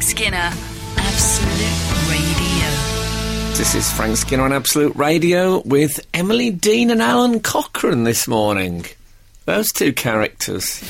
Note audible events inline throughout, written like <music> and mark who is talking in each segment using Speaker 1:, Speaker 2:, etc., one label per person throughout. Speaker 1: Skinner. Absolute Radio.
Speaker 2: This is Frank Skinner on Absolute Radio with Emily Dean and Alan Cochrane this morning. Those two
Speaker 3: <laughs>
Speaker 2: characters.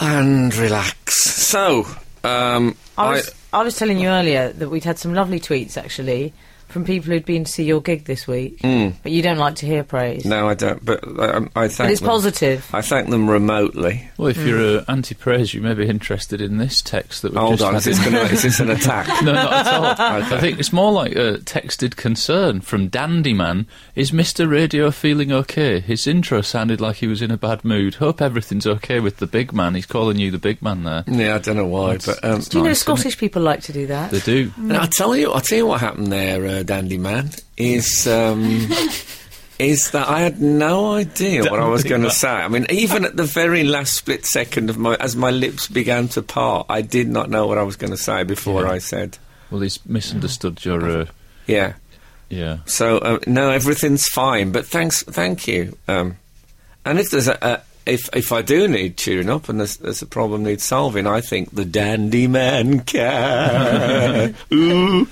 Speaker 2: and relax. So, um,
Speaker 3: I was, I was telling you earlier that we'd had some lovely tweets actually from people who'd been to see your gig this week, but you don't like to hear praise.
Speaker 2: no, I don't. But um, I thank.
Speaker 3: But it's
Speaker 2: them.
Speaker 3: positive.
Speaker 2: I thank them remotely.
Speaker 4: Well, if you're uh, anti-praise, you may be interested in this text that we've
Speaker 2: Hold
Speaker 4: just
Speaker 2: on,
Speaker 4: had
Speaker 2: is this,
Speaker 4: in.
Speaker 2: gonna, is this an attack?
Speaker 4: <laughs> No, not at all.
Speaker 2: <laughs> Okay.
Speaker 4: I think it's more like a texted concern from Dandy Man. Is Mr. Radio feeling okay? His intro sounded like he was in a bad mood. Hope everything's okay with the big man. He's calling you the big man there.
Speaker 2: Yeah, I don't know why, but um,
Speaker 3: Do you know
Speaker 4: nice, isn't
Speaker 3: Scottish people like to do that?
Speaker 4: They do.
Speaker 2: No, I tell you, I tell you what happened there, uh, Dandy Man. Is um, is that I had no idea what I was going to say. I mean, even at the very last split second of my, as my lips began to part, I did not know what I was going to say before
Speaker 4: Yeah.
Speaker 2: I said,
Speaker 4: Well, he's misunderstood your. Uh,
Speaker 2: yeah.
Speaker 4: yeah.
Speaker 2: So uh, no, everything's fine. But thanks, thank you. Um, and if there's a, a if if I do need cheering up and there's, there's a problem needs solving, I think the dandy man can.
Speaker 3: <laughs>
Speaker 2: Ooh,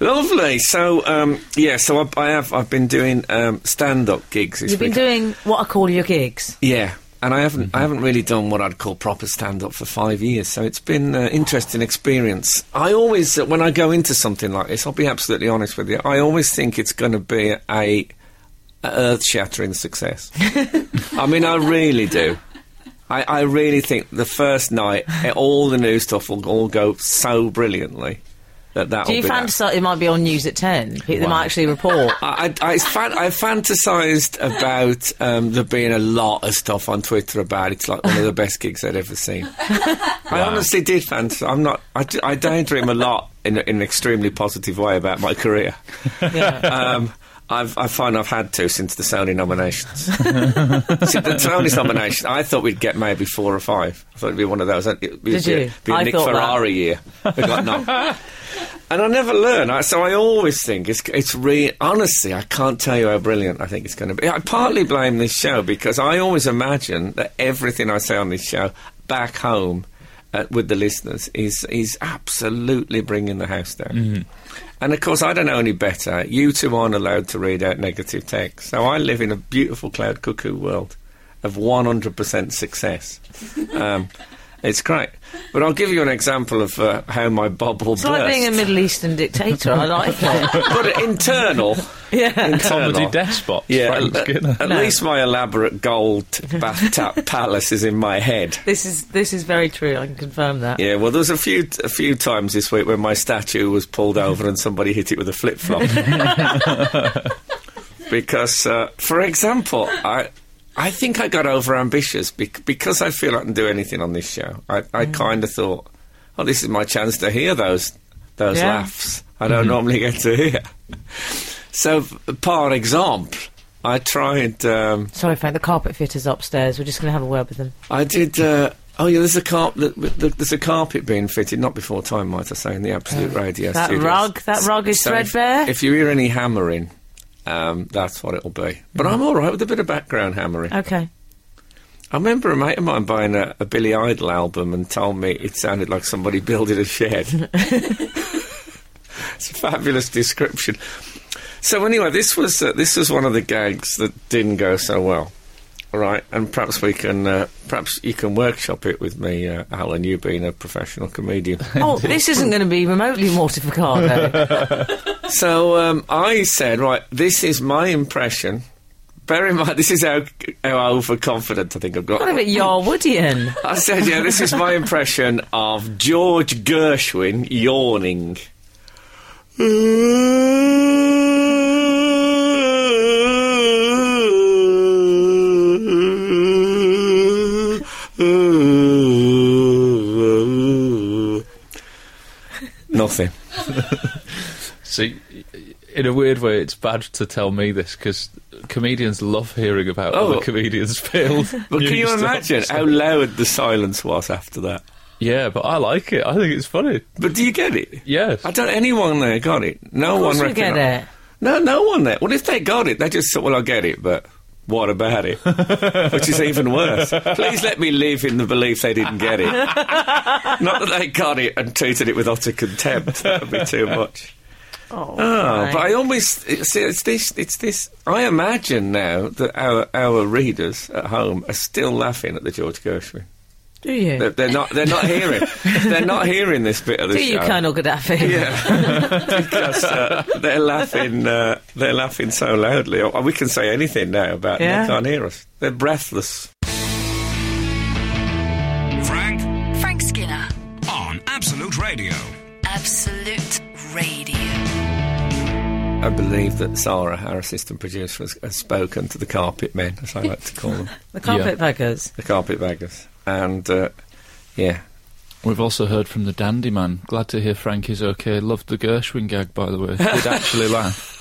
Speaker 2: lovely. So um, yeah, so I, I have I've been doing um, stand up gigs. This
Speaker 3: You've been
Speaker 2: week.
Speaker 3: doing what I call your gigs.
Speaker 2: Yeah. And I haven't,
Speaker 3: Mm-hmm.
Speaker 2: I haven't really done what I'd call proper stand up for five years, so it's been an interesting experience. I always, uh, when I go into something like this, I'll be absolutely honest with you, I always think it's going to be a earth shattering
Speaker 3: <laughs>
Speaker 2: success. I mean, I really do. I, I really think the first night, eh, all the new stuff will all go so brilliantly that that'll
Speaker 3: Do you
Speaker 2: be that.
Speaker 3: fantasise it might be on news at ten? They might actually report.
Speaker 2: I, I, I, fan- I fantasized about um, there being a lot of stuff on Twitter about it's like one of the best gigs I'd ever seen. I honestly did fantasize. I'm not. I, d- I daydream a lot in, a- in an extremely positive way about my career.
Speaker 3: yeah.
Speaker 2: <laughs> Um, I've, I find I've had to since the Sony nominations. <laughs> since the Tony's nomination, I thought we'd get maybe four or five. I thought it'd be one of those. It'd be,
Speaker 3: Did
Speaker 2: be a-
Speaker 3: you?
Speaker 2: be a
Speaker 3: I
Speaker 2: Nick
Speaker 3: thought that.
Speaker 2: Ferrari year. We got none.
Speaker 3: <laughs>
Speaker 2: and I never learn. I, so I always think it's it's re- honestly I can't tell you how brilliant I think it's going to be. I partly blame this show because I always imagine that everything I say on this show back home. Uh, with the listeners is is absolutely bringing the house down, and of course I don't know any better. You two aren't allowed to read out negative text, so I live in a beautiful cloud cuckoo world of 100% success. Um, it's great. But I'll give you an example of uh, how my bubble
Speaker 3: It's like being a Middle Eastern dictator. I like it.
Speaker 2: <laughs> but internal.
Speaker 3: <laughs> Yeah.
Speaker 2: internal.
Speaker 4: Comedy despot.
Speaker 2: Yeah, <laughs>
Speaker 4: Frank
Speaker 2: at,
Speaker 4: Skinner.
Speaker 2: at least my elaborate gold
Speaker 3: <laughs>
Speaker 2: bathtub palace is in my head.
Speaker 3: This is this is very true. I can confirm
Speaker 2: <laughs>
Speaker 3: that.
Speaker 2: Yeah, well, there's a few a few times this week when my statue was pulled over and somebody hit it with a flip flop. because, uh, for example, I I think I got over ambitious bec- because I feel I can do anything on this show. I, I kind of thought, oh, this is my chance to hear those those
Speaker 3: Yeah.
Speaker 2: laughs I don't normally get to hear. So, par exemple, I tried. Um,
Speaker 3: Sorry, Frank. The carpet fitters upstairs. We're just going to have a word with them.
Speaker 2: I did. Uh, oh yeah, there's a carp. th- th- There's a carpet being fitted. Not before time, might I say, in the absolute radio.
Speaker 3: that
Speaker 2: studios.
Speaker 3: rug- that rug is
Speaker 2: So if-
Speaker 3: threadbare?
Speaker 2: If, you hear any hammering, um, that's what it'll be. But
Speaker 3: Mm.
Speaker 2: I'm all right with a bit of background hammering.
Speaker 3: Okay.
Speaker 2: I remember a mate of mine buying a, a Billy Idol album and told me it sounded like somebody <laughs> building a shed. it's a fabulous description. So anyway, this was uh, this was one of the gags that didn't go so well, All right? And perhaps we can uh, perhaps you can workshop it with me, uh, Alan. You being a professional comedian.
Speaker 3: Oh, this isn't going to be remotely mortificado.
Speaker 2: So um, I said, right, this is my impression. Bear in mind, this is how, how overconfident I think I've got.
Speaker 3: what a bit Yarwoodian.
Speaker 2: I said, yeah, this is my impression of George Gershwin yawning. Nothing.
Speaker 4: See, in a weird way, it's bad to tell me this because comedians love hearing about
Speaker 2: Oh.
Speaker 4: other comedians' failed.
Speaker 2: But can
Speaker 4: new
Speaker 2: you
Speaker 4: stuff. <laughs>
Speaker 2: imagine how loud the silence was after that?
Speaker 4: Yeah, but I like it. I think it's funny.
Speaker 2: But do you get it?
Speaker 4: Yes.
Speaker 2: I don't. Anyone there got it? No
Speaker 3: Of course
Speaker 2: one
Speaker 3: we get
Speaker 2: recognised.
Speaker 3: it.
Speaker 2: No, no one there. Well, if they got it, they just thought, well, I get it, but what about
Speaker 3: <laughs>
Speaker 2: it? Which is even worse. Please let me live in the belief they didn't get
Speaker 3: <laughs>
Speaker 2: it. Not that they got it and treated it with utter contempt. That would be too much.
Speaker 3: Oh,
Speaker 2: Oh,
Speaker 3: <laughs> right.
Speaker 2: but I always it's, it's this. It's this. I imagine now that our our readers at home are still laughing at the George Gershwin.
Speaker 3: do you?
Speaker 2: They're, they're not. They're not
Speaker 3: <laughs>
Speaker 2: hearing. they're not hearing this bit of the
Speaker 3: do
Speaker 2: show.
Speaker 3: you, Colonel Gaddafi?
Speaker 2: because uh, they're laughing. Uh, they're laughing so loudly. Oh, We can say anything now about them.
Speaker 3: Yeah.
Speaker 2: They can't hear us. They're breathless.
Speaker 5: Frank
Speaker 1: Frank Skinner.
Speaker 5: on Absolute Radio.
Speaker 1: Absolute Radio.
Speaker 2: I believe that Sarah, our assistant producer, has, has spoken to the carpet men, as I like to call
Speaker 4: <laughs>
Speaker 2: them,
Speaker 3: <laughs> The carpetbaggers.
Speaker 2: the carpet baggers, and uh, yeah,
Speaker 4: We've also heard from the dandy man. Glad to hear Frank is okay. Loved the Gershwin gag, by the way. Did
Speaker 2: <laughs>
Speaker 4: actually laugh.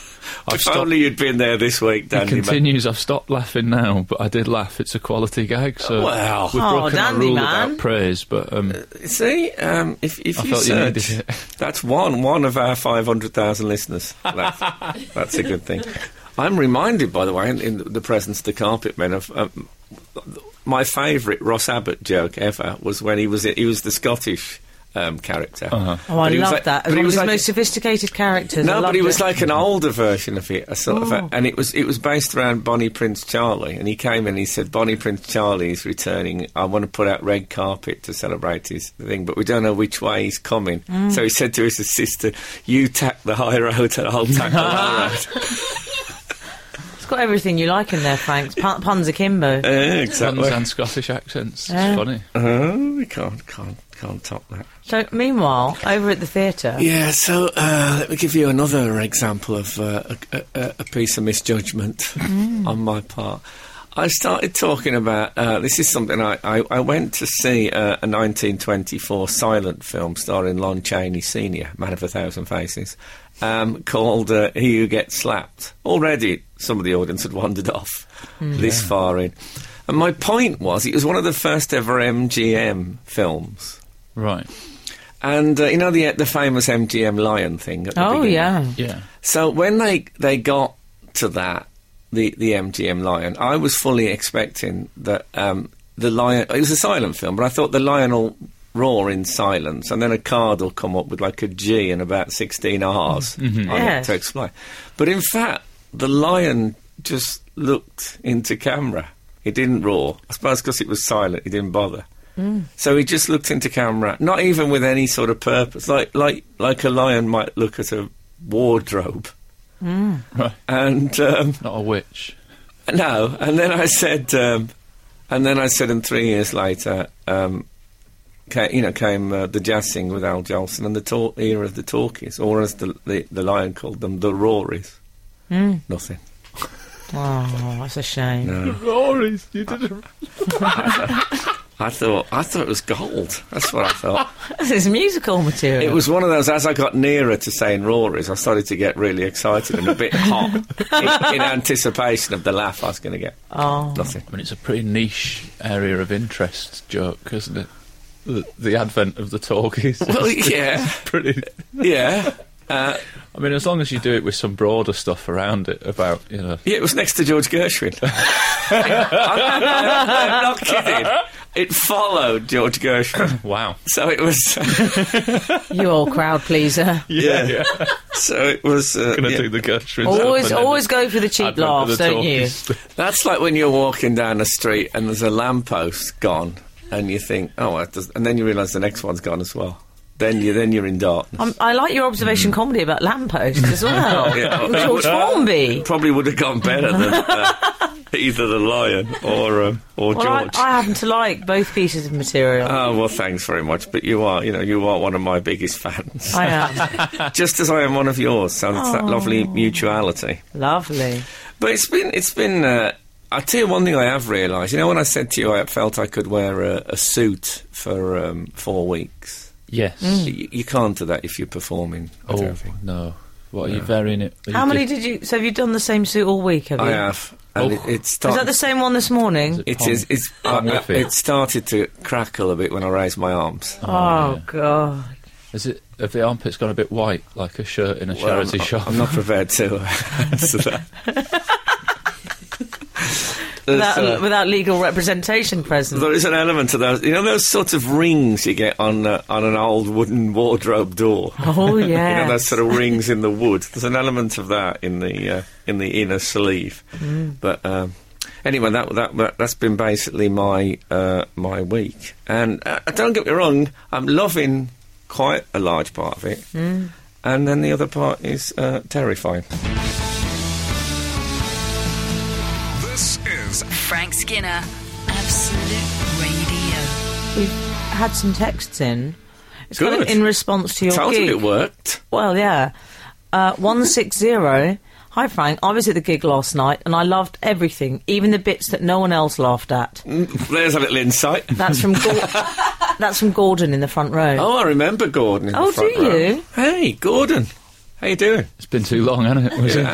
Speaker 4: I've
Speaker 2: if
Speaker 4: stopped.
Speaker 2: only you'd been there this week,
Speaker 4: it
Speaker 2: Dandy. man.
Speaker 4: continues. I've stopped laughing now, but I did laugh. It's a quality gag. So
Speaker 2: Wow.
Speaker 4: we've
Speaker 3: Oh,
Speaker 4: broken our
Speaker 3: dandy
Speaker 4: rule
Speaker 3: man.
Speaker 4: about praise, but
Speaker 2: Uh,
Speaker 4: um,
Speaker 2: See, um, if if
Speaker 4: I
Speaker 2: you
Speaker 4: felt you needed
Speaker 2: search,
Speaker 4: it.
Speaker 2: that's one one of our five hundred thousand listeners.
Speaker 4: <laughs>
Speaker 2: That's, that's a good thing. I'm reminded, by the way, in, in the presence of the carpet men, of um, my favourite Ross Abbott joke ever was when he was he was the Scottish um, character.
Speaker 4: Uh-huh.
Speaker 3: Oh, I
Speaker 2: But he was
Speaker 3: love
Speaker 2: like-
Speaker 3: that.
Speaker 2: but
Speaker 3: As
Speaker 2: he
Speaker 3: one of
Speaker 2: was
Speaker 3: his
Speaker 2: like-
Speaker 3: most sophisticated characters. I
Speaker 2: no, but
Speaker 3: loved
Speaker 2: he was
Speaker 3: it.
Speaker 2: like an older version of it, a sort of, a, and it was it was based around Bonnie Prince Charlie, and he came in and he said Bonnie Prince Charlie is returning. I want to put out red carpet to celebrate his thing, but we don't know which way he's coming. So he said to his sister, "You tack the high road, and I'll tack the high road." <laughs>
Speaker 3: It's got everything you like in there, Frank. Pun- puns akimbo.
Speaker 2: Uh,
Speaker 4: puns
Speaker 2: exactly.
Speaker 4: and Scottish accents.
Speaker 3: Yeah.
Speaker 4: It's funny.
Speaker 2: Oh, we can't can't can't top that.
Speaker 3: So, meanwhile, over at the theatre,
Speaker 2: Yeah, so uh, let me give you another example of uh, a, a, a piece of misjudgment on my part. I started talking about uh, this is something I, I, I went to see uh, a 1924 silent film starring Lon Chaney Sr., Man of a Thousand Faces, um, called uh, He Who Gets Slapped. Already some of the audience had wandered off this far in. And my point was, it was one of the first ever MGM films.
Speaker 4: Right.
Speaker 2: And uh, you know the the famous MGM Lion thing. At the
Speaker 3: Oh,
Speaker 2: beginning?
Speaker 3: yeah.
Speaker 4: Yeah.
Speaker 2: So when they they got to that the the MGM Lion, I was fully expecting that um, the lion. It was a silent film, but I thought the lion will roar in silence, and then a card will come up with like a G and about sixteen R's on it
Speaker 3: Yes.
Speaker 2: to explain. But in fact, the lion just looked into camera. He didn't roar. I suppose because it was silent, he didn't bother. So he just looked into camera, not even with any sort of purpose, like like like a lion might look at a wardrobe.
Speaker 4: Right.
Speaker 2: And um,
Speaker 4: Not a witch.
Speaker 2: no, and then I said, um, and then I said, and three years later, um, ca you know, came uh, the jazz sing with Al Jolson and the talk era of the talkies, or as the, the the lion called them, the roaries. Nothing.
Speaker 3: Oh, that's a shame.
Speaker 4: Rories, you did a
Speaker 2: I thought I thought it was gold. That's what I thought.
Speaker 3: <laughs> This is musical material.
Speaker 2: It was one of those, as I got nearer to saying Rory's, I started to get really excited and a bit hot in, in anticipation of the laugh I was going to get.
Speaker 3: Oh.
Speaker 2: Nothing.
Speaker 4: I mean, it's a pretty niche area of interest joke, isn't it? The, the advent of the talkies. <laughs>
Speaker 2: Well, yeah,
Speaker 4: pretty.
Speaker 2: yeah. Uh,
Speaker 4: I mean, as long as you do it with some broader stuff around it about, you know.
Speaker 2: yeah, it was next to George Gershwin. <laughs> I'm, I'm- I'm not kidding. It followed George Gershwin.
Speaker 4: Wow.
Speaker 2: So it was,
Speaker 3: You old
Speaker 2: <laughs>
Speaker 3: crowd pleaser.
Speaker 4: <laughs>
Speaker 2: yeah. So it was. Uh,
Speaker 4: Gonna
Speaker 2: yeah.
Speaker 4: do the Gertrude's.
Speaker 3: always
Speaker 4: advent
Speaker 3: always
Speaker 4: of-
Speaker 3: go for the cheap
Speaker 4: advent of
Speaker 3: laughs,
Speaker 4: the
Speaker 3: don't you?
Speaker 4: talkies. <laughs>
Speaker 2: That's like when you're walking down a street and there's a lamppost gone, and you think, oh, well, it does- and then you realise the next one's gone as well. Then you then you're in darkness.
Speaker 3: Um, I like your observation comedy about lampposts as well.
Speaker 2: Mm. <laughs> Yeah.
Speaker 3: Oh, <laughs> George Formby.
Speaker 2: probably would have gone better than uh, either the lion or um, or
Speaker 3: Well, I,
Speaker 2: George.
Speaker 3: I happen to like both pieces of material.
Speaker 2: Oh well, thanks very much. But you are, you know, you are one of my biggest fans,
Speaker 3: I am.
Speaker 2: <laughs> just as I am one of yours. So it's that lovely mutuality.
Speaker 3: Lovely.
Speaker 2: But it's been, it's been. Uh, I tell you one thing, I have realised. You know, when I said to you, I felt I could wear a, a suit for um, four weeks.
Speaker 4: Yes.
Speaker 3: Hmm. Mm.
Speaker 2: You, you can't do that if you're performing. I
Speaker 4: Oh,
Speaker 2: don't think.
Speaker 4: no. What are you varying it?
Speaker 3: How many did you. So, have you done the same suit all week? Have you?
Speaker 2: I have, and
Speaker 4: Oh.
Speaker 2: it, it's
Speaker 3: Is that the same one this morning?
Speaker 4: it-
Speaker 2: It is. It's.
Speaker 4: Tom
Speaker 2: uh, uh,
Speaker 4: Whiffy.
Speaker 2: it started to crackle a bit when I raised my arms.
Speaker 3: Oh, God.
Speaker 4: Is it? Have the armpits gone a bit white, like a shirt in a
Speaker 2: Well, <laughs>
Speaker 4: charity
Speaker 2: I'm,
Speaker 3: <laughs>
Speaker 4: shop?
Speaker 2: I'm not prepared to answer that. there's,
Speaker 3: without,
Speaker 2: uh,
Speaker 3: without legal representation present.
Speaker 2: there is an element to those. You know those sorts of rings you get on uh, on an old wooden wardrobe door. <laughs>
Speaker 3: oh
Speaker 2: You
Speaker 3: yeah.
Speaker 2: know those sort of rings in the wood. There's an element of that in the uh, in the inner sleeve. But um, anyway, that, that that that's been basically my uh, my week. And uh, don't get me wrong, I'm loving quite a large part of it. And then the other part is uh, terrifying.
Speaker 5: This is
Speaker 1: Frank Skinner, Absolute Radio.
Speaker 3: We've had some texts in. It's kind
Speaker 2: Good.
Speaker 3: of in response to your
Speaker 2: Told
Speaker 3: gig.
Speaker 2: you it worked.
Speaker 3: Well, yeah. Uh, 160. Hi, Frank. I was at the gig last night and I loved everything, even the bits that no one else laughed at.
Speaker 2: Mm, There's a little insight.
Speaker 3: That's
Speaker 2: <laughs>
Speaker 3: from Gor- That's from Gordon in the front row.
Speaker 2: Oh, I remember Gordon. In
Speaker 3: Oh,
Speaker 2: the front
Speaker 3: do
Speaker 2: row.
Speaker 3: you?
Speaker 2: Hey, Gordon. How you doing?
Speaker 4: It's been too long, hasn't it? Was it? <laughs>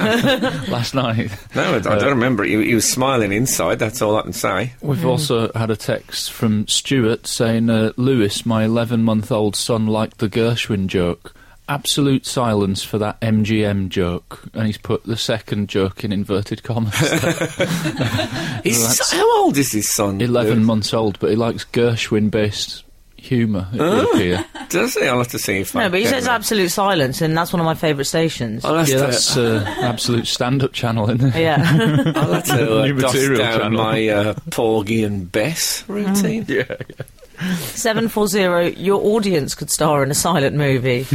Speaker 4: Last night.
Speaker 2: No, I I don't remember. He, he was smiling inside. That's all I can say.
Speaker 4: We've
Speaker 3: Hmm.
Speaker 4: also had a text from Stuart saying, uh, Lewis, my 11 month old son, liked the Gershwin joke. Absolute silence for that MGM joke. And he's put the second joke in inverted
Speaker 3: <laughs>
Speaker 4: commas. <laughs>
Speaker 2: He's
Speaker 4: Well, that's-
Speaker 2: how old is his son?
Speaker 4: 11 months old, but he likes Gershwin based humour, it
Speaker 3: Ah,
Speaker 4: would
Speaker 3: <laughs>
Speaker 4: appear.
Speaker 2: Does he? I'll have to see if I
Speaker 3: no, but he
Speaker 2: can.
Speaker 3: says absolute silence, and that's one of my favourite stations.
Speaker 2: I'll have
Speaker 4: Yeah,
Speaker 2: to,
Speaker 4: that's uh, absolute stand up channel, isn't it?
Speaker 3: <laughs> yeah. <laughs>
Speaker 2: I'll have to uh,
Speaker 4: <laughs> New
Speaker 2: doss
Speaker 4: material
Speaker 2: down
Speaker 4: channel.
Speaker 2: my uh, Porgy and
Speaker 3: <laughs>
Speaker 2: Bess
Speaker 3: Mm.
Speaker 2: routine.
Speaker 4: Yeah.
Speaker 3: 740. Your audience could star in a
Speaker 2: <laughs>
Speaker 3: silent movie.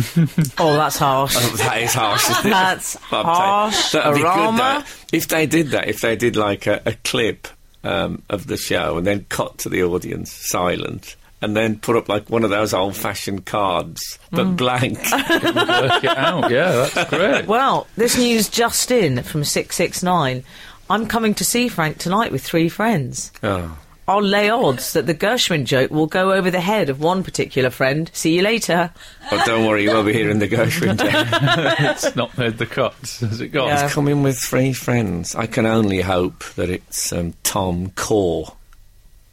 Speaker 3: oh, that's harsh.
Speaker 2: That is harsh. Isn't it?
Speaker 3: That's
Speaker 2: <laughs> Well, I'll
Speaker 3: harsh.
Speaker 2: tell you. That'd be good,
Speaker 3: Aroma.
Speaker 2: that. If they did that, if they did like a, a clip um, of the show and then cut to the audience silent. And then put up like one of those old-fashioned cards, but
Speaker 3: Mm. <laughs>
Speaker 2: blank.
Speaker 4: <laughs> Work it out. Yeah, that's great.
Speaker 3: Well, this news just in from 669. I'm coming to see Frank tonight with three friends.
Speaker 2: oh.
Speaker 3: I'll lay odds that the Gershwin joke will go over the head of one particular friend. See you later.
Speaker 2: oh, don't worry, you won't be hearing the
Speaker 3: <laughs>
Speaker 2: Gershwin. Jack.
Speaker 4: It's not made the cut, <laughs> has it got?
Speaker 3: Yeah.
Speaker 2: Coming with three friends. I can only hope that it's um, Tom Core.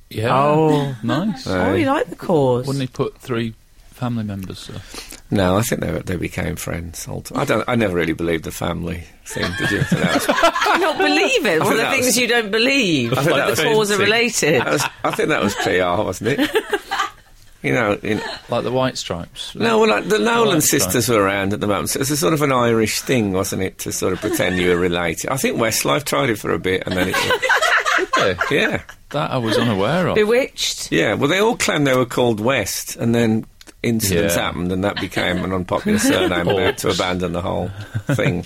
Speaker 4: Yeah.
Speaker 3: Oh.
Speaker 4: Nice.
Speaker 3: I really like the cause.
Speaker 4: Wouldn't he put three family members? uh, So?
Speaker 2: No, I think they they became friends. ulti- I don't. I never really believed the family thing. Did you? I think
Speaker 3: <laughs>
Speaker 2: that was-
Speaker 3: I not believe it. One of the
Speaker 2: that
Speaker 3: things
Speaker 2: was-
Speaker 3: you don't believe.
Speaker 2: I think that
Speaker 3: That the
Speaker 2: was-
Speaker 3: cause are related.
Speaker 2: that was- I think that was PR, wasn't it? You know, in,
Speaker 4: Like the White Stripes.
Speaker 2: no, well, like, the Nolan
Speaker 4: right.
Speaker 2: sisters were around at the moment, so it's a sort of an Irish thing, wasn't it, to sort of pretend you were related? I think Westlife tried it for a bit, and then it,
Speaker 4: Yeah,
Speaker 2: yeah,
Speaker 4: that I was unaware of.
Speaker 3: Bewitched.
Speaker 2: yeah. Well, they all claimed they were called West, and then incidents
Speaker 4: Yeah.
Speaker 2: happened, and that became an unpopular surname, and they had to
Speaker 4: Orcs.
Speaker 2: abandon the whole thing.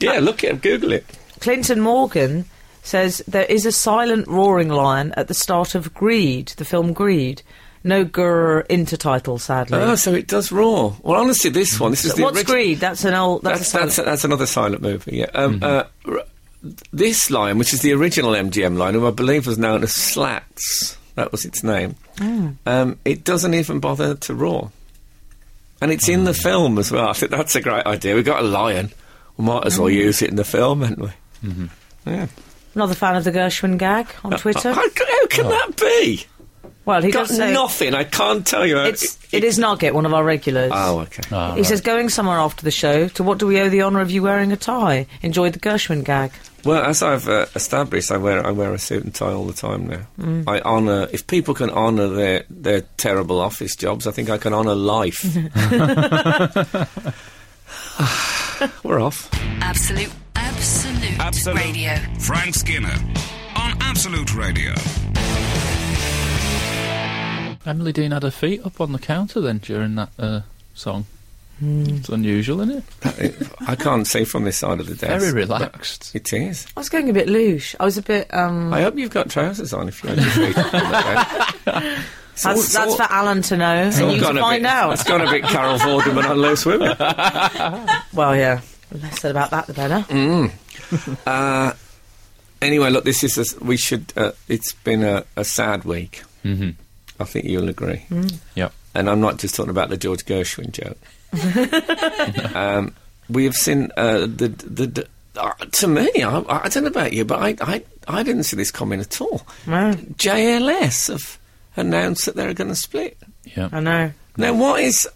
Speaker 2: yeah, look it, Google it.
Speaker 3: Clinton Morgan says there is a silent roaring lion at the start of Greed, the film Greed. No grr intertitle, sadly.
Speaker 2: Oh, so it does roar. Well, honestly, this one, this is the
Speaker 3: What's
Speaker 2: original.
Speaker 3: Greed? That's an old. That's, Mm-hmm.
Speaker 2: That's
Speaker 3: a silent-
Speaker 2: that's, that's another silent movie. Yeah. Um, uh, r- this line, which is the original MGM line, who I believe was known as Slats, that was its name.
Speaker 3: Mm.
Speaker 2: Um, it doesn't even bother to roar, and it's in the
Speaker 3: Mm.
Speaker 2: film as well. I think that's a great idea. We've got a lion. We might as
Speaker 3: Mm.
Speaker 2: well use it in the film, haven't we?
Speaker 3: Mm-hmm.
Speaker 2: Yeah.
Speaker 3: Another fan of the Gershwin gag on Twitter.
Speaker 2: How, how can that be?
Speaker 3: well, he
Speaker 2: Got
Speaker 3: does say
Speaker 2: nothing. I can't tell you. how-
Speaker 3: it's it is Nugget, one of our regulars.
Speaker 2: Oh, okay.
Speaker 4: Ah,
Speaker 3: He
Speaker 4: right.
Speaker 3: says, going somewhere after the show, to what do we owe the honour of you wearing a tie? Enjoyed the Gershwin gag.
Speaker 2: Well, as I've uh, established, I wear I wear a suit and tie all the time now.
Speaker 3: Mm.
Speaker 2: I honour if people can honour their their terrible office jobs, I think I can honour
Speaker 3: <laughs>
Speaker 2: life. <sighs> We're off.
Speaker 1: Absolute, Absolute,
Speaker 5: Absolute.
Speaker 1: Radio.
Speaker 5: Frank Skinner on Absolute Radio.
Speaker 4: <laughs> Emily Dean had her feet up on the counter then during that uh, song.
Speaker 2: Hmm.
Speaker 4: It's unusual, isn't it?
Speaker 2: I can't see from this side of the desk.
Speaker 4: Very relaxed.
Speaker 2: It is.
Speaker 3: I was going a bit louche. I was a bit. um
Speaker 2: I hope you've got trousers on if you
Speaker 3: <laughs>
Speaker 2: want to speak. That's,
Speaker 3: That's, that's for Alan to know, and you to find
Speaker 2: It's <laughs>
Speaker 3: out.
Speaker 2: gone a bit Carol Vorderman on Loose Women.
Speaker 3: <laughs> Well, yeah. The less said about that, the better.
Speaker 2: Mm. Anyway, look, this is a, we should. Uh, it's been a, a sad week. Mm-hmm. I think you'll agree.
Speaker 3: Mm.
Speaker 4: Yep.
Speaker 2: and I'm not just talking about the George Gershwin
Speaker 3: <laughs>
Speaker 2: joke. um, we have seen uh, the the. the uh, to me, I, I don't know about you, but I, I, I didn't see this coming at all. JLS have announced that they're going to split.
Speaker 4: Yep.
Speaker 3: I know.
Speaker 2: Now, what is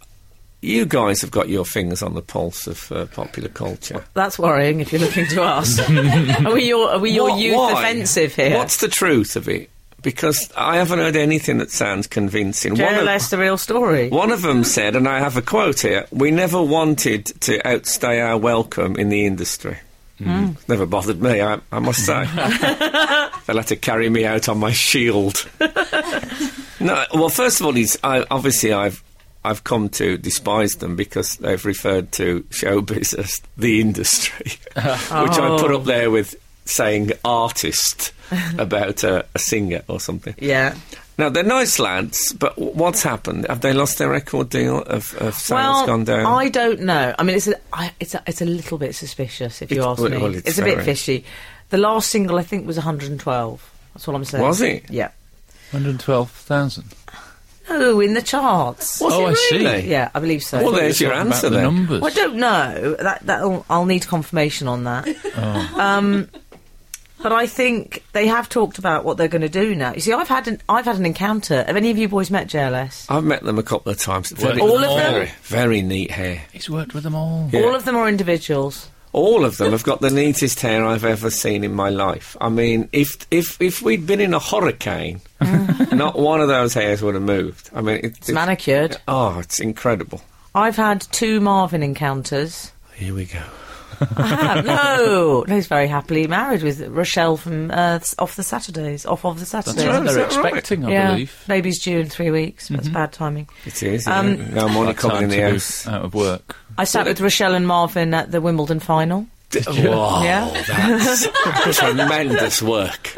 Speaker 2: you guys have got your fingers on the pulse of uh, popular culture.
Speaker 3: That's worrying if you're looking to us.
Speaker 2: <laughs>
Speaker 3: are we your, are we your
Speaker 2: What-
Speaker 3: youth
Speaker 2: why?
Speaker 3: offensive here?
Speaker 2: What's the truth of it? Because I haven't heard anything that sounds convincing. One of-
Speaker 3: JLS, the real story.
Speaker 2: One of them said, and I have a quote here: "We never wanted to outstay our welcome in the industry." Never bothered me, I, I must say. They'll have to carry me out on my shield. no, well, first of all, he's, I, obviously I've I've come to despise them because they've referred to showbiz as the industry, which I put up there with saying artist about a, a singer or something.
Speaker 3: Yeah.
Speaker 2: Now they're nice lads, but w- what's happened? Have they lost their record deal? Have, have sales
Speaker 3: well,
Speaker 2: gone down?
Speaker 3: I don't know. I mean, it's a, I, it's a, it's a little bit suspicious if you
Speaker 2: It's-
Speaker 3: ask
Speaker 2: well,
Speaker 3: me.
Speaker 2: well, it's
Speaker 3: it's a bit
Speaker 2: very-
Speaker 3: fishy. The last single I think was 112. That's all I'm saying.
Speaker 2: Was it?
Speaker 3: Yeah.
Speaker 4: 112,000.
Speaker 3: No, in the charts.
Speaker 2: Was
Speaker 4: Oh, I
Speaker 2: it
Speaker 4: see.
Speaker 2: really?
Speaker 3: Yeah, I believe so.
Speaker 2: Well, there's your
Speaker 4: Talking about
Speaker 2: answer
Speaker 4: the
Speaker 2: then.
Speaker 4: numbers.
Speaker 3: Well, I don't know. That that'll, I'll need confirmation on
Speaker 4: <laughs>
Speaker 3: that.
Speaker 4: Oh.
Speaker 3: Um, but I think they have talked about what they're going to do now. You see, I've had an I've had an encounter. Have any of you boys met JLS?
Speaker 2: I've met them a couple of times.
Speaker 4: Well,
Speaker 2: Very,
Speaker 4: all
Speaker 3: of them?
Speaker 2: Very, very neat hair.
Speaker 4: He's worked with them all.
Speaker 2: Yeah.
Speaker 3: All of them are individuals.
Speaker 2: All of them have got the neatest hair I've ever seen in my life. I mean, if if if we'd been in a hurricane, not one of those hairs would have moved. I mean, it,
Speaker 3: It's Mm-hmm. manicured.
Speaker 2: Oh, it's incredible.
Speaker 3: I've had two Marvin encounters.
Speaker 2: Here we go.
Speaker 3: I have. no, no, he's very happily married with Rochelle from uh, s- off the Saturdays, off of the Saturdays.
Speaker 4: That's what
Speaker 2: is
Speaker 4: they're
Speaker 2: that right?
Speaker 4: expecting, I
Speaker 3: yeah,
Speaker 4: believe. Mm-hmm.
Speaker 3: baby's due in three weeks. That's bad timing.
Speaker 2: It is.
Speaker 3: Um,
Speaker 2: Um, no, I'm only
Speaker 4: Like
Speaker 2: coming in
Speaker 4: time
Speaker 2: the
Speaker 4: to be
Speaker 2: house.
Speaker 4: out of work.
Speaker 3: I sat with Rochelle and Marvin at the Wimbledon final.
Speaker 4: Oh,
Speaker 2: Wow,
Speaker 3: <laughs> Yeah. <laughs>
Speaker 2: that's tremendous work.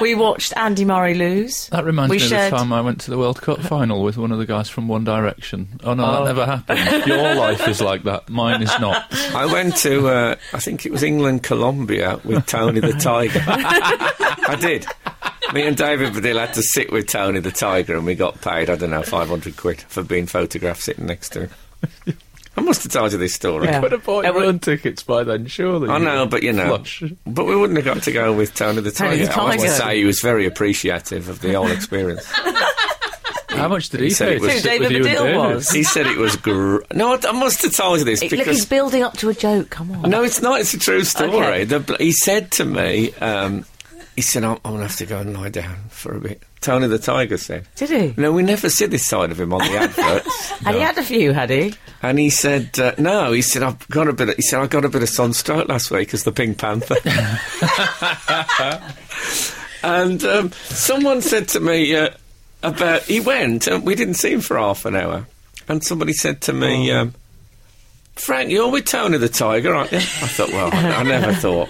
Speaker 3: We watched Andy Murray lose.
Speaker 4: That reminds
Speaker 3: we
Speaker 4: me
Speaker 3: shared,
Speaker 4: of the time I went to the World Cup final with one of the guys from One Direction. Oh no,
Speaker 3: Oh.
Speaker 4: that never happened. <laughs> Your life is like that. Mine is not.
Speaker 2: I went to, uh, I think it was England Colombia with Tony the Tiger. I did. Me and David Badil had to sit with Tony the Tiger and we got paid, I don't know, 500 quid for being photographed sitting next to him. I must have told you this story.
Speaker 3: Yeah.
Speaker 4: But have bought
Speaker 3: It
Speaker 4: your
Speaker 3: would-
Speaker 4: own tickets by then, surely.
Speaker 2: I know, but you know.
Speaker 4: Flush.
Speaker 2: But we wouldn't have got to go with Tony the
Speaker 3: Tony
Speaker 2: Tiger.
Speaker 3: the
Speaker 2: I
Speaker 3: Tiger.
Speaker 2: must say he was very appreciative of the whole
Speaker 3: <laughs>
Speaker 2: experience.
Speaker 4: How much did he,
Speaker 2: said
Speaker 4: pay
Speaker 2: it
Speaker 4: to
Speaker 2: was-
Speaker 4: sit
Speaker 3: David
Speaker 4: with you and
Speaker 3: Baddiel
Speaker 4: David?
Speaker 3: was.
Speaker 2: he said it was gr. No, I, I must have told you this
Speaker 3: It- look,
Speaker 2: because
Speaker 3: he's building up to a joke. Come on.
Speaker 2: No, it's not. It's a true story.
Speaker 3: Okay.
Speaker 2: The bl- he said to me, um, he said, I'm, I'm going to have to go and lie down for a bit. Tony the Tiger said.
Speaker 3: Did he?
Speaker 2: No, we never see this side of him on the adverts.
Speaker 3: <laughs> Had he had a few, had he?
Speaker 2: and he said, uh, no, he said, I've got a bit of, he said, I got a bit of sunstroke last week as the Pink Panther. and um, someone said to me uh, about, he went and we didn't see him for half an hour. And somebody said to me, um, Frank, you're with Tony the Tiger, aren't you? I thought, well, I, I
Speaker 3: <laughs>
Speaker 2: never thought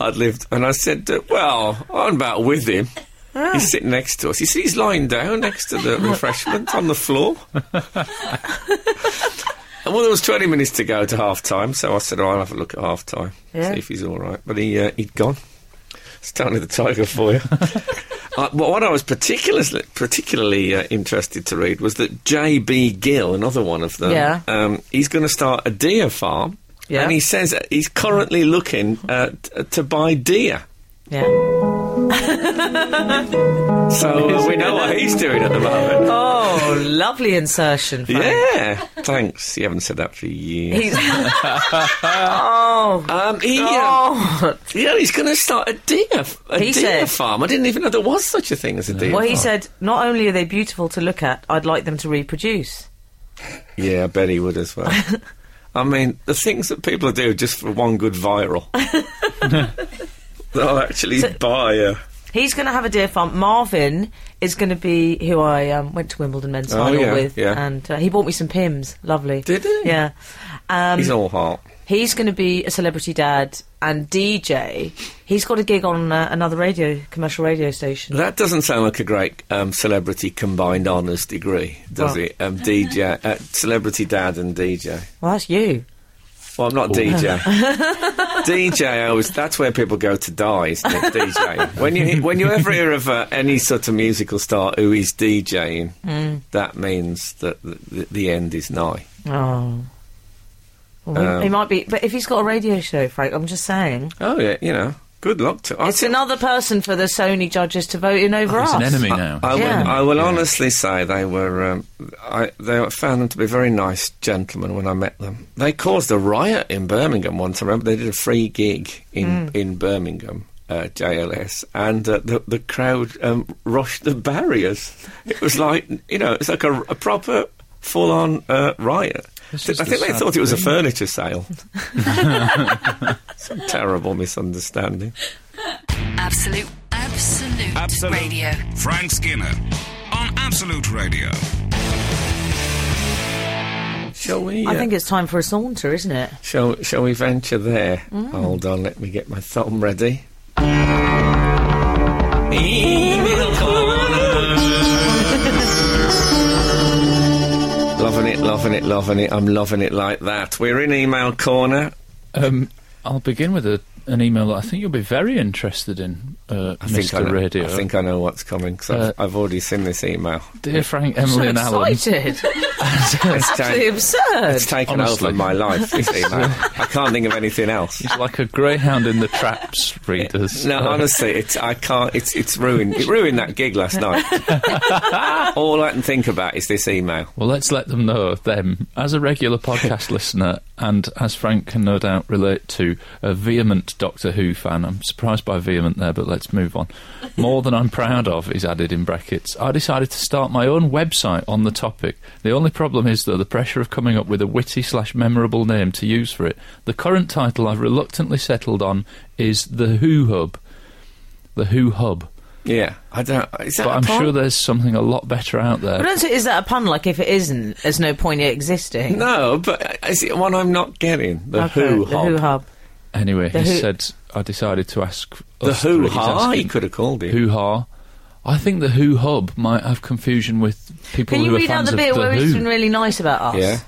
Speaker 2: I'd lived. And I said, uh, well, I'm about with him.
Speaker 3: Ah.
Speaker 2: He's sitting next to us. He said he's lying down next to the refreshment on the floor. <laughs> And well, there was 20 minutes to go to half time, so I said, oh, I'll have a look at half time,
Speaker 3: Yeah.
Speaker 2: see if he's all right. But he, uh, he'd gone. It's Tony the Tiger for
Speaker 3: <laughs>
Speaker 2: you. uh, but what I was particularly, particularly uh, interested to read was that J.B. Gill, another one of them,
Speaker 3: Yeah.
Speaker 2: um, he's going to start a deer farm.
Speaker 3: Yeah.
Speaker 2: And he says uh, he's currently looking uh, t- to buy deer.
Speaker 3: Yeah.
Speaker 2: So uh, we know what he's doing at the moment.
Speaker 3: Oh, lovely insertion. Frank.
Speaker 2: Yeah, thanks. You haven't said that for years. <laughs>
Speaker 3: He's oh,
Speaker 2: Um, he, uh,
Speaker 3: God.
Speaker 2: Yeah, he's going to start a deer, a
Speaker 3: He
Speaker 2: deer
Speaker 3: said-
Speaker 2: farm. I didn't even know there was such a thing as a deer
Speaker 3: Well, he
Speaker 2: farm.
Speaker 3: said, not only are they beautiful to look at, I'd like them to reproduce.
Speaker 2: Yeah, I bet he would as
Speaker 3: <laughs>
Speaker 2: well. I mean, the things that people do just for one good
Speaker 3: <laughs>
Speaker 2: viral. They'll actually buy a.
Speaker 3: He's going to have a deer farm. Marvin is going to be who I um, went to Wimbledon men's
Speaker 2: Oh,
Speaker 3: final
Speaker 2: yeah,
Speaker 3: with,
Speaker 2: yeah.
Speaker 3: and uh, he bought me some pims. Lovely.
Speaker 2: Did he?
Speaker 3: Yeah. Um,
Speaker 2: He's all heart.
Speaker 3: He's going to be a celebrity dad and DJ. He's got a gig on uh, another radio, commercial radio station.
Speaker 2: That doesn't sound like a great um, celebrity combined honours degree, does
Speaker 3: Well-
Speaker 2: it? Um, DJ, uh, celebrity dad and DJ.
Speaker 3: Well, that's you.
Speaker 2: Well, I'm not
Speaker 3: <laughs>
Speaker 2: DJ. DJ, I was. That's where people go to die, isn't it? DJ. When you he- when you ever hear of uh, any sort of musical star who is DJing,
Speaker 3: Hmm.
Speaker 2: that means that the, the, the end is nigh.
Speaker 3: Oh. Well, we-
Speaker 2: Um,
Speaker 3: he might be, but if he's got a radio show, Frank, I'm just saying.
Speaker 2: Oh yeah, you know. Good luck to. I
Speaker 3: It's
Speaker 2: think-
Speaker 3: another person for the Sony judges to vote in over
Speaker 4: He's
Speaker 3: us.
Speaker 4: an enemy now.
Speaker 2: I,
Speaker 3: Yeah.
Speaker 2: will, I will honestly say they were. Um, I they I found them to be very nice gentlemen when I met them. They caused a riot in Birmingham once. I remember they did a free gig
Speaker 3: Mm.
Speaker 2: in in Birmingham. Uh, JLS and uh, the the crowd um, rushed the barriers. It was like you know, it's like a, a proper full on uh, riot.
Speaker 4: This
Speaker 2: I
Speaker 4: is the
Speaker 2: think they
Speaker 4: sad
Speaker 2: thought it was a
Speaker 4: thing.
Speaker 2: furniture sale. <laughs> Some terrible misunderstanding.
Speaker 1: Absolute, absolute,
Speaker 5: Absolute.
Speaker 1: radio.
Speaker 5: Frank Skinner on Absolute Radio.
Speaker 2: Shall we? uh,
Speaker 3: I think it's time for a saunter, isn't it?
Speaker 2: Shall Shall we venture there? Hold on, let me get my thumb ready. loving it, loving it, loving it. I'm loving it like that. We're in email corner.
Speaker 4: Um, I'll begin with a, an email that I think you'll be very interested in, uh,
Speaker 2: I think I
Speaker 4: Mr.
Speaker 2: know,
Speaker 4: Radio.
Speaker 2: I think I know what's coming because
Speaker 4: Uh,
Speaker 2: I've, I've already seen this
Speaker 4: <laughs>
Speaker 2: email.
Speaker 4: Dear Frank, Emily,
Speaker 3: so
Speaker 4: and
Speaker 2: <laughs>
Speaker 4: Alan.
Speaker 3: excited.
Speaker 2: It's, ta-
Speaker 3: Absolutely absurd.
Speaker 2: it's taken
Speaker 4: Honestly.
Speaker 2: over my life.
Speaker 4: <laughs>
Speaker 2: This email. I can't think of anything else.
Speaker 4: He's like a greyhound in the
Speaker 2: <laughs>
Speaker 4: traps, readers.
Speaker 2: No,
Speaker 4: Uh,
Speaker 2: honestly, it's I can't. It's it's ruined. It ruined that gig last
Speaker 4: <laughs>
Speaker 2: night. All I can think about is this email.
Speaker 4: Well, let's let them know, them, as a
Speaker 2: <laughs>
Speaker 4: regular podcast listener, and as Frank can no doubt relate to, a vehement Doctor Who fan. I'm surprised by vehement there, but let's move on. More than I'm proud of, he's added in brackets. I decided to start my own website on the topic. The only problem is, though, the pressure of coming up with a witty slash memorable name to use for it. The current title I've reluctantly settled on is The Who Hub. The Who Hub.
Speaker 2: Yeah, I don't. Is that
Speaker 4: But
Speaker 2: a
Speaker 4: I'm
Speaker 2: pun?
Speaker 4: sure there's something a lot better out there.
Speaker 3: But also, is that a pun? Like, if it isn't, there's no point it existing.
Speaker 2: No, but is it one I'm not getting? The
Speaker 3: Okay,
Speaker 2: who
Speaker 3: the Who
Speaker 2: hop.
Speaker 3: Hub.
Speaker 4: Anyway,
Speaker 3: The
Speaker 4: he
Speaker 3: who-
Speaker 4: said, I decided to ask.
Speaker 2: The
Speaker 4: us
Speaker 2: who
Speaker 4: three." He's
Speaker 2: ha.
Speaker 4: asking
Speaker 2: He could have called it.
Speaker 4: Who ha. I think the Who Hub might have confusion with people
Speaker 3: Can you
Speaker 4: who are
Speaker 3: read out
Speaker 4: fans
Speaker 3: the bit
Speaker 4: of the
Speaker 3: where
Speaker 4: Who.
Speaker 3: he's been really nice about us?
Speaker 2: Yeah.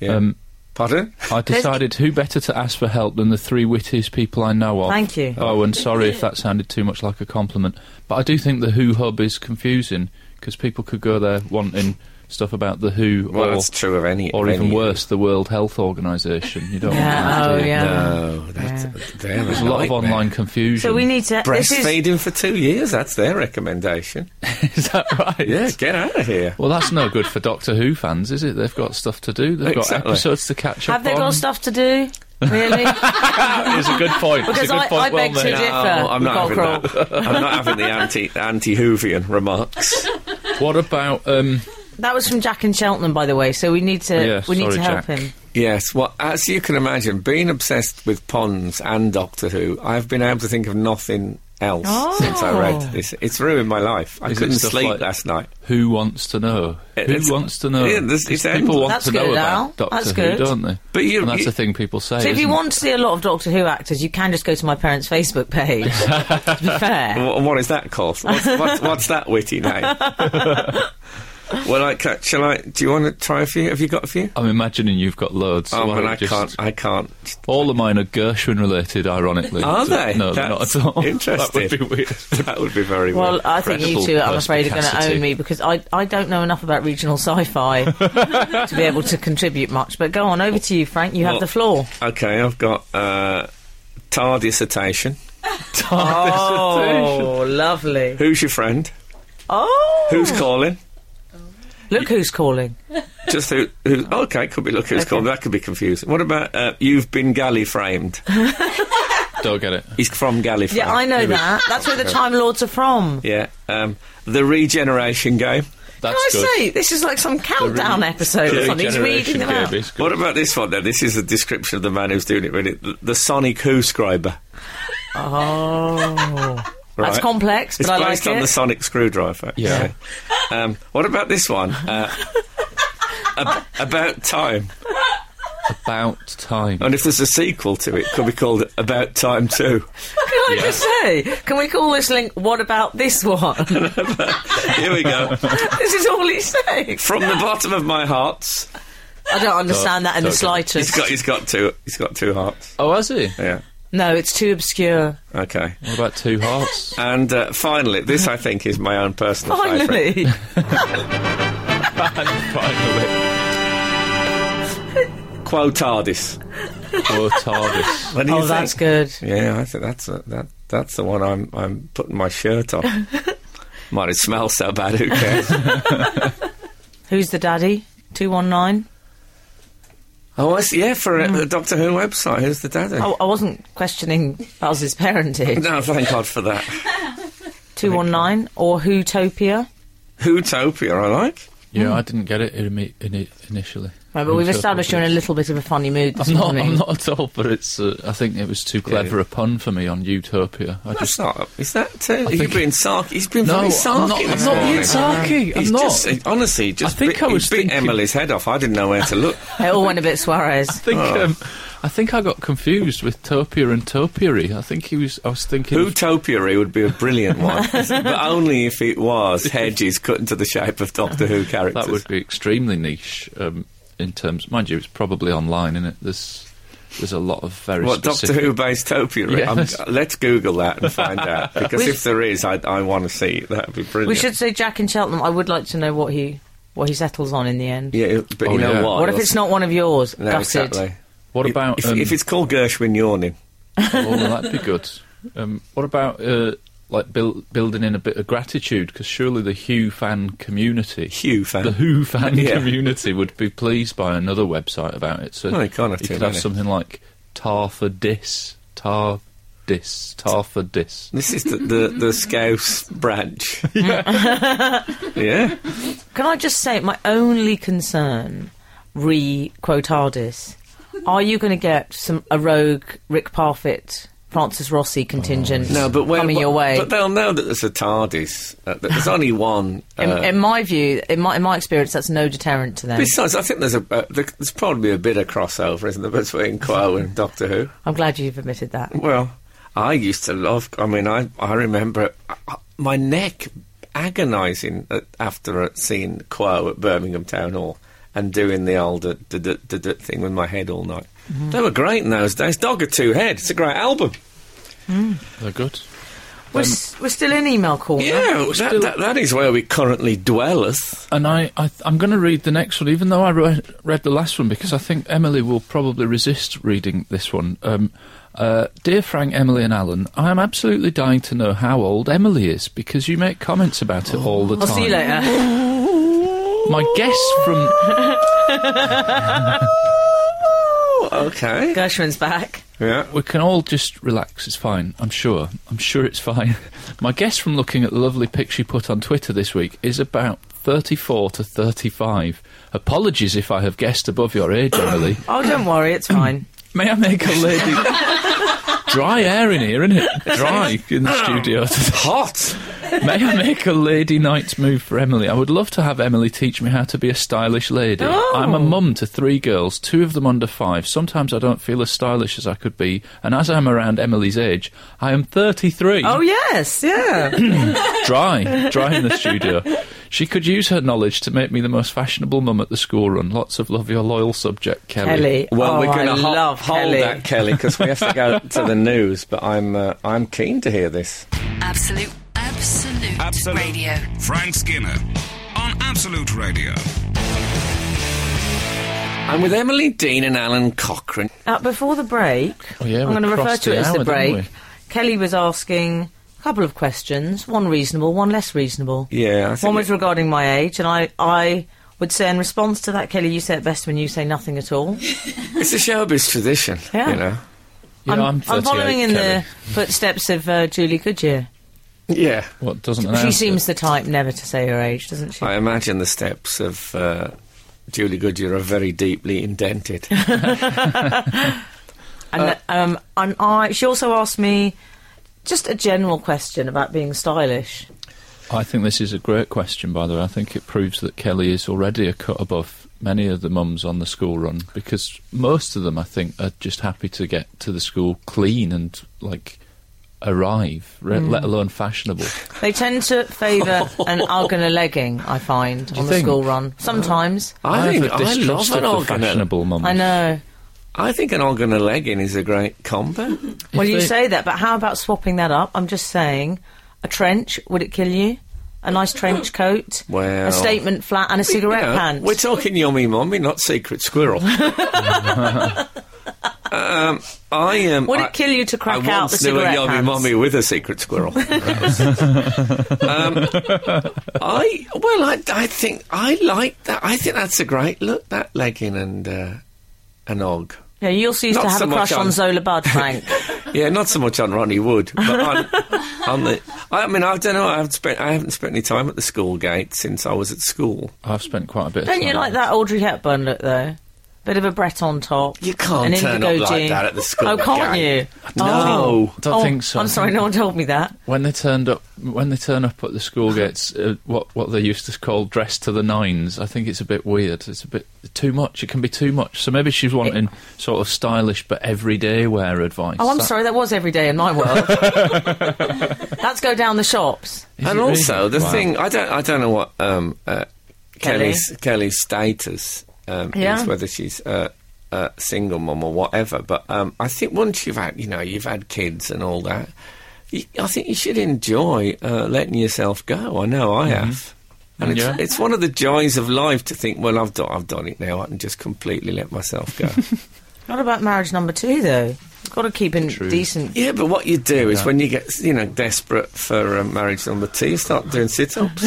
Speaker 2: Yeah.
Speaker 4: Um,
Speaker 2: Pardon?
Speaker 4: I decided who better to ask for help than the three wittiest people I know of.
Speaker 3: Thank you.
Speaker 4: Oh, and sorry if that sounded too much like a compliment, but I do think the Who Hub is confusing because people could go there wanting stuff about the Who,
Speaker 2: Well,
Speaker 4: or,
Speaker 2: that's true of any.
Speaker 4: or
Speaker 2: of
Speaker 4: even
Speaker 2: any-
Speaker 4: worse, the World Health Organization. You don't.
Speaker 3: Yeah,
Speaker 4: want that,
Speaker 3: oh,
Speaker 4: do you?
Speaker 3: yeah.
Speaker 2: No, that's, they're
Speaker 4: There's a lot of
Speaker 2: nightmare.
Speaker 4: online confusion.
Speaker 3: So we need to. This is,
Speaker 2: Breastfeeding for two years, that's their recommendation.
Speaker 4: <laughs> is that right?
Speaker 2: Yeah, get out of here.
Speaker 4: Well, that's no good for Doctor Who fans, is it? They've got stuff to do. They've
Speaker 2: Exactly.
Speaker 4: got episodes to catch up
Speaker 3: have they
Speaker 4: on.
Speaker 3: got stuff to do? Really?
Speaker 4: That is a good point. It's a
Speaker 3: Because
Speaker 4: good
Speaker 3: I-
Speaker 4: point.
Speaker 3: I beg
Speaker 4: well
Speaker 3: to
Speaker 4: made.
Speaker 3: differ.
Speaker 2: Oh, I'm not
Speaker 3: Cockerel.
Speaker 2: having that. <laughs> I'm not having the anti anti Hoovian remarks.
Speaker 4: What about um,
Speaker 3: that was from Jack and Cheltenham, by the way. So we need to.
Speaker 4: Yeah,
Speaker 3: we need to
Speaker 4: sorry,
Speaker 3: help
Speaker 4: Jack.
Speaker 3: him.
Speaker 2: Yes, well, as you can imagine, being obsessed with ponds and Doctor Who, I've been able to think of nothing else since I
Speaker 3: Oh.
Speaker 2: read this. It's ruined my life. I
Speaker 4: Is it
Speaker 2: couldn't
Speaker 4: stuff
Speaker 2: sleep
Speaker 4: like-
Speaker 2: last night.
Speaker 4: Who Wants to Know?
Speaker 2: It-
Speaker 4: Who
Speaker 2: it's-
Speaker 4: wants to know?
Speaker 2: yeah, this-
Speaker 4: Because
Speaker 2: it's endless.
Speaker 4: people want
Speaker 3: That's
Speaker 4: to know
Speaker 3: good, Al.
Speaker 4: about Doctor
Speaker 3: That's
Speaker 4: Who,
Speaker 3: good.
Speaker 4: don't they?
Speaker 2: But you-
Speaker 4: and that's
Speaker 2: you-
Speaker 4: the thing people say.
Speaker 3: So if you
Speaker 4: isn't it?
Speaker 3: want to see a lot of Doctor Who actors, you can just go to my parents' Facebook page. to be fair.
Speaker 2: Wh- what is that called? What's, what's, what's that witty name?
Speaker 4: <laughs>
Speaker 2: well, I ca- shall I? Do you want to try a few? Have you got a few?
Speaker 4: I'm imagining you've got loads. so
Speaker 2: oh,
Speaker 4: why
Speaker 2: man,
Speaker 4: don't
Speaker 2: I
Speaker 4: you just-
Speaker 2: can't. I can't. <laughs>
Speaker 4: All of mine are Gershwin related, ironically.
Speaker 2: Are
Speaker 4: So-
Speaker 2: they?
Speaker 4: No, they're not
Speaker 2: That's
Speaker 4: at all. <laughs>
Speaker 2: interesting.
Speaker 4: that would be weird.
Speaker 2: That would be very
Speaker 3: Well, uh
Speaker 2: weird.
Speaker 3: I think you
Speaker 4: Incredible
Speaker 3: two, I'm afraid, are going to
Speaker 4: perspicacity.
Speaker 3: own me because I, I don't know enough about regional sci-fi to be able to contribute much. But go on, over to you, Frank. You have
Speaker 2: Well-
Speaker 3: the floor.
Speaker 2: Okay, I've got uh, tar dissertation.
Speaker 3: <laughs> Oh, lovely.
Speaker 2: Who's your friend?
Speaker 3: Oh,
Speaker 2: Who's calling?
Speaker 3: look who's calling.
Speaker 2: Just who? who
Speaker 3: Oh.
Speaker 2: okay, could be. Look who's called. That could be confusing. What about uh, you've been galley framed?
Speaker 4: Don't get it.
Speaker 2: He's from galley framed.
Speaker 3: Yeah, I know
Speaker 2: Maybe.
Speaker 3: that. That's where the Time Lords are from.
Speaker 2: Yeah, um, the regeneration game.
Speaker 4: That's
Speaker 3: Can I
Speaker 4: good.
Speaker 3: say this is like some countdown episode or
Speaker 4: Third
Speaker 3: something? He's reading
Speaker 4: generation
Speaker 3: them out.
Speaker 4: Kirby is good.
Speaker 2: What about this one then? This is a description of the man who's doing it. Really, the, the Sonic Who scriber.
Speaker 3: Oh,
Speaker 2: Right?
Speaker 3: that's complex, but
Speaker 2: It's
Speaker 3: I like
Speaker 2: based on the
Speaker 3: <laughs> it.
Speaker 2: Sonic screwdriver.
Speaker 4: Yeah.
Speaker 2: okay. um, what about this
Speaker 3: <laughs>
Speaker 2: one? Uh, ab- about time.
Speaker 4: About time.
Speaker 2: And if there's a sequel to it, it could be called About Time Too.
Speaker 3: Can I just say? Can we call this link? What about this
Speaker 2: <laughs>
Speaker 3: one?
Speaker 2: Here we
Speaker 3: <laughs>
Speaker 2: go.
Speaker 3: this is all he's saying.
Speaker 2: From the bottom of my hearts,
Speaker 3: I don't understand that in the
Speaker 4: don't get
Speaker 2: he's
Speaker 3: slightest.
Speaker 2: got he's got two he's got two hearts.
Speaker 4: Oh, has he?
Speaker 2: Yeah.
Speaker 3: No, it's too obscure.
Speaker 2: Okay.
Speaker 4: What about two hearts?
Speaker 2: And uh, finally, this I think is my own personal favourite. <laughs>
Speaker 3: Finally,
Speaker 4: Finally.
Speaker 2: Quo Tardis.
Speaker 4: Oh, TARDIS.
Speaker 2: What do you
Speaker 3: oh,
Speaker 2: think?
Speaker 3: that's good.
Speaker 4: Oh,
Speaker 2: Yeah, I think that's a, that That's the one I'm I'm putting my shirt on.
Speaker 4: <laughs>
Speaker 2: Might it smell so bad? Who cares?
Speaker 3: Who's the daddy? 219?
Speaker 2: oh, I see. Yeah, for uh, the
Speaker 4: Mm.
Speaker 2: Doctor Who website. Who's the daddy?
Speaker 4: Oh.
Speaker 3: Oh, I, I wasn't questioning
Speaker 2: <laughs>
Speaker 3: Buzz's parentage.
Speaker 2: No, thank God for that.
Speaker 3: 219 or Whootopia.
Speaker 2: Hootopia, I like.
Speaker 4: Yeah, I didn't get it in, in, initially.
Speaker 3: Right, but we've established you're in a little bit of a funny mood this
Speaker 4: I'm not,
Speaker 3: morning.
Speaker 4: I'm not at all, but it's. Uh, I think it was too clever a pun for me on Utopia. I
Speaker 2: That's
Speaker 4: just.
Speaker 2: not. Is that too? Have you
Speaker 4: think-
Speaker 2: been sarky? He's been
Speaker 4: No,
Speaker 2: very
Speaker 4: I'm
Speaker 2: sarky.
Speaker 4: not- I'm
Speaker 2: this
Speaker 4: not being
Speaker 2: morning.
Speaker 4: sarky. I'm
Speaker 2: He's
Speaker 4: not.
Speaker 2: Just, he- honestly, he just
Speaker 4: I think
Speaker 2: bit,
Speaker 4: I was
Speaker 2: he bit
Speaker 4: thinking-
Speaker 2: Emily's head off. I didn't know where to look.
Speaker 3: It all went a bit
Speaker 4: I
Speaker 3: Suarez.
Speaker 4: think um, I think I got confused with Topia and Topiary. I think he was. I was thinking. of-
Speaker 2: Hootopiary would be a brilliant
Speaker 3: <laughs>
Speaker 2: one, but only if it was hedges cut into the shape of Doctor Who characters.
Speaker 4: that would be extremely niche um, in terms. Mind you, it's probably online, is it? There's there's a lot of very
Speaker 2: what Doctor
Speaker 4: specific.
Speaker 2: Who based topiary? I'm-
Speaker 4: Yes.
Speaker 2: let's Google that and
Speaker 3: <laughs>
Speaker 2: find out because if there is, I, I want to see it. That'd be brilliant.
Speaker 3: We should say Jack in Cheltenham. I would like to know what he what he settles on in the end.
Speaker 2: Yeah, it- but
Speaker 4: Oh,
Speaker 2: you know
Speaker 4: yeah.
Speaker 2: what?
Speaker 3: What if it's not one of yours?
Speaker 2: No,
Speaker 3: Gutted.
Speaker 2: exactly.
Speaker 4: What
Speaker 2: If-
Speaker 4: about
Speaker 2: if,
Speaker 4: um,
Speaker 2: if it's called Gershwin yawning?
Speaker 4: Oh, well, that'd be good. Um, what about uh, like buil- building in a bit of gratitude? Because surely the Hugh fan community,
Speaker 2: Hugh fan.
Speaker 4: the Who fan
Speaker 2: Yeah.
Speaker 4: community, would be pleased by another website about it. So
Speaker 2: Well, they can't have
Speaker 4: you
Speaker 2: too
Speaker 4: could have
Speaker 2: many.
Speaker 4: something like Tar for Dis, Tar Dis, Tar for Dis.
Speaker 2: This is the the, the Scouse
Speaker 4: <laughs>
Speaker 2: branch. yeah.
Speaker 3: Can I just say my only concern, re quotardis, are you going to get some a rogue Rick Parfitt, Francis Rossi contingent
Speaker 2: Oh. No, but when,
Speaker 3: coming your way?
Speaker 2: But they'll know that there's a TARDIS. Uh, that there's only one. Uh,
Speaker 3: in, in my view, in my in my experience, that's no deterrent to them.
Speaker 2: Besides, I think there's a uh, there- there's probably a bit of crossover, isn't there, between Quo and Doctor Who?
Speaker 3: I'm glad you've admitted that.
Speaker 2: Well, I used to love. I mean, I I remember uh, my neck agonising at- after seeing Quo at Birmingham Town Hall and doing the old uh, duh, duh, duh, duh thing with my head all night. They were great in those days. Dog of Two Head. It's a great album.
Speaker 4: They're good.
Speaker 3: We're, s- we're still in email corner.
Speaker 2: um, Yeah, that, that, that is where we currently dwelleth.
Speaker 4: And I, I I'm going to read the next one, even though I re- read the last one, because I think Emily will probably resist reading this one. Um, uh, Dear Frank, Emily, and Alan, I am absolutely dying to know how old Emily is because you make comments about it all the
Speaker 3: I'll
Speaker 4: time.
Speaker 3: see
Speaker 2: <laughs>
Speaker 3: you later.
Speaker 4: My guess from
Speaker 2: Oh, okay.
Speaker 3: Gershwin's back.
Speaker 2: Yeah.
Speaker 4: we can all just relax. It's fine. I'm sure. I'm sure it's fine. <laughs> My guess from looking at the lovely pic she put on Twitter this week is about 34 to 35. Apologies if I have guessed above your age, Emily.
Speaker 3: Oh, don't worry, it's fine.
Speaker 2: <clears throat>
Speaker 4: May I make a
Speaker 3: <laughs>
Speaker 4: lady? Dry air in here, isn't it?
Speaker 3: <laughs>
Speaker 4: Dry in the studio. <laughs>
Speaker 2: Hot.
Speaker 4: May I make a lady night's move for Emily? I would love to have Emily teach me how to be a stylish lady.
Speaker 3: Oh.
Speaker 4: I'm a mum to three girls, two of them under five. Sometimes I don't feel as stylish as I could be, and as I'm around Emily's age, I am 33.
Speaker 3: Oh yes, yeah.
Speaker 4: Dry,
Speaker 3: <laughs>
Speaker 4: dry in the studio. She could use her knowledge to make me the most fashionable mum at the school run. Lots of love, your loyal subject,
Speaker 3: Kelly.
Speaker 2: Well,
Speaker 3: oh,
Speaker 2: we're going
Speaker 3: I
Speaker 2: to
Speaker 3: love
Speaker 2: hold
Speaker 3: Kelly.
Speaker 2: that, Kelly, because we have to go to <laughs> the news. But I'm uh, I'm keen to hear this.
Speaker 1: Absolute, absolute,
Speaker 5: Absolute.
Speaker 1: radio.
Speaker 5: Frank Skinner on Absolute Radio.
Speaker 2: I'm with Emily Dean and Alan Cochrane.
Speaker 3: Uh, before the break,
Speaker 4: Oh, yeah,
Speaker 3: I'm
Speaker 4: we
Speaker 3: going to refer
Speaker 4: crossed
Speaker 3: to
Speaker 4: the
Speaker 3: it as
Speaker 4: hour,
Speaker 3: the
Speaker 4: didn't
Speaker 3: break.
Speaker 4: we?
Speaker 3: Kelly was asking a couple of questions, one reasonable, one less reasonable.
Speaker 2: Yeah, I think
Speaker 3: One was
Speaker 2: it-
Speaker 3: regarding my age, and I, I would say in response to that, Kelly, you say it best when you say nothing at all.
Speaker 2: it's a showbiz tradition,
Speaker 3: Yeah.
Speaker 2: you know.
Speaker 4: Yeah, I'm, 38,
Speaker 3: following in
Speaker 4: Kelly.
Speaker 3: the footsteps of uh, Julie Goodyear.
Speaker 2: Yeah,
Speaker 4: What doesn't
Speaker 3: she
Speaker 4: announce it?
Speaker 3: seems the type never to say her age, doesn't she?
Speaker 2: I imagine the steps of uh, Julie Goodyear are very deeply indented. <laughs>
Speaker 3: And
Speaker 2: Uh,
Speaker 3: that, um, and I, she also asked me just a general question about being stylish.
Speaker 4: I think this is a great question, by the way. I think it proves that Kelly is already a cut above many of the mums on the school run because most of them, I think, are just happy to get to the school clean and like arrive, re-
Speaker 3: Mm.
Speaker 4: let alone fashionable.
Speaker 3: They tend to
Speaker 2: <laughs>
Speaker 3: favour an Algona legging, I find, on the
Speaker 4: think?
Speaker 3: school run. Sometimes.
Speaker 2: I think
Speaker 4: have a
Speaker 2: I love
Speaker 4: distrust
Speaker 2: an
Speaker 4: of the
Speaker 2: organ.
Speaker 4: fashionable mum.
Speaker 3: I know.
Speaker 2: I think an organ and legging is a great combo.
Speaker 3: Well, you
Speaker 4: they-
Speaker 3: say that, but how about swapping that up? I'm just saying, a trench, would it kill you? A
Speaker 2: <laughs>
Speaker 3: nice trench coat,
Speaker 2: Well-
Speaker 3: a statement flat, and a cigarette
Speaker 2: You know, <laughs>
Speaker 3: pant.
Speaker 2: We're talking yummy mummy, not secret squirrel. um, I am.
Speaker 3: Would it
Speaker 2: I-
Speaker 3: kill you to crack
Speaker 2: I
Speaker 3: out
Speaker 2: once
Speaker 3: the
Speaker 2: knew a
Speaker 3: cigarette
Speaker 2: yummy
Speaker 3: pants?
Speaker 2: mummy with a secret
Speaker 3: <laughs>
Speaker 2: squirrel. Um, I well, I, I think I like that. I think that's a great look. That legging and uh, an og.
Speaker 3: Yeah, you also used
Speaker 2: Not
Speaker 3: to have
Speaker 2: so
Speaker 3: a
Speaker 2: much
Speaker 3: crush on
Speaker 2: on-
Speaker 3: Zola Bud,
Speaker 2: <laughs>
Speaker 3: Frank.
Speaker 2: Yeah, not so much on Ronnie Wood, but on, on the. I mean, I don't know. I haven't spent. I haven't spent any time at the school gate since I was at school.
Speaker 4: I've spent quite a bit. of
Speaker 3: Don't you
Speaker 4: time
Speaker 3: like that Audrey Hepburn look though? Bit of a Breton top.
Speaker 2: You can't
Speaker 3: an
Speaker 2: turn
Speaker 3: indigo
Speaker 2: up like
Speaker 3: jean.
Speaker 2: that at the school
Speaker 3: Oh, can't
Speaker 2: gate.
Speaker 3: you?
Speaker 2: No.
Speaker 3: Oh.
Speaker 4: Don't
Speaker 3: Oh,
Speaker 4: think so.
Speaker 3: I'm sorry, no one told me that.
Speaker 4: When they turned up, when they turn up at the school
Speaker 2: Uh-huh.
Speaker 4: gates, uh, what what they used to call "dress to the nines, I think it's a bit weird. It's a bit too much. It can be too much. So maybe she's wanting sort of stylish but everyday wear advice.
Speaker 3: Oh, I'm
Speaker 4: That-
Speaker 3: sorry, that was every day in
Speaker 2: <laughs>
Speaker 3: my world. That's go down the shops.
Speaker 4: Is
Speaker 2: and
Speaker 4: it really?
Speaker 2: also the
Speaker 4: Wow.
Speaker 2: thing I don't I don't know what um, uh,
Speaker 3: Kelly.
Speaker 2: Kelly's Kelly's status um,
Speaker 3: Yeah.
Speaker 2: is whether she's uh, uh, single mum or whatever. But um, I think once you've had you know you've had kids and all that, you, I think you should enjoy uh, letting yourself go. I know I have. And it's,
Speaker 4: Mm-hmm. Yeah.
Speaker 2: it's one of the joys of life to think, well, I've done, I've done it now. I can just completely let myself
Speaker 4: <laughs>
Speaker 2: go.
Speaker 3: Not about marriage number two though. You've got to keep in
Speaker 4: True.
Speaker 3: decent.
Speaker 2: yeah, but what you do is when you get, you know, desperate for um, marriage number two, you start doing sit-ups.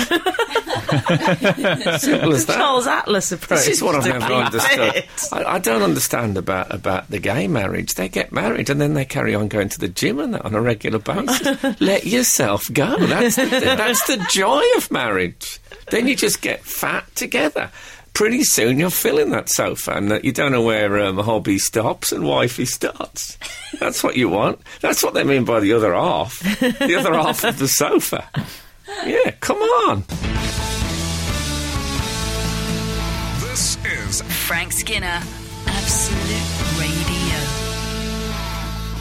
Speaker 2: Simple as that.
Speaker 3: Charles Atlas approach.
Speaker 2: This is what I've
Speaker 3: to
Speaker 2: never
Speaker 3: keep
Speaker 2: understood.
Speaker 3: fit.
Speaker 2: I, I don't understand about, about the gay marriage. They get married and then they carry on going to the gym and that on a regular basis. Let yourself go. That's the, that's the joy of marriage. Then you just get fat together. Pretty soon you're filling that sofa and that you don't know where um, hobby stops and wifey starts. That's what you want. That's what they mean by the other half. The other half of the sofa. Yeah, come on.
Speaker 5: This is
Speaker 1: Frank Skinner, Absolute Radio.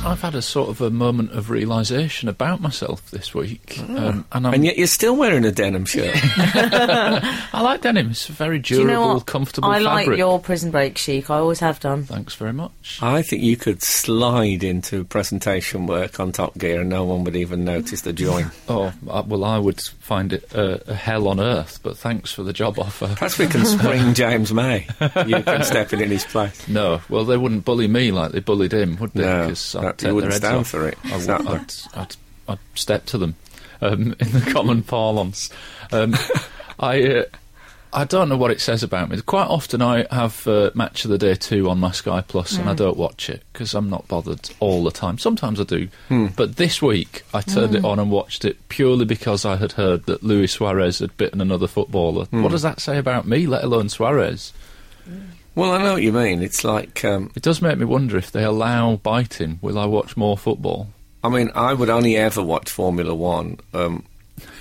Speaker 4: I've had a sort of a moment of realization about myself this week, um, and, I'm,
Speaker 2: Mm. And yet you're still wearing a denim shirt.
Speaker 4: I like denim. It's a very
Speaker 3: Do
Speaker 4: durable,
Speaker 3: you know what?
Speaker 4: comfortable
Speaker 3: I like
Speaker 4: fabric.
Speaker 3: your prison break chic. I always have done.
Speaker 4: Thanks very much.
Speaker 2: I think you could slide into presentation work on Top Gear and no one would even notice the join.
Speaker 4: Oh uh, well, I would find it uh, a hell on earth, but thanks for the
Speaker 2: <laughs>
Speaker 4: job offer.
Speaker 2: Perhaps we can
Speaker 3: <laughs>
Speaker 2: spring James May. You can step in in his place.
Speaker 4: No, well, they wouldn't bully me like they bullied him, would they?
Speaker 2: No,
Speaker 4: 'Cause
Speaker 2: that- you
Speaker 4: I'd take
Speaker 2: wouldn't
Speaker 4: their heads
Speaker 2: stand
Speaker 4: off.
Speaker 2: for it.
Speaker 4: I would,
Speaker 2: Exactly.
Speaker 4: I'd, I'd, I'd step to them um, <laughs> in the common parlance. Um, <laughs> I. Uh, I don't know what it says about me. Quite often, I have uh, Match of the Day 2 on my Sky Plus and I don't watch it because I'm not bothered all the time. Sometimes I do.
Speaker 2: Hmm.
Speaker 4: But this week, I turned it on and watched it purely because I had heard that Luis Suarez had bitten another footballer.
Speaker 2: Hmm.
Speaker 4: What does that say about me, let alone Suarez?
Speaker 2: Well, I know what you mean. It's like, um,
Speaker 4: It does make me wonder if they allow biting, will I watch more football?
Speaker 2: I mean, I would only ever watch Formula One um,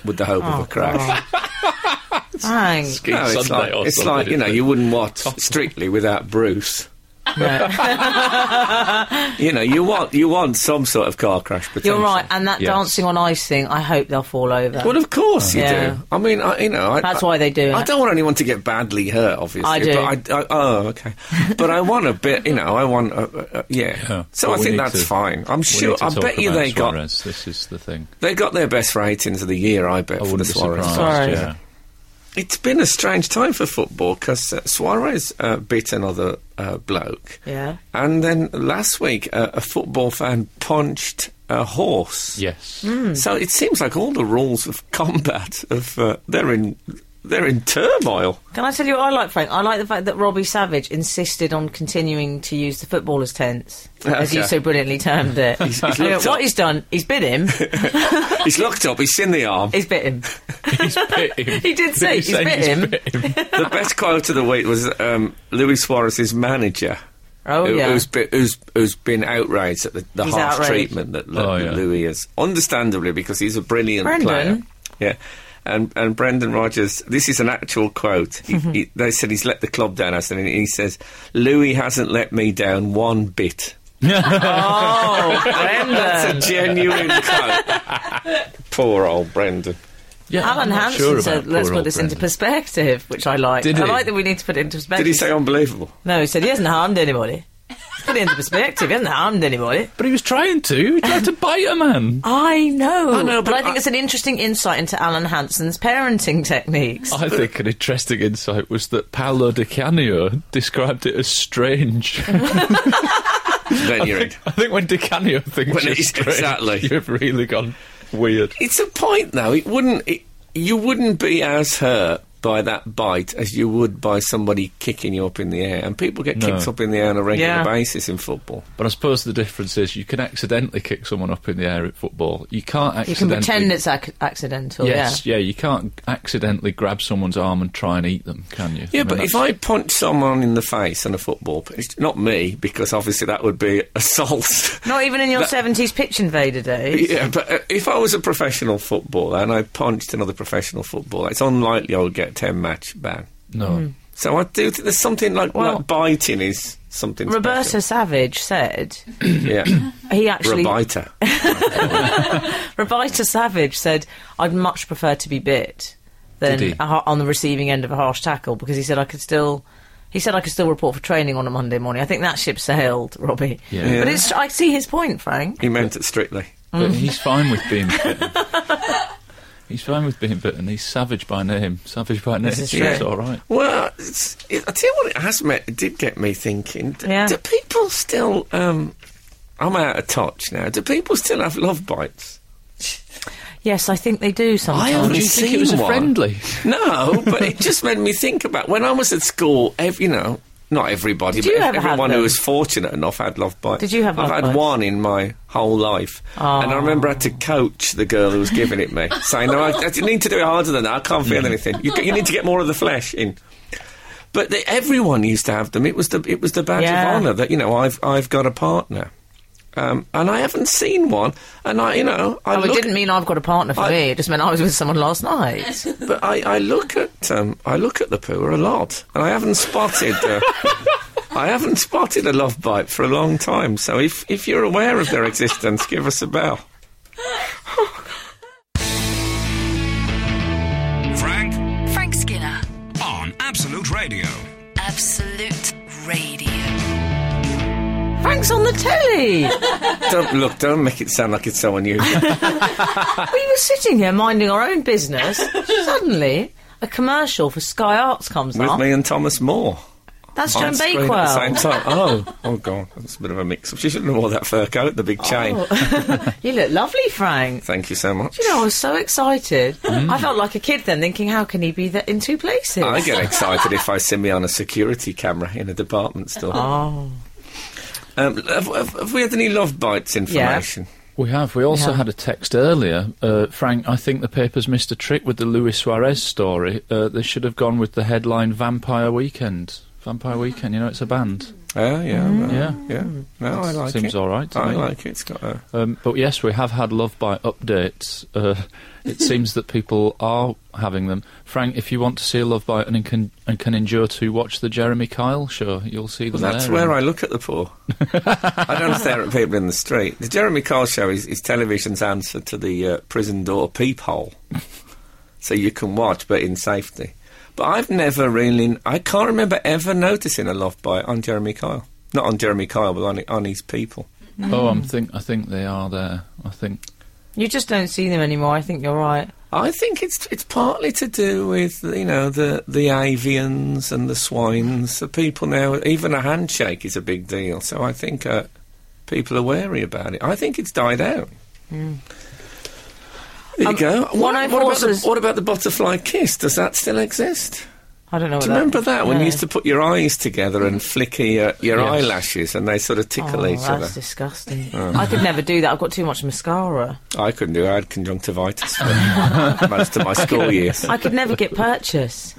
Speaker 2: with the hope
Speaker 3: Oh,
Speaker 2: of a crash. <laughs>
Speaker 3: Dang.
Speaker 2: No, it's like, it's like, you know, you wouldn't watch Strictly without Bruce.
Speaker 3: Right.
Speaker 2: <laughs> You know, you want you want some sort of car crash potential.
Speaker 3: You're right. And that
Speaker 4: Yes.
Speaker 3: dancing on ice thing, I hope they'll fall over.
Speaker 2: Well, of course you
Speaker 3: Yeah.
Speaker 2: do. I mean, I, you know, I,
Speaker 3: That's
Speaker 2: I-
Speaker 3: why they do
Speaker 2: I
Speaker 3: it.
Speaker 2: don't want anyone to get badly hurt, obviously.
Speaker 3: I do.
Speaker 2: But I, I, oh, okay. but I want a bit. You know, I want. A, a, a, yeah.
Speaker 4: Yeah.
Speaker 2: So
Speaker 4: Well,
Speaker 2: I
Speaker 4: Oh, we
Speaker 2: think
Speaker 4: need
Speaker 2: that's
Speaker 4: to-
Speaker 2: fine. I'm sure. I bet you they got
Speaker 4: got. This is the thing.
Speaker 2: they got their best ratings of the year. I bet
Speaker 4: I
Speaker 2: for the
Speaker 4: wouldn't be
Speaker 2: Suarez.
Speaker 3: Sorry.
Speaker 4: surprised. Yeah.
Speaker 2: It's been a strange time for football because uh, Suarez uh, bit another uh, bloke.
Speaker 3: Yeah.
Speaker 2: And then last week, uh, a football fan punched a horse.
Speaker 4: Yes.
Speaker 3: Mm.
Speaker 4: <laughs>
Speaker 3: Hmm.
Speaker 2: So it seems like all the rules of combat of uh, they're in they're in
Speaker 3: <laughs>
Speaker 2: turmoil.
Speaker 3: Can I tell you what I like, Frank? I like the fact that Robbie Savage insisted on continuing to use the footballer's tense, as you
Speaker 2: <laughs> Okay.
Speaker 3: so brilliantly termed
Speaker 2: <laughs>
Speaker 3: it.
Speaker 2: he's
Speaker 3: You know,
Speaker 2: looked up-
Speaker 3: what he's done, he's bit him,
Speaker 2: <laughs> He's locked up. He's in the
Speaker 3: <laughs>
Speaker 2: arm.
Speaker 3: he's bit
Speaker 4: <laughs>
Speaker 3: him.
Speaker 4: he's bit him.
Speaker 3: He did
Speaker 4: <laughs>
Speaker 3: say
Speaker 4: He's
Speaker 3: he's
Speaker 4: saying
Speaker 3: bit
Speaker 4: he's
Speaker 3: him.
Speaker 4: bit him.
Speaker 2: the best quote of the week was um, Luis Suarez's manager.
Speaker 3: Oh,
Speaker 2: who-
Speaker 3: yeah.
Speaker 2: who's, been, who's, who's been outraged at the, the
Speaker 3: He's
Speaker 2: harsh
Speaker 3: outraged.
Speaker 2: treatment that,
Speaker 4: Oh,
Speaker 2: that
Speaker 4: yeah.
Speaker 2: Louis is, understandably, because he's a brilliant
Speaker 3: Brendan.
Speaker 2: player. Yeah. And, and Brendan Rodgers, this is an actual quote. He,
Speaker 3: Mm-hmm.
Speaker 2: he, they said he's let the club down us, and he says, Louis hasn't let me down one bit.
Speaker 4: <laughs>
Speaker 3: Oh, Brendan.
Speaker 2: That's a genuine quote. <laughs> Poor old Brendan.
Speaker 4: Yeah, I'm
Speaker 3: Alan
Speaker 4: not
Speaker 3: Hansen
Speaker 4: sure
Speaker 3: said,
Speaker 4: about
Speaker 3: let's
Speaker 4: poor
Speaker 3: put
Speaker 4: old
Speaker 3: this into
Speaker 4: Brendan.
Speaker 3: perspective, which I like.
Speaker 4: Did
Speaker 3: I
Speaker 4: he?
Speaker 3: like that we need to put it into perspective.
Speaker 2: Did he say unbelievable?
Speaker 3: No, he said he hasn't harmed anybody. Let's put it into perspective, he hasn't harmed anybody.
Speaker 4: But he was trying to. He tried to bite a man.
Speaker 3: I know.
Speaker 2: I know,
Speaker 3: but,
Speaker 2: but
Speaker 3: I think
Speaker 2: I-
Speaker 3: it's an interesting insight into Alan Hansen's parenting techniques. <laughs>
Speaker 4: I think an
Speaker 3: <laughs>
Speaker 4: interesting insight was that Paolo Di Canio described it as strange.
Speaker 2: then you're in.
Speaker 4: I think when DiCanio thinks
Speaker 2: When
Speaker 4: you're
Speaker 2: it's-
Speaker 4: straight,
Speaker 2: exactly.
Speaker 4: <laughs> you've really gone weird.
Speaker 2: <laughs> It's a point, though. It wouldn't. It, you wouldn't be as hurt by that bite as you would by somebody kicking you up in the air. And people get
Speaker 4: No.
Speaker 2: kicked up in the air on a regular
Speaker 3: Yeah.
Speaker 2: basis in football.
Speaker 4: But I suppose the difference is you can accidentally kick someone up in the air at football. You can't accidentally.
Speaker 3: You can pretend it's ac- accidental.
Speaker 4: Yes, yeah. you can't accidentally grab someone's arm and try and eat them, can you?
Speaker 2: Yeah,
Speaker 4: mean,
Speaker 2: but
Speaker 4: that's-
Speaker 2: if I punch someone in the face on a football pitch, not me, because obviously that would be <laughs> assault.
Speaker 3: Yeah. Not even in your seventies pitch invader days.
Speaker 2: yeah, but uh, if I was a professional footballer and I punched another professional footballer, it's unlikely I would get a ten match ban.
Speaker 4: no,
Speaker 3: Hmm.
Speaker 2: So I do think there's something like,
Speaker 3: Well-
Speaker 2: like biting is something.
Speaker 3: Roberta
Speaker 2: special.
Speaker 3: Savage said
Speaker 2: yeah, <coughs>
Speaker 3: he <coughs> actually
Speaker 2: Robiter.
Speaker 3: Roberta Savage said, "I'd much prefer to be bit
Speaker 4: Did
Speaker 3: than
Speaker 4: he?
Speaker 3: a, har- on the receiving end of a harsh tackle because he said I could still." He said I could still report for training on a Monday morning. I think that ship sailed, <laughs> Robbie.
Speaker 4: Yeah. Yeah.
Speaker 3: But it's, I see his point, Frank.
Speaker 2: He meant it strictly.
Speaker 3: Hmm.
Speaker 4: but he's fine with
Speaker 3: <laughs>
Speaker 4: being bitten. he's fine with being bitten. He's savage by name. Savage by name.
Speaker 3: is
Speaker 4: It's
Speaker 3: true.
Speaker 4: all right.
Speaker 2: Well, it's, it, I tell you what, it has met, it did get me thinking. D-
Speaker 3: Yeah.
Speaker 2: Do people still? Um, I'm out of touch now. Do people still have love bites?
Speaker 3: Yes, I think they do sometimes.
Speaker 2: haven't
Speaker 4: Do you think it was
Speaker 2: seen
Speaker 4: a
Speaker 2: one.
Speaker 4: friendly?
Speaker 2: No, but it just made me think about when I was at school. Ev you know, not everybody,
Speaker 3: Did
Speaker 2: but
Speaker 3: you
Speaker 2: ev-
Speaker 3: ever have
Speaker 2: everyone who
Speaker 3: them?
Speaker 2: was fortunate enough had love bites.
Speaker 3: Did you have
Speaker 2: I've
Speaker 3: love
Speaker 2: had
Speaker 3: bites?
Speaker 2: one in my whole life, and I remember I had to coach the girl who was giving it me, saying, "No, I, I need to do it harder than that. I can't
Speaker 3: Mm.
Speaker 2: feel anything. You, you need to get more of the flesh in." But the, everyone used to have them. It was the it was the badge
Speaker 3: Yeah.
Speaker 2: of honour that you know I've I've got a partner, um, and I haven't seen one. And I you know I
Speaker 3: Oh, it
Speaker 2: look-
Speaker 3: didn't mean I've got a partner for
Speaker 2: I-
Speaker 3: me. It just meant I was with someone last
Speaker 2: <laughs>
Speaker 3: night.
Speaker 2: But I, I look at um, I look at the poo a lot, and I haven't spotted
Speaker 3: <laughs>
Speaker 2: uh, I haven't spotted a love bite for a long time. So if if you're aware of their existence, give us a bell.
Speaker 5: Frank
Speaker 1: Frank Skinner,
Speaker 5: on Absolute Radio.
Speaker 1: Absolute Radio.
Speaker 3: Frank's on the telly.
Speaker 2: Don't look, don't make it sound like it's so unusual.
Speaker 3: we were sitting here minding our
Speaker 2: <laughs>
Speaker 3: own business. Suddenly, a commercial for Sky Arts comes
Speaker 2: With
Speaker 3: up.
Speaker 2: me and Thomas Moore
Speaker 3: That's
Speaker 2: on
Speaker 3: Joan
Speaker 2: screen at the same time.
Speaker 3: Bakewell.
Speaker 2: Oh, oh god, that's a bit of a mix-up. She shouldn't have wore that fur coat, the big chain.
Speaker 3: Oh. You look lovely, Frank.
Speaker 2: Thank you so much.
Speaker 3: You know, I was so excited. I felt like a kid then, thinking, how can he be there in two places?
Speaker 2: Mm. I get excited if I see me on a security camera in a department store.
Speaker 3: Oh,
Speaker 2: Um, have, have- have we had any love bites information?
Speaker 4: We have. We also
Speaker 3: Yeah.
Speaker 4: had a text earlier. Uh, Frank, I think the papers missed a trick with the Luis Suarez story. Uh, they should have gone with the headline Vampire Weekend. Vampire Weekend, you know, it's a band.
Speaker 2: Oh, yeah. well,
Speaker 4: Yeah.
Speaker 2: Yeah. No, Oh, I like
Speaker 4: Seems
Speaker 2: it.
Speaker 4: all right. to
Speaker 2: I
Speaker 4: me.
Speaker 2: like it. It's got a.
Speaker 4: Um, but yes, we have had Love Bite updates. Uh, it seems that people are having them. Frank, if you want to see a Love Bite and can, and can endure to, watch the Jeremy Kyle show. You'll see them
Speaker 2: That's
Speaker 4: there.
Speaker 2: where I look at the
Speaker 4: <laughs>
Speaker 2: poor. I don't stare at people in the street. The Jeremy Kyle show is, is television's answer to the uh, prison door peephole. so you can watch, but in safety. But I've never really. I can't remember ever noticing a love bite on Jeremy Kyle. Not on Jeremy Kyle, but on, on his people.
Speaker 4: Oh, I'm think, I think they are there. I think.
Speaker 3: you just don't see them anymore. I think you're right.
Speaker 2: I think it's it's partly to do with you know the the avians and the swines. The people now, even a handshake is a big deal. So I think uh, people are wary about it. I think it's died out. There
Speaker 3: Hmm. Um,
Speaker 2: you go.
Speaker 3: one
Speaker 2: What, what, about
Speaker 3: of
Speaker 2: the,
Speaker 3: horses-
Speaker 2: what about the butterfly kiss? Does that still exist?
Speaker 3: I don't know.
Speaker 2: Do
Speaker 3: what
Speaker 2: you remember that when
Speaker 3: No.
Speaker 2: you used to put your eyes together and flick your, your
Speaker 4: Yes.
Speaker 2: eyelashes and they sort of tickle
Speaker 3: Oh,
Speaker 2: each
Speaker 3: that's
Speaker 2: other? Oh.
Speaker 3: disgusting. I could never do that. I've got too much mascara.
Speaker 2: I couldn't do. it. I had conjunctivitis for <laughs> most of my
Speaker 3: <laughs>
Speaker 2: school years.
Speaker 3: I could never get purchase.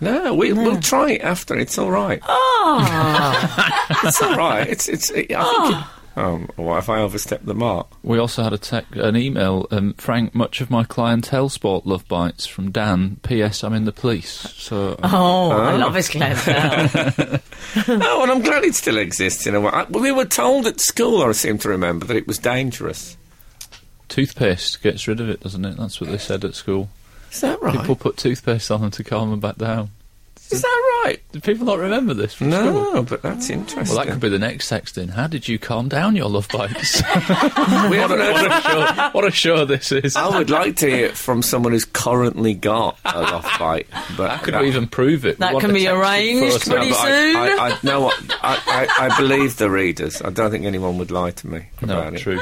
Speaker 2: No, we, we'll try it after. It's all right.
Speaker 3: Oh,
Speaker 2: <laughs> It's all right. It's it's. It, I
Speaker 3: Ah.
Speaker 2: think it, um, what if I overstep the mark?
Speaker 4: We also had a tech, an email, um, Frank. Much of my clientele sport love bites from Dan. P.S. I'm in the police, so uh,
Speaker 3: oh, I love his
Speaker 2: <laughs>
Speaker 3: clever.
Speaker 2: oh, and I'm glad it still exists in a way. I, we were told at school, I seem to remember, that it was dangerous.
Speaker 4: toothpaste gets rid of it, doesn't it? That's what they said at school.
Speaker 2: Is that right?
Speaker 4: People put toothpaste on them to calm them back down.
Speaker 2: Is that right.
Speaker 4: Do people not remember this? from school?
Speaker 2: No, but that's interesting.
Speaker 4: Well, that could be the next sexting. How did you calm down your love bites?
Speaker 2: we haven't heard
Speaker 4: what,
Speaker 2: of-
Speaker 4: a show, <laughs> what a show this is. How
Speaker 2: I would like to hear it from someone who's currently got a loft bite. But
Speaker 4: could
Speaker 2: that-
Speaker 4: we even prove it?
Speaker 3: That
Speaker 4: What
Speaker 3: can
Speaker 4: a
Speaker 3: be
Speaker 4: texted
Speaker 3: arranged
Speaker 4: photo.
Speaker 3: pretty
Speaker 2: but
Speaker 3: soon.
Speaker 2: I, I, I know what I, I, I believe the readers. I don't think anyone would lie to me
Speaker 4: No,
Speaker 2: about it.
Speaker 4: true.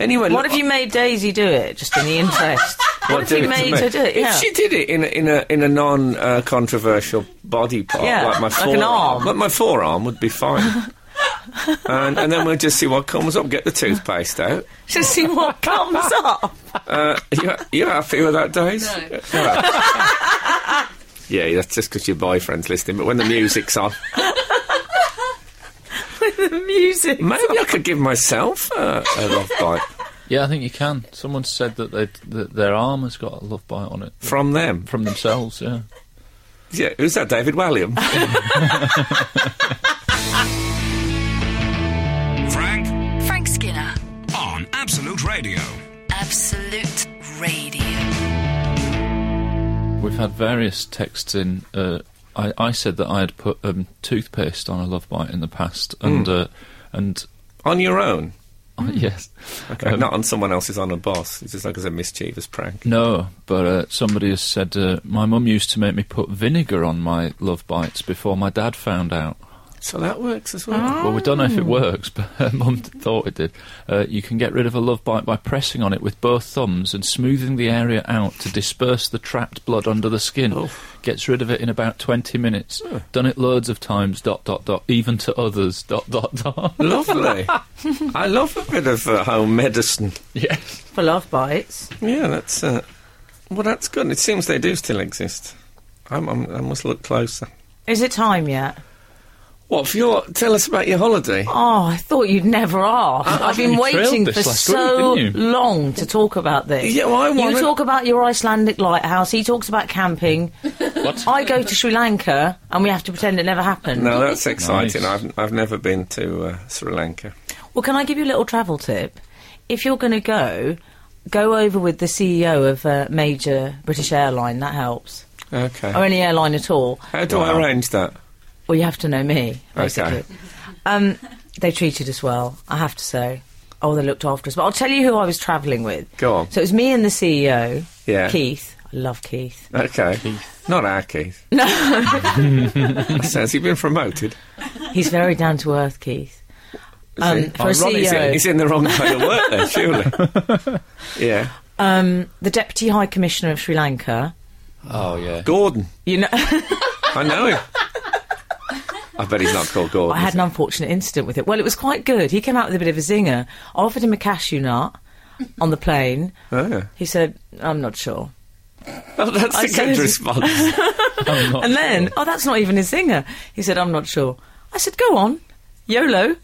Speaker 2: Anyway,
Speaker 3: What
Speaker 2: look,
Speaker 3: if you made Daisy do it, just in the interest?
Speaker 2: Well,
Speaker 3: what if you
Speaker 2: it to
Speaker 3: made
Speaker 2: me.
Speaker 3: her do it?
Speaker 2: If
Speaker 3: Yeah.
Speaker 2: she did it in a, in a in a non uh, controversial body part,
Speaker 3: Yeah,
Speaker 2: like my
Speaker 3: like an
Speaker 2: forearm,
Speaker 3: arm.
Speaker 2: like my forearm would be
Speaker 3: <laughs>
Speaker 2: fine. and, and then we'll just see what comes up. Get the toothpaste out.
Speaker 3: Just see what comes up.
Speaker 2: Uh, you you happy with that, Days?
Speaker 6: No.
Speaker 2: Yeah. <laughs> yeah, that's just because your boyfriend's listening. But when the music's on,
Speaker 3: The music.
Speaker 2: maybe I could give myself a, a love bite
Speaker 4: Yeah, I think you can. Someone said that, they'd- that their arm has got a love bite on it
Speaker 2: from them.
Speaker 4: from themselves. Yeah.
Speaker 2: Yeah, who's that? David Walliam.
Speaker 5: Frank
Speaker 1: Frank Skinner.
Speaker 5: on Absolute Radio.
Speaker 1: Absolute Radio.
Speaker 4: We've had various texts in. Uh, I, I said that I had put um, toothpaste on a love bite in the past, and uh, and
Speaker 2: on your own.
Speaker 4: oh,
Speaker 3: Hmm.
Speaker 4: yes,
Speaker 2: Okay, not on someone else's on a boss. It's just like as a mischievous prank.
Speaker 4: no. But uh, somebody has said uh, my mum used to make me put vinegar on my love bites before my dad found out.
Speaker 2: So that works as well.
Speaker 3: Ah.
Speaker 4: Well, we don't know
Speaker 3: Oh.
Speaker 4: if it works, but <laughs> her mum thought it did. Uh, you can get rid of a love bite by pressing on it with both thumbs and smoothing the area out to disperse the trapped blood under the skin.
Speaker 3: Oh.
Speaker 4: Gets rid of it in about 20 minutes. Done it loads of times, dot, dot, dot, even to others, dot,
Speaker 3: <laughs>
Speaker 4: dot, dot.
Speaker 2: <laughs> Lovely. I love a bit of uh, home medicine.
Speaker 4: yes.
Speaker 3: For love bites.
Speaker 2: Yeah, that's uh, well, that's good. It seems they do still exist. I'm, I'm, I must look closer.
Speaker 3: Is it time yet?
Speaker 2: What for your? Tell us about your holiday.
Speaker 3: Oh, I thought you'd never ask.
Speaker 4: I- I
Speaker 3: I've been
Speaker 4: thought you trailed
Speaker 3: waiting
Speaker 4: this
Speaker 3: for
Speaker 4: last
Speaker 3: so
Speaker 4: week, didn't you?
Speaker 3: long to talk about this.
Speaker 2: Yeah, well, I
Speaker 3: You
Speaker 2: wanted-
Speaker 3: talk about your Icelandic lighthouse. He talks about camping.
Speaker 4: What?
Speaker 3: I go to Sri Lanka, and we have to pretend it never happened.
Speaker 2: No, that's exciting.
Speaker 4: Nice.
Speaker 2: I've, I've never been to uh, Sri Lanka.
Speaker 3: Well, can I give you a little travel tip? If you're going to go, go over with the CEO of a major British airline. That helps,
Speaker 2: Okay.
Speaker 3: or any airline at all.
Speaker 2: How do
Speaker 4: Wow.
Speaker 2: I arrange that?
Speaker 3: Well, you have to know me, basically.
Speaker 2: Okay.
Speaker 3: Um, they treated us well, I have to say. Oh, they looked after us. But I'll tell you who I was travelling with.
Speaker 2: Go on.
Speaker 3: So it was me and the CEO,
Speaker 2: Yeah.
Speaker 3: Keith. I love Keith.
Speaker 2: Okay. Not our Keith. No. Has he been promoted? <laughs>
Speaker 3: He's very down to earth, Keith.
Speaker 2: Is
Speaker 3: Um,
Speaker 2: he?
Speaker 3: for a
Speaker 2: Oh, Ronnie's
Speaker 3: CEO.
Speaker 2: in- He's in the wrong <laughs> kind of work there, surely. <laughs> yeah.
Speaker 3: Um, the Deputy High Commissioner of Sri Lanka.
Speaker 4: Oh, yeah.
Speaker 2: Gordon.
Speaker 3: You know, <laughs>
Speaker 2: I know him. I bet he's not called Gordon.
Speaker 3: I had
Speaker 2: is
Speaker 3: an unfortunate incident with it. Well, it was quite good. He came out with a bit of a zinger. I offered him a cashew nut on the plane.
Speaker 2: he? Oh.
Speaker 3: He said, "I'm not sure."
Speaker 2: Oh, that's
Speaker 3: I
Speaker 2: a good
Speaker 3: said-
Speaker 2: response.
Speaker 4: I'm not
Speaker 3: And then, oh, that's not even his zinger. He said, "I'm not sure." I said, "Go on, YOLO."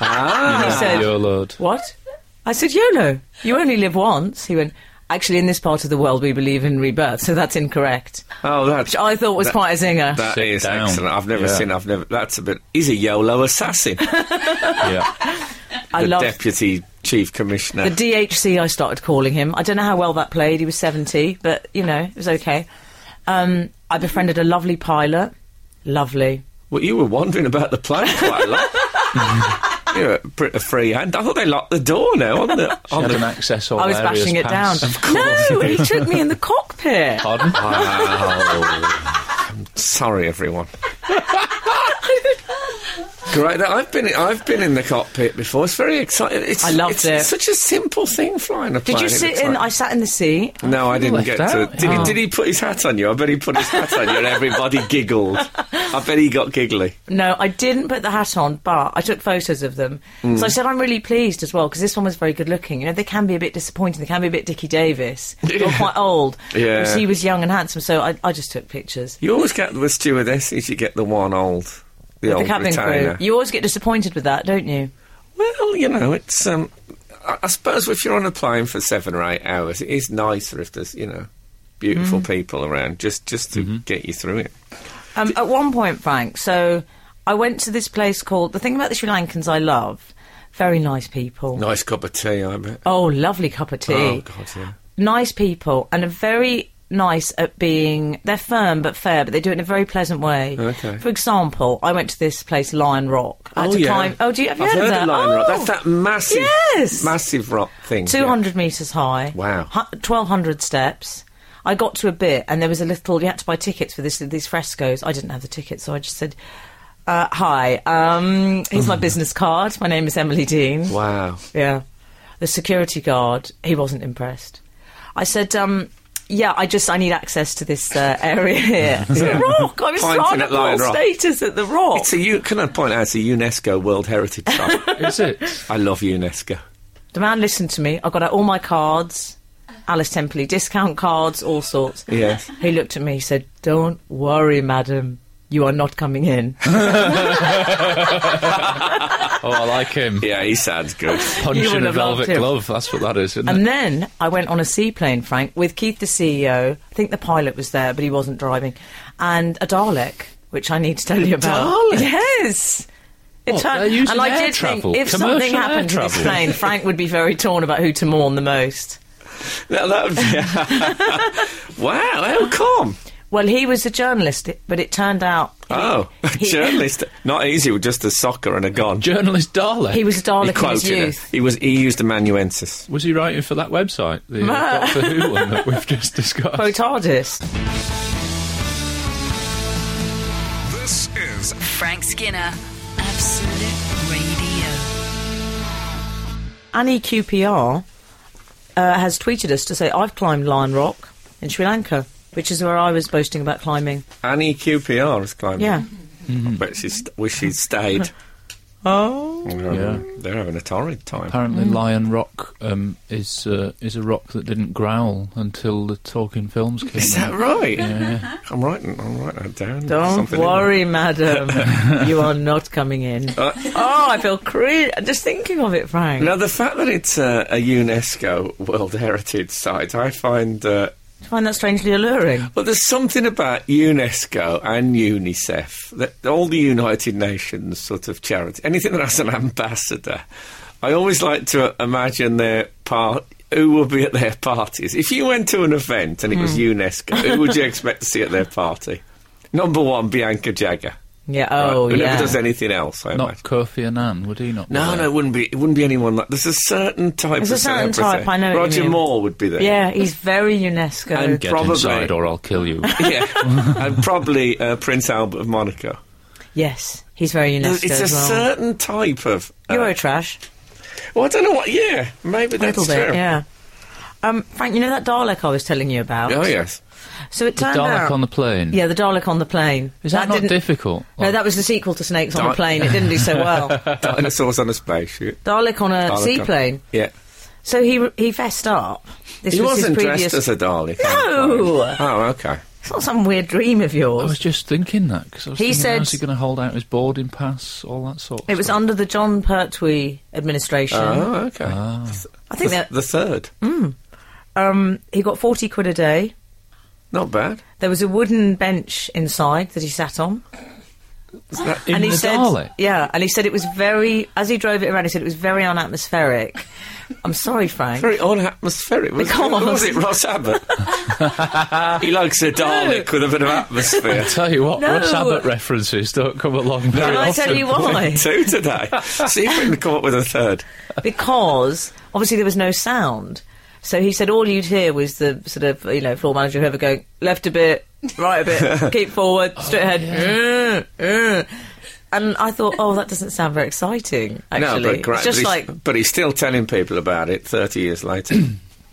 Speaker 2: ah.
Speaker 3: He said,
Speaker 4: Your lord.
Speaker 3: <laughs> What? I said, YOLO, you only live once. He went, Actually, in this part of the world, we believe in rebirth, <laughs> so that's incorrect.
Speaker 2: Oh, that's.
Speaker 3: Which I thought was quite a zinger.
Speaker 2: That
Speaker 4: Sit
Speaker 2: is
Speaker 4: down.
Speaker 2: excellent. I've never
Speaker 4: Yeah.
Speaker 2: seen. I've never. That's a bit. He's a YOLO
Speaker 3: <laughs>
Speaker 2: assassin.
Speaker 4: Yeah.
Speaker 3: I
Speaker 2: the
Speaker 3: loved
Speaker 2: deputy chief commissioner.
Speaker 3: the DHC, I started calling him. I don't know how well that played. He was 70, but, you know, it was okay. Um, I befriended a lovely pilot. Lovely.
Speaker 2: well, you were wandering about the plane quite a lot. <laughs> you were pretty free hand. I thought they locked the door now on
Speaker 3: <laughs>
Speaker 2: the.
Speaker 4: She
Speaker 2: On
Speaker 4: had
Speaker 2: the
Speaker 4: an access all
Speaker 3: I was bashing it down.
Speaker 2: <laughs>
Speaker 3: No, he took me in the cockpit.
Speaker 2: Oh,
Speaker 4: Pardon?
Speaker 2: Sorry, everyone. Great. that- I've been I've been in the cockpit before. It's very exciting. It's,
Speaker 3: I loved
Speaker 2: it's
Speaker 3: it.
Speaker 2: Such a simple thing flying a plane.
Speaker 3: Did you
Speaker 2: It's
Speaker 3: sit in? I
Speaker 2: like-
Speaker 3: sat in the seat.
Speaker 2: no, I didn't
Speaker 4: left
Speaker 2: get to.
Speaker 4: out.
Speaker 2: Did,
Speaker 4: Oh.
Speaker 2: he, did he put his hat on you? I bet he put his hat on you, and everybody giggled. I bet he got giggly.
Speaker 3: No, I didn't put the hat on, but I took photos of them.
Speaker 2: Hmm.
Speaker 3: So I said I'm really pleased as well because this one was very good looking. You know, they can be a bit disappointing. They can be a bit Dickie Davis. They're quite old.
Speaker 2: Yeah.
Speaker 3: Whereas he was young and handsome, so I, I just took pictures.
Speaker 2: You always get the stewardesses. You get the one old, the
Speaker 3: The
Speaker 2: old
Speaker 3: cabin
Speaker 2: retainer.
Speaker 3: crew. You always get disappointed with that, don't you?
Speaker 2: Well, you know, it's. Um, I, I suppose if you're on a plane for seven or eight hours, it is nicer if there's you know beautiful
Speaker 3: Mm-hmm.
Speaker 2: people around just just to get you through it.
Speaker 3: Um, at one point, Frank, so I went to this place called. The thing about the Sri Lankans I love, very nice people.
Speaker 2: Nice cup of tea, I bet.
Speaker 3: Oh, lovely cup of tea.
Speaker 2: Oh God, yeah.
Speaker 3: nice people and a very nice at being. They're firm but fair, but they do it in a very pleasant way.
Speaker 2: Oh, Okay.
Speaker 3: For example, I went to this place, Lion Rock. I had
Speaker 2: oh,
Speaker 3: to
Speaker 2: yeah.
Speaker 3: climb. Oh, do you have you
Speaker 2: I've
Speaker 3: heard, of that?
Speaker 2: Lion
Speaker 3: oh,
Speaker 2: Rock. That's that massive,
Speaker 3: Yes.
Speaker 2: massive rock thing.
Speaker 3: Two hundred meters high.
Speaker 2: Wow.
Speaker 3: Twelve hundred steps. I got to a bit, and there was a little. You had to buy tickets for this these frescoes. I didn't have the tickets, so I just said. Uh, hi, um, here's
Speaker 2: Oh.
Speaker 3: my business card. My name is Emily Dean.
Speaker 2: Yeah. Wow.
Speaker 3: Yeah. The security guard, he wasn't impressed. I said, um, yeah, I just I need access to this uh, <laughs>
Speaker 2: <laughs>
Speaker 3: area here. It's a rock. I was
Speaker 2: Pointing
Speaker 3: trying to
Speaker 2: at Lion
Speaker 3: pull
Speaker 2: Rock.
Speaker 3: status at the rock.
Speaker 2: It's a, U- can I point out, it's a UNESCO World Heritage
Speaker 3: <laughs>
Speaker 2: Site.
Speaker 4: Is it?
Speaker 2: I love UNESCO.
Speaker 3: the man listened to me. I got out all my cards, Alice Templey discount cards, all sorts.
Speaker 2: Yes.
Speaker 3: He looked at me. He said, "Don't worry, madam." You are not coming in.
Speaker 4: Oh, I
Speaker 3: <laughs>
Speaker 4: like him.
Speaker 2: Yeah, he sounds good.
Speaker 3: You
Speaker 4: Punch
Speaker 3: would
Speaker 4: in a
Speaker 3: have loved
Speaker 4: velvet
Speaker 3: him.
Speaker 4: glove. That's what that is, isn't it?
Speaker 3: And then I went on a seaplane, Frank, with Keith, the CEO. I think the pilot was there, but he wasn't driving. And a Dalek, which I need to tell you about.
Speaker 4: Dalek?
Speaker 3: Yes. It
Speaker 4: What, they're using
Speaker 3: and I
Speaker 4: air
Speaker 3: did
Speaker 4: travel,
Speaker 3: think if
Speaker 4: commercial
Speaker 3: something
Speaker 4: air
Speaker 3: happened to this
Speaker 4: travel.
Speaker 3: plane, Frank would be very torn about who to mourn the most.
Speaker 2: Now that- <laughs> wow, how come?
Speaker 3: Well, he was a journalist, but it turned out
Speaker 2: <laughs> Oh, a
Speaker 3: He-
Speaker 2: journalist. Not easy with just a soccer and a gun.
Speaker 4: Journalist Dalek.
Speaker 3: he was a
Speaker 2: he
Speaker 3: Dalek in his
Speaker 2: quoted it.
Speaker 3: youth.
Speaker 2: He was. He used amanuensis.
Speaker 4: Was he writing for that website, the uh, Doctor Who one that
Speaker 3: <laughs>
Speaker 4: we've just discussed?
Speaker 3: Quote artist.
Speaker 5: This is
Speaker 1: Frank Skinner, Absolute Radio.
Speaker 3: Annie QPR uh, has tweeted us to say, I've climbed Lion Rock in Sri Lanka, which is where I was boasting about climbing.
Speaker 2: Annie QPR is climbing.
Speaker 3: Yeah.
Speaker 2: I bet she st- wish she'd
Speaker 3: <laughs>
Speaker 2: stayed.
Speaker 3: Oh.
Speaker 4: Yeah.
Speaker 2: They're having a torrid time.
Speaker 3: Mm.
Speaker 4: Apparently, Lion Rock um, is uh, is a rock that didn't growl until the talking films came
Speaker 2: Is
Speaker 4: out.
Speaker 2: that right? <laughs> I'm writing. I'm writing that down.
Speaker 3: Don't
Speaker 2: Something in <laughs>
Speaker 3: worry, madam. you are not coming in.
Speaker 2: Uh.
Speaker 3: oh, I feel cre- just thinking of it, Frank.
Speaker 2: there. Now the fact that it's a, a UNESCO World Heritage Site, I find. Uh,
Speaker 3: I find that strangely alluring.
Speaker 2: But there's something about UNESCO and UNICEF, that all the United Nations sort of charity, anything that has an ambassador, I always like to imagine their part. Who will be at their parties? If you went to an event and it
Speaker 3: Hmm.
Speaker 2: was UNESCO, who would you expect to see at their party? Number one, Bianca Jagger.
Speaker 3: Yeah. Oh,
Speaker 2: right, who
Speaker 3: yeah.
Speaker 2: never does anything else. I
Speaker 4: Not
Speaker 2: imagine.
Speaker 4: Kofi Annan, would he not? be
Speaker 2: No,
Speaker 4: there?
Speaker 2: no, it wouldn't be. It wouldn't be anyone like. There's a certain type.
Speaker 3: There's
Speaker 2: of
Speaker 3: a certain
Speaker 2: celebrity.
Speaker 3: type, I know what you
Speaker 2: Roger
Speaker 3: mean.
Speaker 2: Moore would be there.
Speaker 3: yeah, he's very UNESCO.
Speaker 2: And
Speaker 4: Get
Speaker 2: Probably.
Speaker 4: inside, or I'll
Speaker 3: <laughs>
Speaker 4: kill you.
Speaker 2: <laughs> yeah, and probably uh, Prince Albert of Monaco.
Speaker 3: yes, he's very UNESCO
Speaker 2: It's a
Speaker 3: as well.
Speaker 2: certain type of. Uh,
Speaker 3: Eurotrash.
Speaker 2: well, I don't know what. Yeah, maybe
Speaker 3: A little
Speaker 2: that's
Speaker 3: bit,
Speaker 2: true.
Speaker 3: yeah. Um, Frank, you know that Dalek I was telling you about?
Speaker 2: Oh
Speaker 3: <laughs>
Speaker 2: yes.
Speaker 3: So it
Speaker 4: The
Speaker 3: turned
Speaker 4: Dalek
Speaker 3: out.
Speaker 4: on the plane.
Speaker 3: yeah, the Dalek on the plane.
Speaker 4: Is that, not
Speaker 3: didn't-
Speaker 4: difficult?
Speaker 3: No,
Speaker 4: Like,
Speaker 3: that was the sequel to Snakes on
Speaker 2: Dal-
Speaker 3: a Plane. It didn't do so
Speaker 4: <laughs>
Speaker 3: well.
Speaker 2: Dinosaurs on a spaceship.
Speaker 3: Dalek on a
Speaker 2: Dalek on-
Speaker 3: seaplane.
Speaker 2: Yeah.
Speaker 3: So he he fessed up. This
Speaker 2: He
Speaker 3: was
Speaker 2: wasn't
Speaker 3: his
Speaker 2: dressed
Speaker 3: previous.
Speaker 2: as a Dalek.
Speaker 3: No!
Speaker 2: I'm fine. Oh, okay.
Speaker 3: It's not some weird dream of
Speaker 4: I was
Speaker 3: yours.
Speaker 4: just thinking that because I was
Speaker 3: He
Speaker 4: thinking,
Speaker 3: said-
Speaker 4: how's he going to hold out his boarding pass, all that sort. Of
Speaker 3: It was
Speaker 4: stuff.
Speaker 3: under the John Pertwee administration.
Speaker 4: Uh-huh.
Speaker 2: Oh, okay.
Speaker 3: I Mm. Ah. think
Speaker 2: The,
Speaker 3: that
Speaker 2: the third.
Speaker 3: um, he got forty quid a day.
Speaker 2: Not bad.
Speaker 3: There was a wooden bench inside that he sat on,
Speaker 4: in
Speaker 3: and he
Speaker 4: the
Speaker 3: said,
Speaker 4: Dalek.
Speaker 3: "Yeah." And he said it was very. As he drove it around, he said it was very unatmospheric. I'm sorry, Frank.
Speaker 2: Very unatmospheric. Was,
Speaker 3: Because-
Speaker 2: was it Ross
Speaker 3: <laughs>
Speaker 2: Abbott? he likes a Dalek with a bit of atmosphere.
Speaker 4: I tell you what,
Speaker 3: No.
Speaker 4: Ross Abbott references don't come along very
Speaker 3: Can I
Speaker 4: often.
Speaker 3: tell you <laughs> why?
Speaker 2: <laughs> Two today. See if we can come up with a third.
Speaker 3: because obviously there was no sound. So he said all you'd hear was the sort of you know floor manager whoever going left a bit, right
Speaker 2: <laughs>
Speaker 3: a bit, keep forward, straight ahead. "Uh, uh." And I thought, oh, that doesn't sound very exciting. Actually,
Speaker 2: no, but, gra-
Speaker 3: it's just
Speaker 2: but
Speaker 3: like,
Speaker 2: he's, but he's still telling people about it 30 years
Speaker 3: <clears throat>
Speaker 2: later.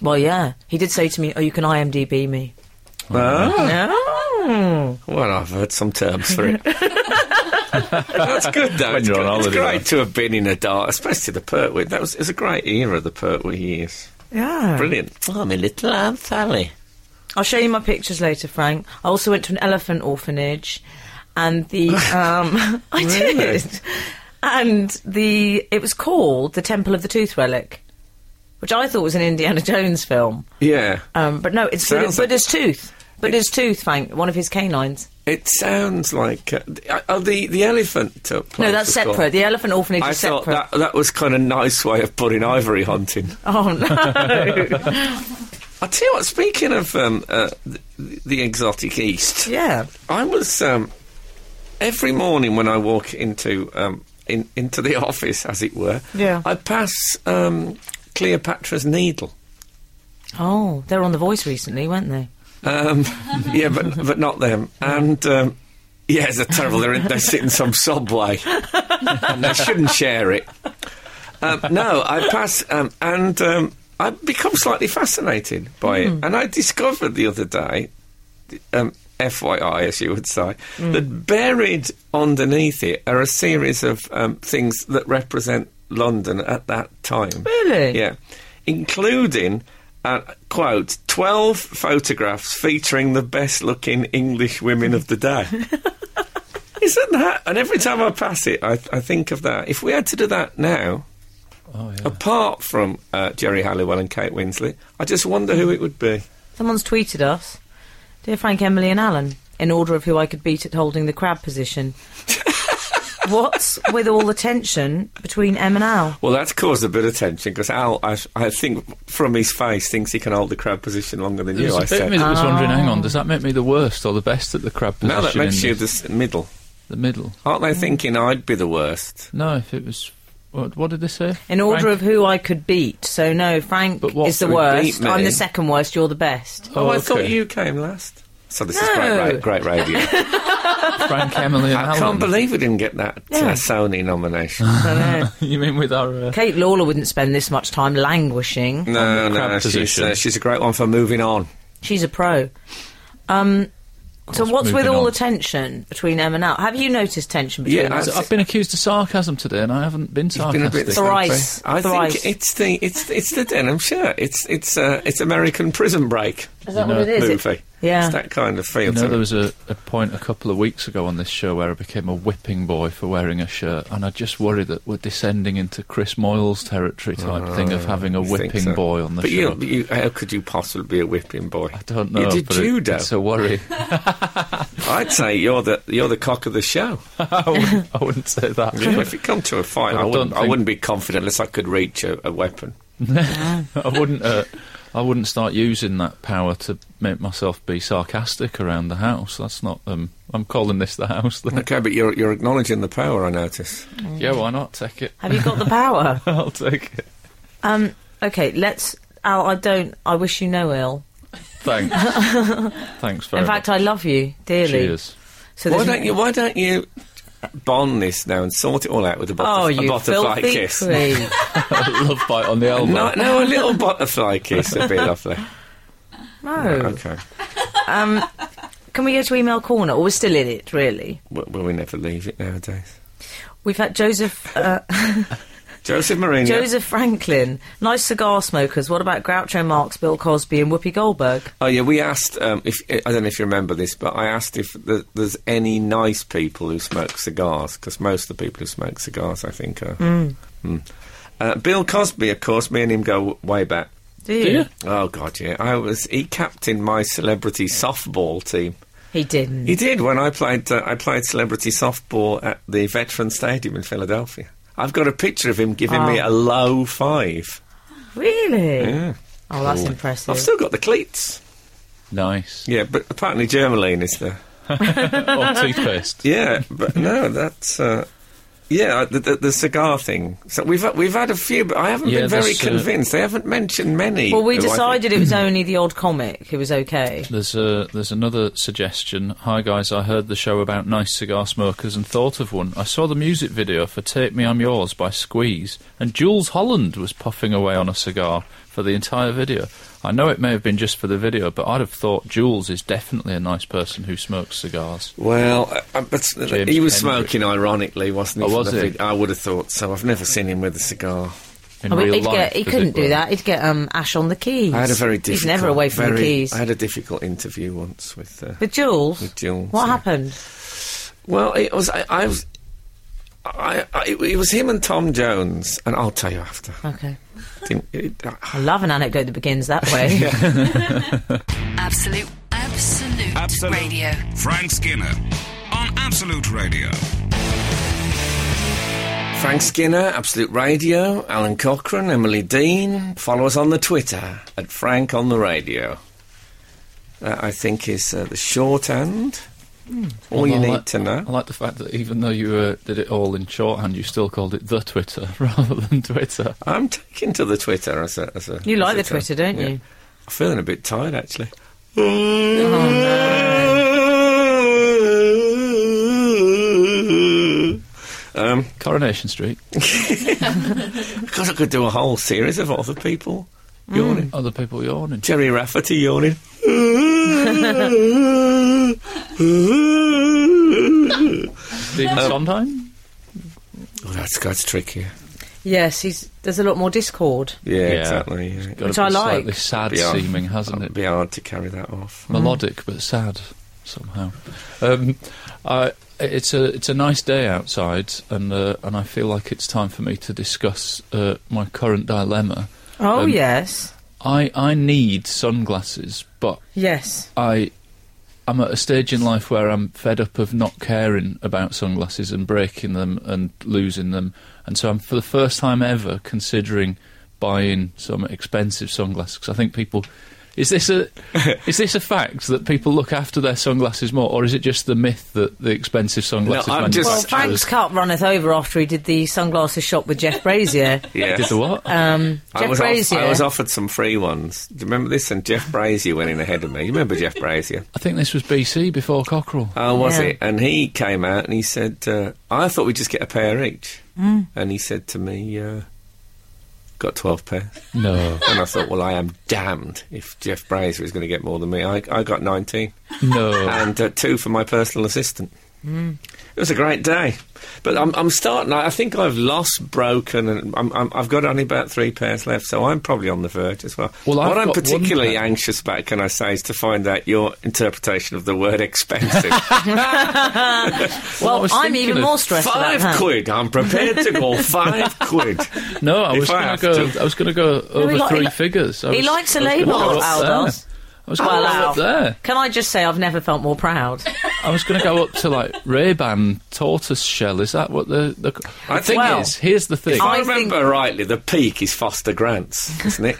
Speaker 3: well, yeah. He did say to me, "Oh, you can IMDb me."
Speaker 2: Ah.
Speaker 3: Oh.
Speaker 2: Well, I've heard some terms for
Speaker 3: <laughs>
Speaker 2: it. That's good, though.
Speaker 4: When
Speaker 2: it's
Speaker 4: you're on
Speaker 2: good. it's
Speaker 4: holiday,
Speaker 2: great to
Speaker 4: though.
Speaker 2: have been in a dark, especially the Pertwee. That was it's a great era, the Pertwee years.
Speaker 3: Mm. yeah.
Speaker 2: Brilliant. Oh, I'm a little Aunt Sally.
Speaker 3: I'll show you my pictures later, Frank. I also went to an elephant orphanage, and
Speaker 2: <laughs>
Speaker 3: the um, <laughs> I did, and the it was called the Temple of the Tooth Relic, which I thought was an Indiana <laughs> Jones film,
Speaker 2: Yeah,
Speaker 3: um, but no, it's Buddha,
Speaker 2: Sounds like-
Speaker 3: Buddha's tooth. Buddha's tooth, Frank, one of his canines.
Speaker 2: it sounds like uh, th- oh, the the elephant. Uh, place
Speaker 3: no, that's
Speaker 2: was called-
Speaker 3: separate. The elephant orphanage
Speaker 2: I
Speaker 3: is
Speaker 2: thought
Speaker 3: separate. <laughs>
Speaker 2: that that was kind of nice way of putting ivory hunting.
Speaker 3: Oh no! <laughs>
Speaker 2: I tell you what. Speaking of um, uh, the, the exotic East,
Speaker 3: Yeah.
Speaker 2: I was um, every morning when I walk into um, in, into the <laughs> office, as it were.
Speaker 3: Yeah.
Speaker 2: I pass um, Cleopatra's Needle.
Speaker 3: Oh, they were on The Voice recently, weren't they?
Speaker 2: Um, yeah, but but not them. And um, yeah, it's a terrible. They're in, they sit in some subway, and they shouldn't share it. Um, no, I pass, um, and um, I've become slightly fascinated by it. And I discovered the other day, um, FYI, as you would say, that buried underneath it are a series of um, things that represent London at that time.
Speaker 3: Really?
Speaker 2: Yeah, including. Uh, quote, 12 photographs featuring the best looking English women of the day. Isn't that? And every time I pass it, I, I think of that. If we had to do that now,
Speaker 4: Oh, yeah.
Speaker 2: apart from uh, Jerry Halliwell and Kate Winslet, I just wonder who it would be.
Speaker 3: Someone's tweeted us, dear Frank, Emily, and Alan, in order of who I could beat at holding the crab
Speaker 4: <laughs>
Speaker 3: position. What's with all the tension between M and Al?
Speaker 2: Well, that's caused a bit of tension because Al, I, I think from his face, thinks he can hold the crab position longer than
Speaker 4: There
Speaker 2: you.
Speaker 4: was a
Speaker 2: I
Speaker 4: bit of
Speaker 2: said.
Speaker 4: me that was wondering, hang
Speaker 3: Ah.
Speaker 4: on, does that make me the worst or the best at the crab position?
Speaker 2: Now that makes
Speaker 4: in Mm.
Speaker 2: you
Speaker 4: the,
Speaker 2: the s- middle.
Speaker 4: the middle.
Speaker 2: Aren't they thinking I'd be the worst?
Speaker 4: No, if it was. What, what did they say?
Speaker 3: In order of
Speaker 4: Rank-
Speaker 3: who I could beat. So no, Frank
Speaker 4: But what
Speaker 3: is the
Speaker 4: would
Speaker 2: beat
Speaker 3: worst.
Speaker 2: me?
Speaker 3: I'm the second worst. You're the best.
Speaker 4: <laughs>
Speaker 2: Oh, I
Speaker 4: okay.
Speaker 2: thought you came last. So this is
Speaker 3: No.
Speaker 2: great, ra- great
Speaker 4: <laughs>
Speaker 2: radio. <laughs>
Speaker 4: Frank, Emily, and
Speaker 2: I
Speaker 4: Alan.
Speaker 2: can't believe we didn't get that
Speaker 3: Yeah.
Speaker 2: uh, Sony
Speaker 4: <laughs>
Speaker 2: nomination.
Speaker 4: Oh,
Speaker 3: I know.
Speaker 4: you mean with our. Uh,
Speaker 3: Kate Lawler wouldn't spend this much time languishing.
Speaker 2: no,
Speaker 4: On the crab
Speaker 2: no, she's,
Speaker 4: position.
Speaker 2: uh, she's a great one for moving on.
Speaker 3: She's a pro. Um, so
Speaker 4: course,
Speaker 3: what's with
Speaker 4: moving
Speaker 3: all
Speaker 4: on.
Speaker 3: the tension between M and Al? Have you noticed tension between
Speaker 2: Yeah,
Speaker 3: us?
Speaker 2: I-
Speaker 4: I've been accused of sarcasm today, and I haven't been
Speaker 2: It's been a
Speaker 4: sarcastic.
Speaker 2: bit
Speaker 3: Thrice.
Speaker 2: I
Speaker 3: Thrice.
Speaker 2: think it's the it's it's the denim shirt. It's it's uh, it's American Prison Break
Speaker 3: Is that
Speaker 4: You
Speaker 3: what it
Speaker 4: know,
Speaker 3: is? It-
Speaker 2: movie.
Speaker 3: yeah.
Speaker 2: it's that kind of feel.
Speaker 4: You know,
Speaker 2: to
Speaker 4: there
Speaker 2: it.
Speaker 4: was a, a point a couple of weeks ago on this show where I became a whipping boy for wearing a shirt, and I just worry that we're descending into Chris Moyle's territory type thing of having a
Speaker 2: Uh, You think
Speaker 4: whipping
Speaker 2: so?
Speaker 4: boy on the
Speaker 2: but
Speaker 4: show.
Speaker 2: You, but you, how could you possibly be a whipping boy?
Speaker 4: I don't know.
Speaker 2: You did
Speaker 4: but it-
Speaker 2: judo.
Speaker 4: it's a worry. <laughs>
Speaker 2: I'd say you're the you're the cock of the
Speaker 4: <laughs>
Speaker 2: show.
Speaker 4: I, wouldn't, I wouldn't say that.
Speaker 2: if it come to a fight,
Speaker 4: I
Speaker 2: I, wouldn't
Speaker 4: don't
Speaker 2: I
Speaker 4: think-
Speaker 2: wouldn't be confident unless I could reach a, a weapon.
Speaker 4: <laughs> I wouldn't. Uh, I wouldn't start using that power to make myself be sarcastic around the house. That's not. Um, I'm calling this the house. <laughs> Then.
Speaker 2: Okay, but you're you're acknowledging the power. I notice.
Speaker 3: Mm.
Speaker 4: Yeah, why not? Take it. <laughs>
Speaker 3: Have you got the power?
Speaker 4: I'll take it.
Speaker 3: Um, okay, let's. Al, I don't. I wish you no ill. <laughs>
Speaker 4: Thanks. Thanks very
Speaker 3: In fact, I love you
Speaker 4: much.
Speaker 3: dearly.
Speaker 4: Cheers. <laughs>
Speaker 3: So
Speaker 2: Why
Speaker 3: there's-
Speaker 2: don't you Why don't you bond this now and sort it all out with a
Speaker 3: Oh,
Speaker 2: butterfly, a
Speaker 3: you
Speaker 2: butterfly
Speaker 3: filthy
Speaker 2: kiss? <laughs>
Speaker 3: creep.
Speaker 4: Love bite
Speaker 3: <laughs>
Speaker 4: on the elbow.
Speaker 2: No, no, a little butterfly kiss would be lovely.
Speaker 3: No.
Speaker 2: Okay.
Speaker 3: Can we go to email corner? Or we're still in it, really.
Speaker 2: Well, well, we never leave it nowadays.
Speaker 3: We've had
Speaker 2: <laughs>
Speaker 3: Joseph uh,
Speaker 2: Joseph Mourinho.
Speaker 3: Joseph Franklin. Nice cigar smokers. What about Groucho Marx, Bill Cosby, and Whoopi Goldberg?
Speaker 2: Oh yeah, we asked um, if I don't know if you remember this, but I asked if th there's any nice people who smoke cigars because most of the people who smoke cigars, I think, are.
Speaker 3: Hmm.
Speaker 2: Mm. Uh, Bill Cosby, of course. Me and him go w- way back.
Speaker 3: Do you?
Speaker 4: Do you?
Speaker 2: Oh god, yeah. I was he captained my celebrity softball team.
Speaker 3: He didn't.
Speaker 2: He did when I played. Uh, I played celebrity softball at the Veteran Stadium in Philadelphia. I've got a picture of him giving me
Speaker 3: Oh.
Speaker 2: a low five.
Speaker 3: really?
Speaker 2: Yeah.
Speaker 3: Oh, that's
Speaker 2: Cool.
Speaker 3: impressive.
Speaker 2: I've still got the cleats.
Speaker 4: Nice.
Speaker 2: Yeah, but apparently Germaline is the.
Speaker 3: <laughs>
Speaker 4: or toothpaste. <laughs>
Speaker 2: Yeah, but no, that's. Uh, yeah, the, the, the cigar thing. So we've had- we've had a few, but I haven't
Speaker 4: Yeah,
Speaker 2: been very
Speaker 4: that's, uh,
Speaker 2: convinced. They haven't mentioned many.
Speaker 3: well, we
Speaker 2: who I think-
Speaker 3: decided
Speaker 2: <clears throat>
Speaker 3: it was only the odd comic who was okay.
Speaker 4: There's a, there's another suggestion. Hi guys, I heard the show about nice cigar smokers and thought of one. I saw the music video for "Take Me, I'm Yours" by Squeeze, and Jules Holland was puffing away on a cigar for the entire video. I know it may have been just for the video, but I'd have thought Jules is definitely a nice person who smokes cigars.
Speaker 2: Well, uh, uh, but s-
Speaker 4: James
Speaker 2: he was
Speaker 4: Hendry.
Speaker 2: smoking ironically, wasn't he?
Speaker 4: Oh,
Speaker 2: for
Speaker 4: was
Speaker 2: the
Speaker 4: he?
Speaker 2: vid- I would have thought so. I've never seen him with a cigar.
Speaker 4: In
Speaker 3: I mean,
Speaker 4: real
Speaker 3: he'd
Speaker 4: life,
Speaker 3: get, he
Speaker 4: as it
Speaker 3: couldn't do
Speaker 4: were.
Speaker 3: that. He'd get um, Ash on the keys.
Speaker 2: I had a very difficult.
Speaker 3: He's never away from the
Speaker 2: very-
Speaker 3: keys.
Speaker 2: I had a difficult interview once with. Uh,
Speaker 3: With Jules?
Speaker 2: With Jules,
Speaker 3: What
Speaker 2: yeah.
Speaker 3: happened?
Speaker 2: Well, it was I, I was. I, I, it was him and Tom Jones, and I'll tell you after.
Speaker 3: Okay.
Speaker 2: Didn't- it- I-
Speaker 3: I love an anecdote that begins that
Speaker 4: <laughs>
Speaker 3: way.
Speaker 1: Absolute, absolute,
Speaker 5: Absolute.
Speaker 1: radio.
Speaker 5: Frank Skinner on Absolute Radio.
Speaker 2: Frank Skinner, Absolute Radio, Alan Cochrane, Emily Dean. Follow us on the Twitter at Frank on the Radio. That I think is uh, the shorthand.
Speaker 3: Hmm.
Speaker 2: All you
Speaker 4: Although I
Speaker 2: need
Speaker 4: like-
Speaker 2: to know.
Speaker 4: I like the fact that even though you uh, did it all in shorthand, you still called it the Twitter <laughs> rather than Twitter.
Speaker 2: I'm taking to the Twitter as a. As a
Speaker 3: You
Speaker 2: as
Speaker 3: like
Speaker 2: a
Speaker 3: the
Speaker 2: term.
Speaker 3: Twitter, don't
Speaker 2: Yeah.
Speaker 3: you? Oh,
Speaker 2: I'm feeling a bit tired actually. Um,
Speaker 4: Coronation Street.
Speaker 2: God, I could do a whole series of other people yawning.
Speaker 4: Mm. Other people yawning.
Speaker 2: Jerry Rafferty <laughs> yawning. Oh,
Speaker 4: Stephen
Speaker 2: Um,
Speaker 4: Sondheim.
Speaker 2: Oh, that's that's tricky.
Speaker 3: Yes, he's, there's a lot more discord.
Speaker 2: Yeah,
Speaker 4: Yeah.
Speaker 2: exactly. yeah.
Speaker 4: Gotta
Speaker 3: Which
Speaker 4: be
Speaker 3: I like.
Speaker 4: Slightly sad
Speaker 2: Yeah.
Speaker 4: seeming, hasn't
Speaker 2: It'd
Speaker 4: it?
Speaker 2: be hard to carry that off.
Speaker 4: Melodic but sad somehow. Um, I, it's a it's a nice day outside, and uh, and I feel like it's time for me to discuss uh, my current dilemma.
Speaker 3: Oh,
Speaker 4: Um,
Speaker 3: yes.
Speaker 4: I I need sunglasses, but
Speaker 3: Yes.
Speaker 4: I I'm at a stage in life where I'm fed up of not caring about sunglasses and breaking them and losing them, and so I'm for the first time ever considering buying some expensive sunglasses. 'Cause I think people is
Speaker 2: <laughs>
Speaker 4: this a is this a fact that people look after their sunglasses more, or is it just the myth that the expensive sunglasses
Speaker 2: I'm just-
Speaker 3: Well, Frank's
Speaker 4: manufacturers
Speaker 3: cup runneth over after he did the sunglasses shop with Jeff
Speaker 4: <laughs>
Speaker 3: Brazier.
Speaker 2: Yeah.
Speaker 4: did the what?
Speaker 3: Um,
Speaker 2: I
Speaker 3: Jeff
Speaker 2: was, off-
Speaker 3: Brazier.
Speaker 2: I was offered some free ones. Do you remember this? And Jeff Brazier went in ahead of me. You remember Jeff Brazier?
Speaker 4: I think this was BC before Cockerel.
Speaker 2: Oh, was
Speaker 3: Yeah.
Speaker 2: it? And he came out and he said, uh, I thought we'd just get a pair each. Mm. And he said to me, uh, Got 12 pairs.
Speaker 4: No,
Speaker 2: and I thought, Well, I am damned if Jeff Brazier is going to get more than me. I, I got 19. <laughs>
Speaker 4: no.
Speaker 2: and uh, two for my personal assistant. It was a great day, but I'm, I'm starting. I think I've lost, broken, and I'm, I'm, I've got only about three pairs left, so I'm probably on the verge as well.
Speaker 4: Well, I've
Speaker 2: what I'm
Speaker 4: got one
Speaker 2: particularly
Speaker 4: pair.
Speaker 2: anxious about, can I say, is to find out your interpretation of the word
Speaker 4: <laughs>
Speaker 2: expensive.
Speaker 4: Well, I
Speaker 3: well,
Speaker 4: was
Speaker 3: I'm
Speaker 4: thinking
Speaker 3: even
Speaker 4: of
Speaker 3: more stressed about
Speaker 2: five
Speaker 3: that.
Speaker 2: quid. I'm prepared to go five quid.
Speaker 4: No, I
Speaker 2: If
Speaker 4: was
Speaker 2: I
Speaker 4: going
Speaker 2: have
Speaker 4: to go.
Speaker 2: to-
Speaker 4: I was going to go over
Speaker 3: li-
Speaker 4: three
Speaker 3: he li-
Speaker 4: figures. I
Speaker 3: he
Speaker 4: was-
Speaker 3: likes a
Speaker 4: I was gonna
Speaker 3: label,
Speaker 4: go up there.
Speaker 3: Aldous.
Speaker 4: I was going to go
Speaker 3: Wow.
Speaker 4: up there.
Speaker 3: Can I just say I've never felt more
Speaker 4: <laughs>
Speaker 3: proud?
Speaker 4: I was going to go up to like Ray Ban tortoise shell. Is that what the the,
Speaker 2: I
Speaker 4: the thing
Speaker 2: think-
Speaker 4: is? Here's the thing.
Speaker 2: If I,
Speaker 3: I think-
Speaker 2: remember rightly, the peak is Foster Grants, isn't it?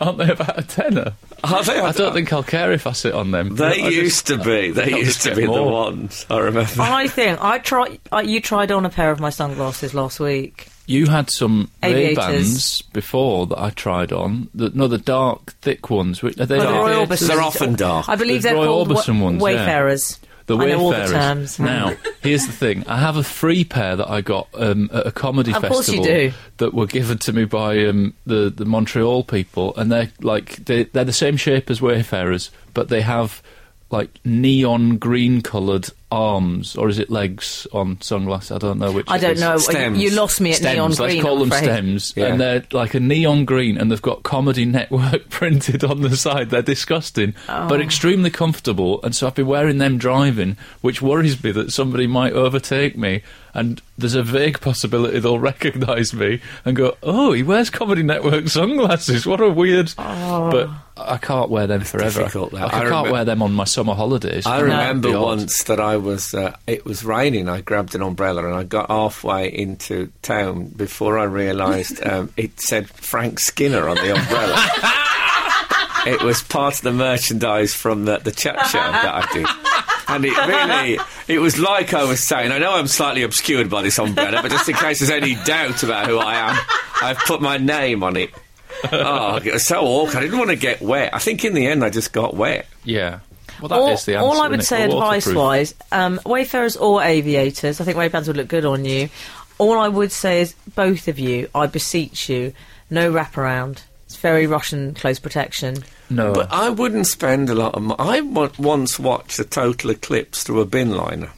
Speaker 4: Aren't they about a tenner?
Speaker 2: Are they?
Speaker 4: <laughs> I don't think I'll care if I sit on them.
Speaker 2: they
Speaker 4: I just-
Speaker 2: used to be. They
Speaker 4: I'll
Speaker 2: used
Speaker 4: just
Speaker 2: to
Speaker 4: get
Speaker 2: be the
Speaker 4: more.
Speaker 2: ones I remember.
Speaker 3: I think I tried. I, you tried on a pair of my sunglasses last week.
Speaker 4: You had some Ray
Speaker 3: Aviators.
Speaker 4: Bans before that I tried on. The, no, the dark, thick ones. Which, are they
Speaker 3: Oh, the
Speaker 4: dark?
Speaker 3: Royal
Speaker 2: They're often dark.
Speaker 3: I believe
Speaker 4: The
Speaker 3: they're
Speaker 4: Roy
Speaker 3: called wa-
Speaker 4: Orbison ones, yeah.
Speaker 3: Wayfarers.
Speaker 4: The
Speaker 3: I know all the
Speaker 4: Wayfarers.
Speaker 3: terms.
Speaker 4: Now, here's the thing. I have a free pair that I got um, at a comedy
Speaker 3: Of course you
Speaker 4: festival
Speaker 3: do.
Speaker 4: that were given to me by um, the the Montreal people, and they're like they, they're the same shape as Wayfarers, but they have like neon green coloured arms, or is it legs on sunglasses? I don't know which.
Speaker 3: I
Speaker 4: it
Speaker 3: don't
Speaker 4: is.
Speaker 3: know.
Speaker 2: Stems.
Speaker 3: You, you lost me at
Speaker 4: Stems,
Speaker 3: neon
Speaker 4: let's
Speaker 3: green.
Speaker 4: call
Speaker 3: I'm
Speaker 4: them
Speaker 3: afraid.
Speaker 4: stems,
Speaker 2: Yeah.
Speaker 4: and they're like a neon green, and they've got Comedy <laughs> Network printed on the side. They're disgusting,
Speaker 3: Oh.
Speaker 4: but extremely comfortable, and so I've been wearing them driving, which worries me that somebody might overtake me, and there's a vague possibility they'll <laughs> recognise me and go, "Oh, he wears Comedy Network sunglasses. What a weird!"
Speaker 3: Oh.
Speaker 4: But I can't wear them forever.
Speaker 2: difficult, that.
Speaker 4: Like,
Speaker 2: I
Speaker 4: I, can't
Speaker 2: remem-
Speaker 4: wear them on my summer holidays.
Speaker 2: I
Speaker 4: That'd be
Speaker 2: remember
Speaker 4: odd.
Speaker 2: once that I was, uh, it was raining. I grabbed an umbrella and I got halfway into town before I
Speaker 4: <laughs>
Speaker 2: realised um, it said Frank Skinner on the umbrella. it was part of the merchandise from the, the chat show that I did. And it really, it was like I was saying, I know I'm slightly obscured by this umbrella, but just in case there's any doubt about who I am, I've put my name on it. Oh, it was so awkward. I didn't want to get wet. I think in the end I just got wet.
Speaker 4: Yeah. Well, that is
Speaker 3: all,
Speaker 4: the answer.
Speaker 3: all I
Speaker 4: isn't
Speaker 3: would
Speaker 4: it?
Speaker 3: say
Speaker 4: We're waterproof.
Speaker 3: advice-wise, um, Wayfarers or Aviators, I think Waybands would look good on you. All I would say is, both of you, I beseech you, no wraparound. It's very Russian close protection.
Speaker 4: No.
Speaker 2: But I wouldn't spend a lot of money. I wa- once watched a total eclipse through a bin
Speaker 4: <laughs>
Speaker 2: liner.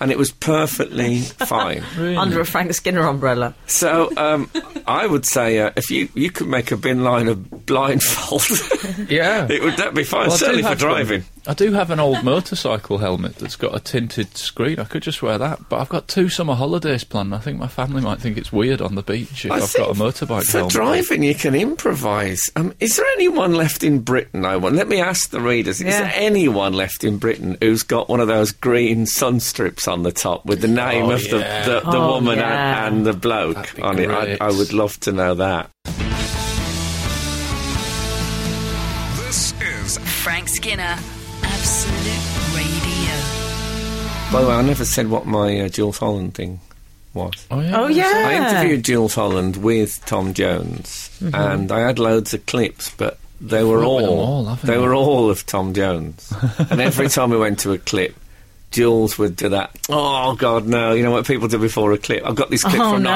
Speaker 2: And it was perfectly fine.
Speaker 3: Under a Frank Skinner umbrella.
Speaker 2: So um, I would say uh, if you, you could make a bin liner <laughs> blindfold,
Speaker 4: yeah.
Speaker 2: it would that be fine.
Speaker 4: Well, I do
Speaker 2: Certainly for
Speaker 4: have them.
Speaker 2: driving.
Speaker 4: I do have an old motorcycle helmet that's got a tinted screen. I could just wear that, but I've got two summer holidays planned. I think my family might think it's weird on the beach if
Speaker 2: I
Speaker 4: I've got a
Speaker 2: think
Speaker 4: motorbike
Speaker 2: For
Speaker 4: helmet.
Speaker 2: driving, you can improvise. Um, is there anyone left in Britain? I want. Let me ask the readers. Is
Speaker 3: Yeah.
Speaker 2: there anyone left in Britain who's got one of those green sun strips on the top with the name
Speaker 4: Oh,
Speaker 2: of
Speaker 4: yeah.
Speaker 2: the, the, the
Speaker 3: Oh,
Speaker 2: woman
Speaker 3: yeah.
Speaker 2: and, and the bloke
Speaker 4: That'd be
Speaker 2: on
Speaker 4: great.
Speaker 2: it? I, I would love to know that.
Speaker 5: This is
Speaker 1: Frank Skinner, Absolute Radio.
Speaker 2: By the way, I never said what my uh, Jules Holland thing was.
Speaker 4: Oh yeah.
Speaker 3: Oh yeah. Mm-hmm.
Speaker 2: I interviewed Jules Holland with Tom Jones, and I had loads of clips, but they were
Speaker 4: worked with them
Speaker 2: all,
Speaker 4: all, haven't
Speaker 2: they
Speaker 4: you?
Speaker 2: were all of Tom Jones. and
Speaker 4: <laughs>
Speaker 2: every time we went to a clip, Jules would do that. Oh God, no! You know what people do before a clip? I've got this clip
Speaker 3: Oh,
Speaker 2: from
Speaker 3: no.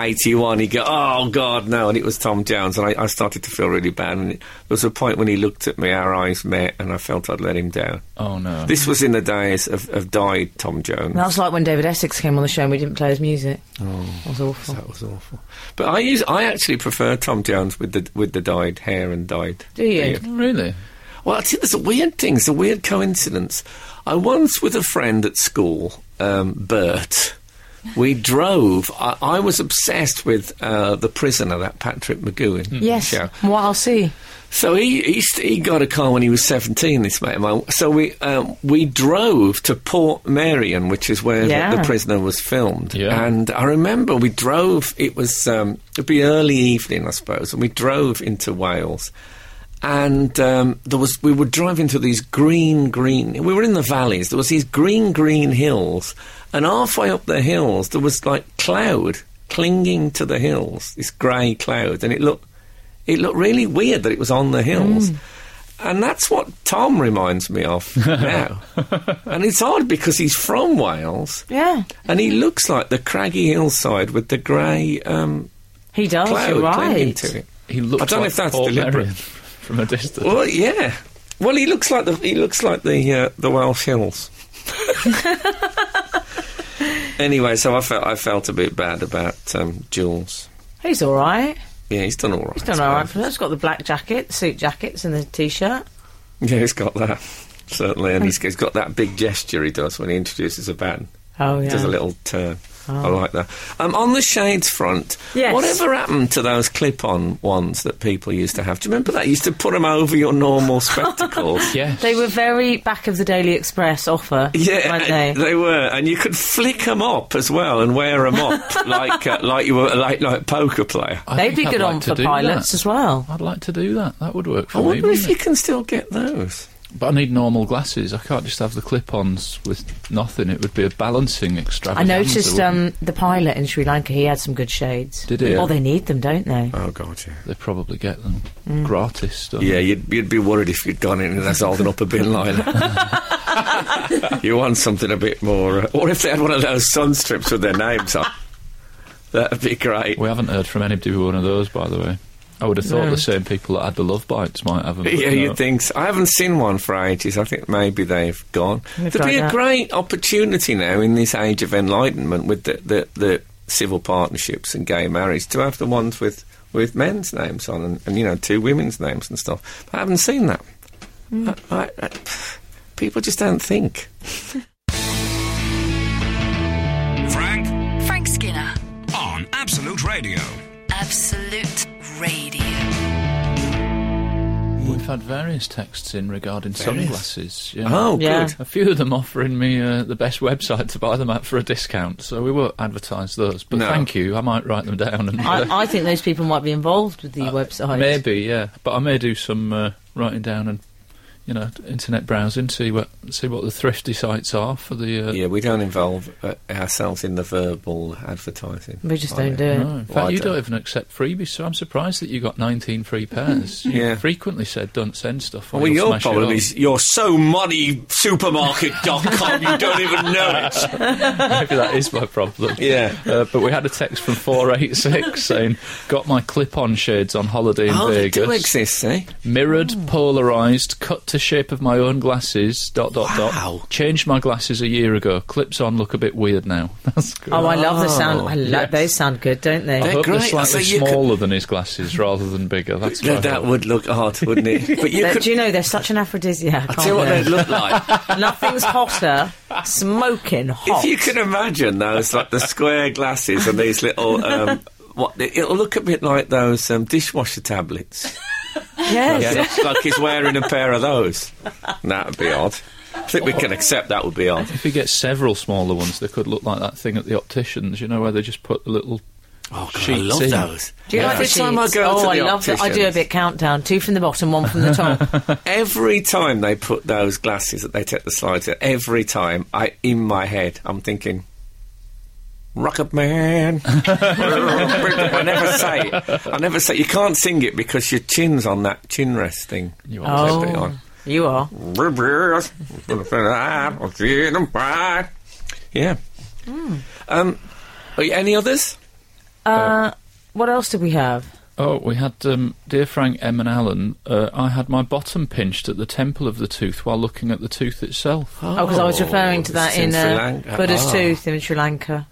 Speaker 2: 1981. He'd go, oh God, no! And it was Tom Jones, and I, I started to feel really bad. And it, there was a point when he looked at me, our eyes met, and I felt I'd let him down.
Speaker 4: Oh no.
Speaker 2: This was in the days of, of died Tom Jones.
Speaker 3: That's like when David Essex came on the show and we didn't play his music. Oh, was awful.
Speaker 2: That was awful. But I use I actually prefer Tom Jones with the with the dyed hair and dyed.
Speaker 3: Do you?
Speaker 2: beard.
Speaker 4: really?
Speaker 2: Well, I think there's a weird thing. It's a weird coincidence. I once with a friend at school, um, Bert. We drove. I, I was obsessed with uh, the prisoner, that Patrick McGowan
Speaker 3: Mm. Yes.
Speaker 2: show.
Speaker 3: What I'll see.
Speaker 2: So he, he st- he got a car when he was seventeen. This mate of mine. So we um, we drove to Port Marion, which is where the-
Speaker 3: Yeah.
Speaker 2: the, prisoner was filmed.
Speaker 4: Yeah.
Speaker 2: And I remember we drove. It was um, it'd be early evening, I suppose, and we drove into Wales. And um, there was we were driving through these green green. We were in the valleys. There was these green green hills, and halfway up the hills there was like cloud clinging to the hills, this grey cloud, and it looked it looked really weird that it was on the hills. And that's what Tom reminds me of now. and it's odd because he's from Wales
Speaker 3: Yeah.
Speaker 2: and he looks like the craggy hillside with the grey um,
Speaker 3: He does.
Speaker 2: cloud
Speaker 3: you're
Speaker 2: clinging
Speaker 3: Oh, right.
Speaker 2: to it.
Speaker 4: He looked
Speaker 2: I don't know
Speaker 4: like
Speaker 2: if that's
Speaker 4: Paul
Speaker 2: deliberate.
Speaker 4: Merriam <laughs> from a distance.
Speaker 2: Well, yeah. Well, he looks like the he looks like the uh, the Welsh
Speaker 3: <laughs>
Speaker 2: hills. anyway, so I felt I felt a bit bad about um, Jules.
Speaker 3: He's all right.
Speaker 2: Yeah, he's done all right.
Speaker 3: He's done
Speaker 2: I
Speaker 3: all right
Speaker 2: suppose.
Speaker 3: for that. He's got the black jacket, the suit jackets, and the t-shirt.
Speaker 2: Yeah, he's got that certainly, and he's, he's got that big gesture he does when he introduces a band.
Speaker 3: Oh yeah. Ah.
Speaker 2: Does a little turn. I like that. Um, on the shades front,
Speaker 3: Yes.
Speaker 2: whatever happened to those clip-on ones that people used to have? Do you remember that? You used to put them over your normal
Speaker 3: <laughs>
Speaker 2: spectacles.
Speaker 4: Yes.
Speaker 3: They were very back of the Daily Express offer,
Speaker 2: Yeah,
Speaker 3: weren't they?
Speaker 2: and they were, and you could flick them up as well and wear them
Speaker 3: <laughs>
Speaker 2: up like uh, like you were like like a poker player.
Speaker 4: I
Speaker 3: They'd
Speaker 4: think
Speaker 3: be
Speaker 4: I'd
Speaker 3: good
Speaker 4: like
Speaker 3: on
Speaker 4: to
Speaker 3: for
Speaker 4: do
Speaker 3: pilots
Speaker 4: that.
Speaker 3: as well.
Speaker 4: I'd like to do that. That would work for
Speaker 2: I
Speaker 4: me.
Speaker 2: wonder
Speaker 4: wouldn't
Speaker 2: if
Speaker 4: it?
Speaker 2: you can still get those.
Speaker 4: But I need normal glasses. I can't just have the clip-ons with nothing. It would be a balancing
Speaker 3: I
Speaker 4: extravaganza.
Speaker 3: noticed um,
Speaker 4: wouldn't it?
Speaker 3: the pilot in Sri Lanka. He had some good shades.
Speaker 4: Did he?
Speaker 3: Oh, they need them, don't
Speaker 4: <laughs>
Speaker 3: they?
Speaker 2: Oh god, yeah.
Speaker 4: they probably get them
Speaker 3: Mm.
Speaker 4: gratis stuff.
Speaker 2: Yeah, you'd, you'd be worried if you'd gone in and that's holding up a bin liner. you want something a bit more. Uh, or if they had one of those sun strips with their names on. That'd be great.
Speaker 4: We haven't heard from anybody with one of those, by the way. I would have thought
Speaker 3: No.
Speaker 4: the same people that had the love bites might have them. but
Speaker 2: Yeah,
Speaker 4: no.
Speaker 2: you'd think. So. I haven't seen one for ages. I think maybe they've gone.
Speaker 3: They've
Speaker 2: There'd be
Speaker 3: tried
Speaker 2: a
Speaker 3: that.
Speaker 2: great opportunity now in this age of enlightenment with the, the, the civil partnerships and gay marriage to have the ones with, with men's names on and, and, you know, two women's names and stuff. But I haven't seen that. I, I, I, people just don't think.
Speaker 5: Frank
Speaker 1: Frank Skinner,
Speaker 5: on Absolute Radio.
Speaker 1: Absolute Radio.
Speaker 4: We've had various texts in regarding sunglasses. yeah.
Speaker 2: Oh,
Speaker 3: Yeah.
Speaker 2: good.
Speaker 4: A few of them offering me uh, the best website to buy them at for a discount, so we won't advertise those. But
Speaker 2: No.
Speaker 4: thank you, I might write them down. And uh,
Speaker 3: I, I think those people might be involved with the website.
Speaker 4: maybe, yeah. But I may do some uh, writing down and you know internet browsing, see what see what the thrifty sites are for the. Uh,
Speaker 2: Yeah, we don't involve uh, ourselves in the verbal advertising.
Speaker 3: We just
Speaker 2: I
Speaker 3: don't do it.
Speaker 4: Oh, No, Hmm. in fact,
Speaker 2: Well, I
Speaker 4: you
Speaker 2: don't-
Speaker 4: don't even accept freebies, so I'm surprised that you got 19 free pairs. You
Speaker 2: <laughs> Yeah.
Speaker 4: frequently said, don't send stuff. or
Speaker 2: Well,
Speaker 4: you'll
Speaker 2: your
Speaker 4: smash it
Speaker 2: problem
Speaker 4: up."
Speaker 2: is you're so moneysupermarket.com, you don't even know it.
Speaker 4: Maybe that is my problem.
Speaker 2: <laughs> Yeah.
Speaker 4: Uh, but we had a text
Speaker 2: <laughs>
Speaker 4: from 486 saying, Got my clip on shades on holiday in
Speaker 2: Oh, they
Speaker 4: Vegas.
Speaker 2: do exist, eh?
Speaker 4: Mirrored, polarised, cut to shape of my own glasses. Dot dot
Speaker 6: Wow.
Speaker 4: dot. Changed my glasses a year ago. Clips on look a bit weird now. <laughs> That's good.
Speaker 3: Oh, I love the sound. I love
Speaker 4: yes.
Speaker 3: those. Sound good, don't they?
Speaker 4: I hope they're
Speaker 6: great.
Speaker 4: slightly
Speaker 6: So you could-
Speaker 4: smaller than his glasses rather than bigger. That's
Speaker 2: Yeah,
Speaker 4: what I
Speaker 2: that
Speaker 4: hope.
Speaker 2: would look odd, wouldn't it? <laughs> But you
Speaker 3: They're-
Speaker 2: could.
Speaker 3: do you know they're such an aphrodisiac?
Speaker 2: See what
Speaker 3: aren't
Speaker 2: they'd look like. <laughs>
Speaker 3: they? Nothing's hotter, smoking hot.
Speaker 2: If you can imagine those, like the square glasses and these little, um, what it'll look a bit like those um, dishwasher tablets.
Speaker 3: yes.
Speaker 2: Yeah, it's like he's wearing a pair of those. That'd be odd. I think we can accept that would be odd.
Speaker 4: If you get several smaller ones, they could look like that thing at the opticians. You know where they just put the little.
Speaker 6: Oh, God, I
Speaker 4: Sheets
Speaker 6: love
Speaker 4: in.
Speaker 6: those.
Speaker 3: Do you like
Speaker 2: Every
Speaker 3: the
Speaker 2: time I
Speaker 3: sheets?
Speaker 2: go
Speaker 3: Oh,
Speaker 2: to
Speaker 3: I
Speaker 2: the
Speaker 3: love that. I do a
Speaker 2: opticians.
Speaker 3: bit countdown: two from the bottom, one from the
Speaker 2: <laughs>
Speaker 3: top.
Speaker 2: Every time they put those glasses that they take the slides at, every time I in my head I'm thinking Rocket
Speaker 6: <laughs>
Speaker 2: Man. I never say it. I never say it. you can't sing it because your chin's on that chin rest thing.
Speaker 4: You are.
Speaker 2: They put it
Speaker 3: oh,
Speaker 2: on.
Speaker 3: you are.
Speaker 2: <laughs> Yeah. Um, are you- any others?
Speaker 3: Uh, what else did we have?
Speaker 4: Oh, we had um, dear Frank M and Alan. Uh, I had my bottom pinched at the temple of the tooth while looking at the tooth itself.
Speaker 3: Oh, because I was referring to
Speaker 2: this
Speaker 3: that
Speaker 2: is in
Speaker 3: in
Speaker 2: Sri
Speaker 3: uh,
Speaker 2: Lanka.
Speaker 3: Buddha's
Speaker 2: Ah.
Speaker 3: Tooth in Sri Lanka.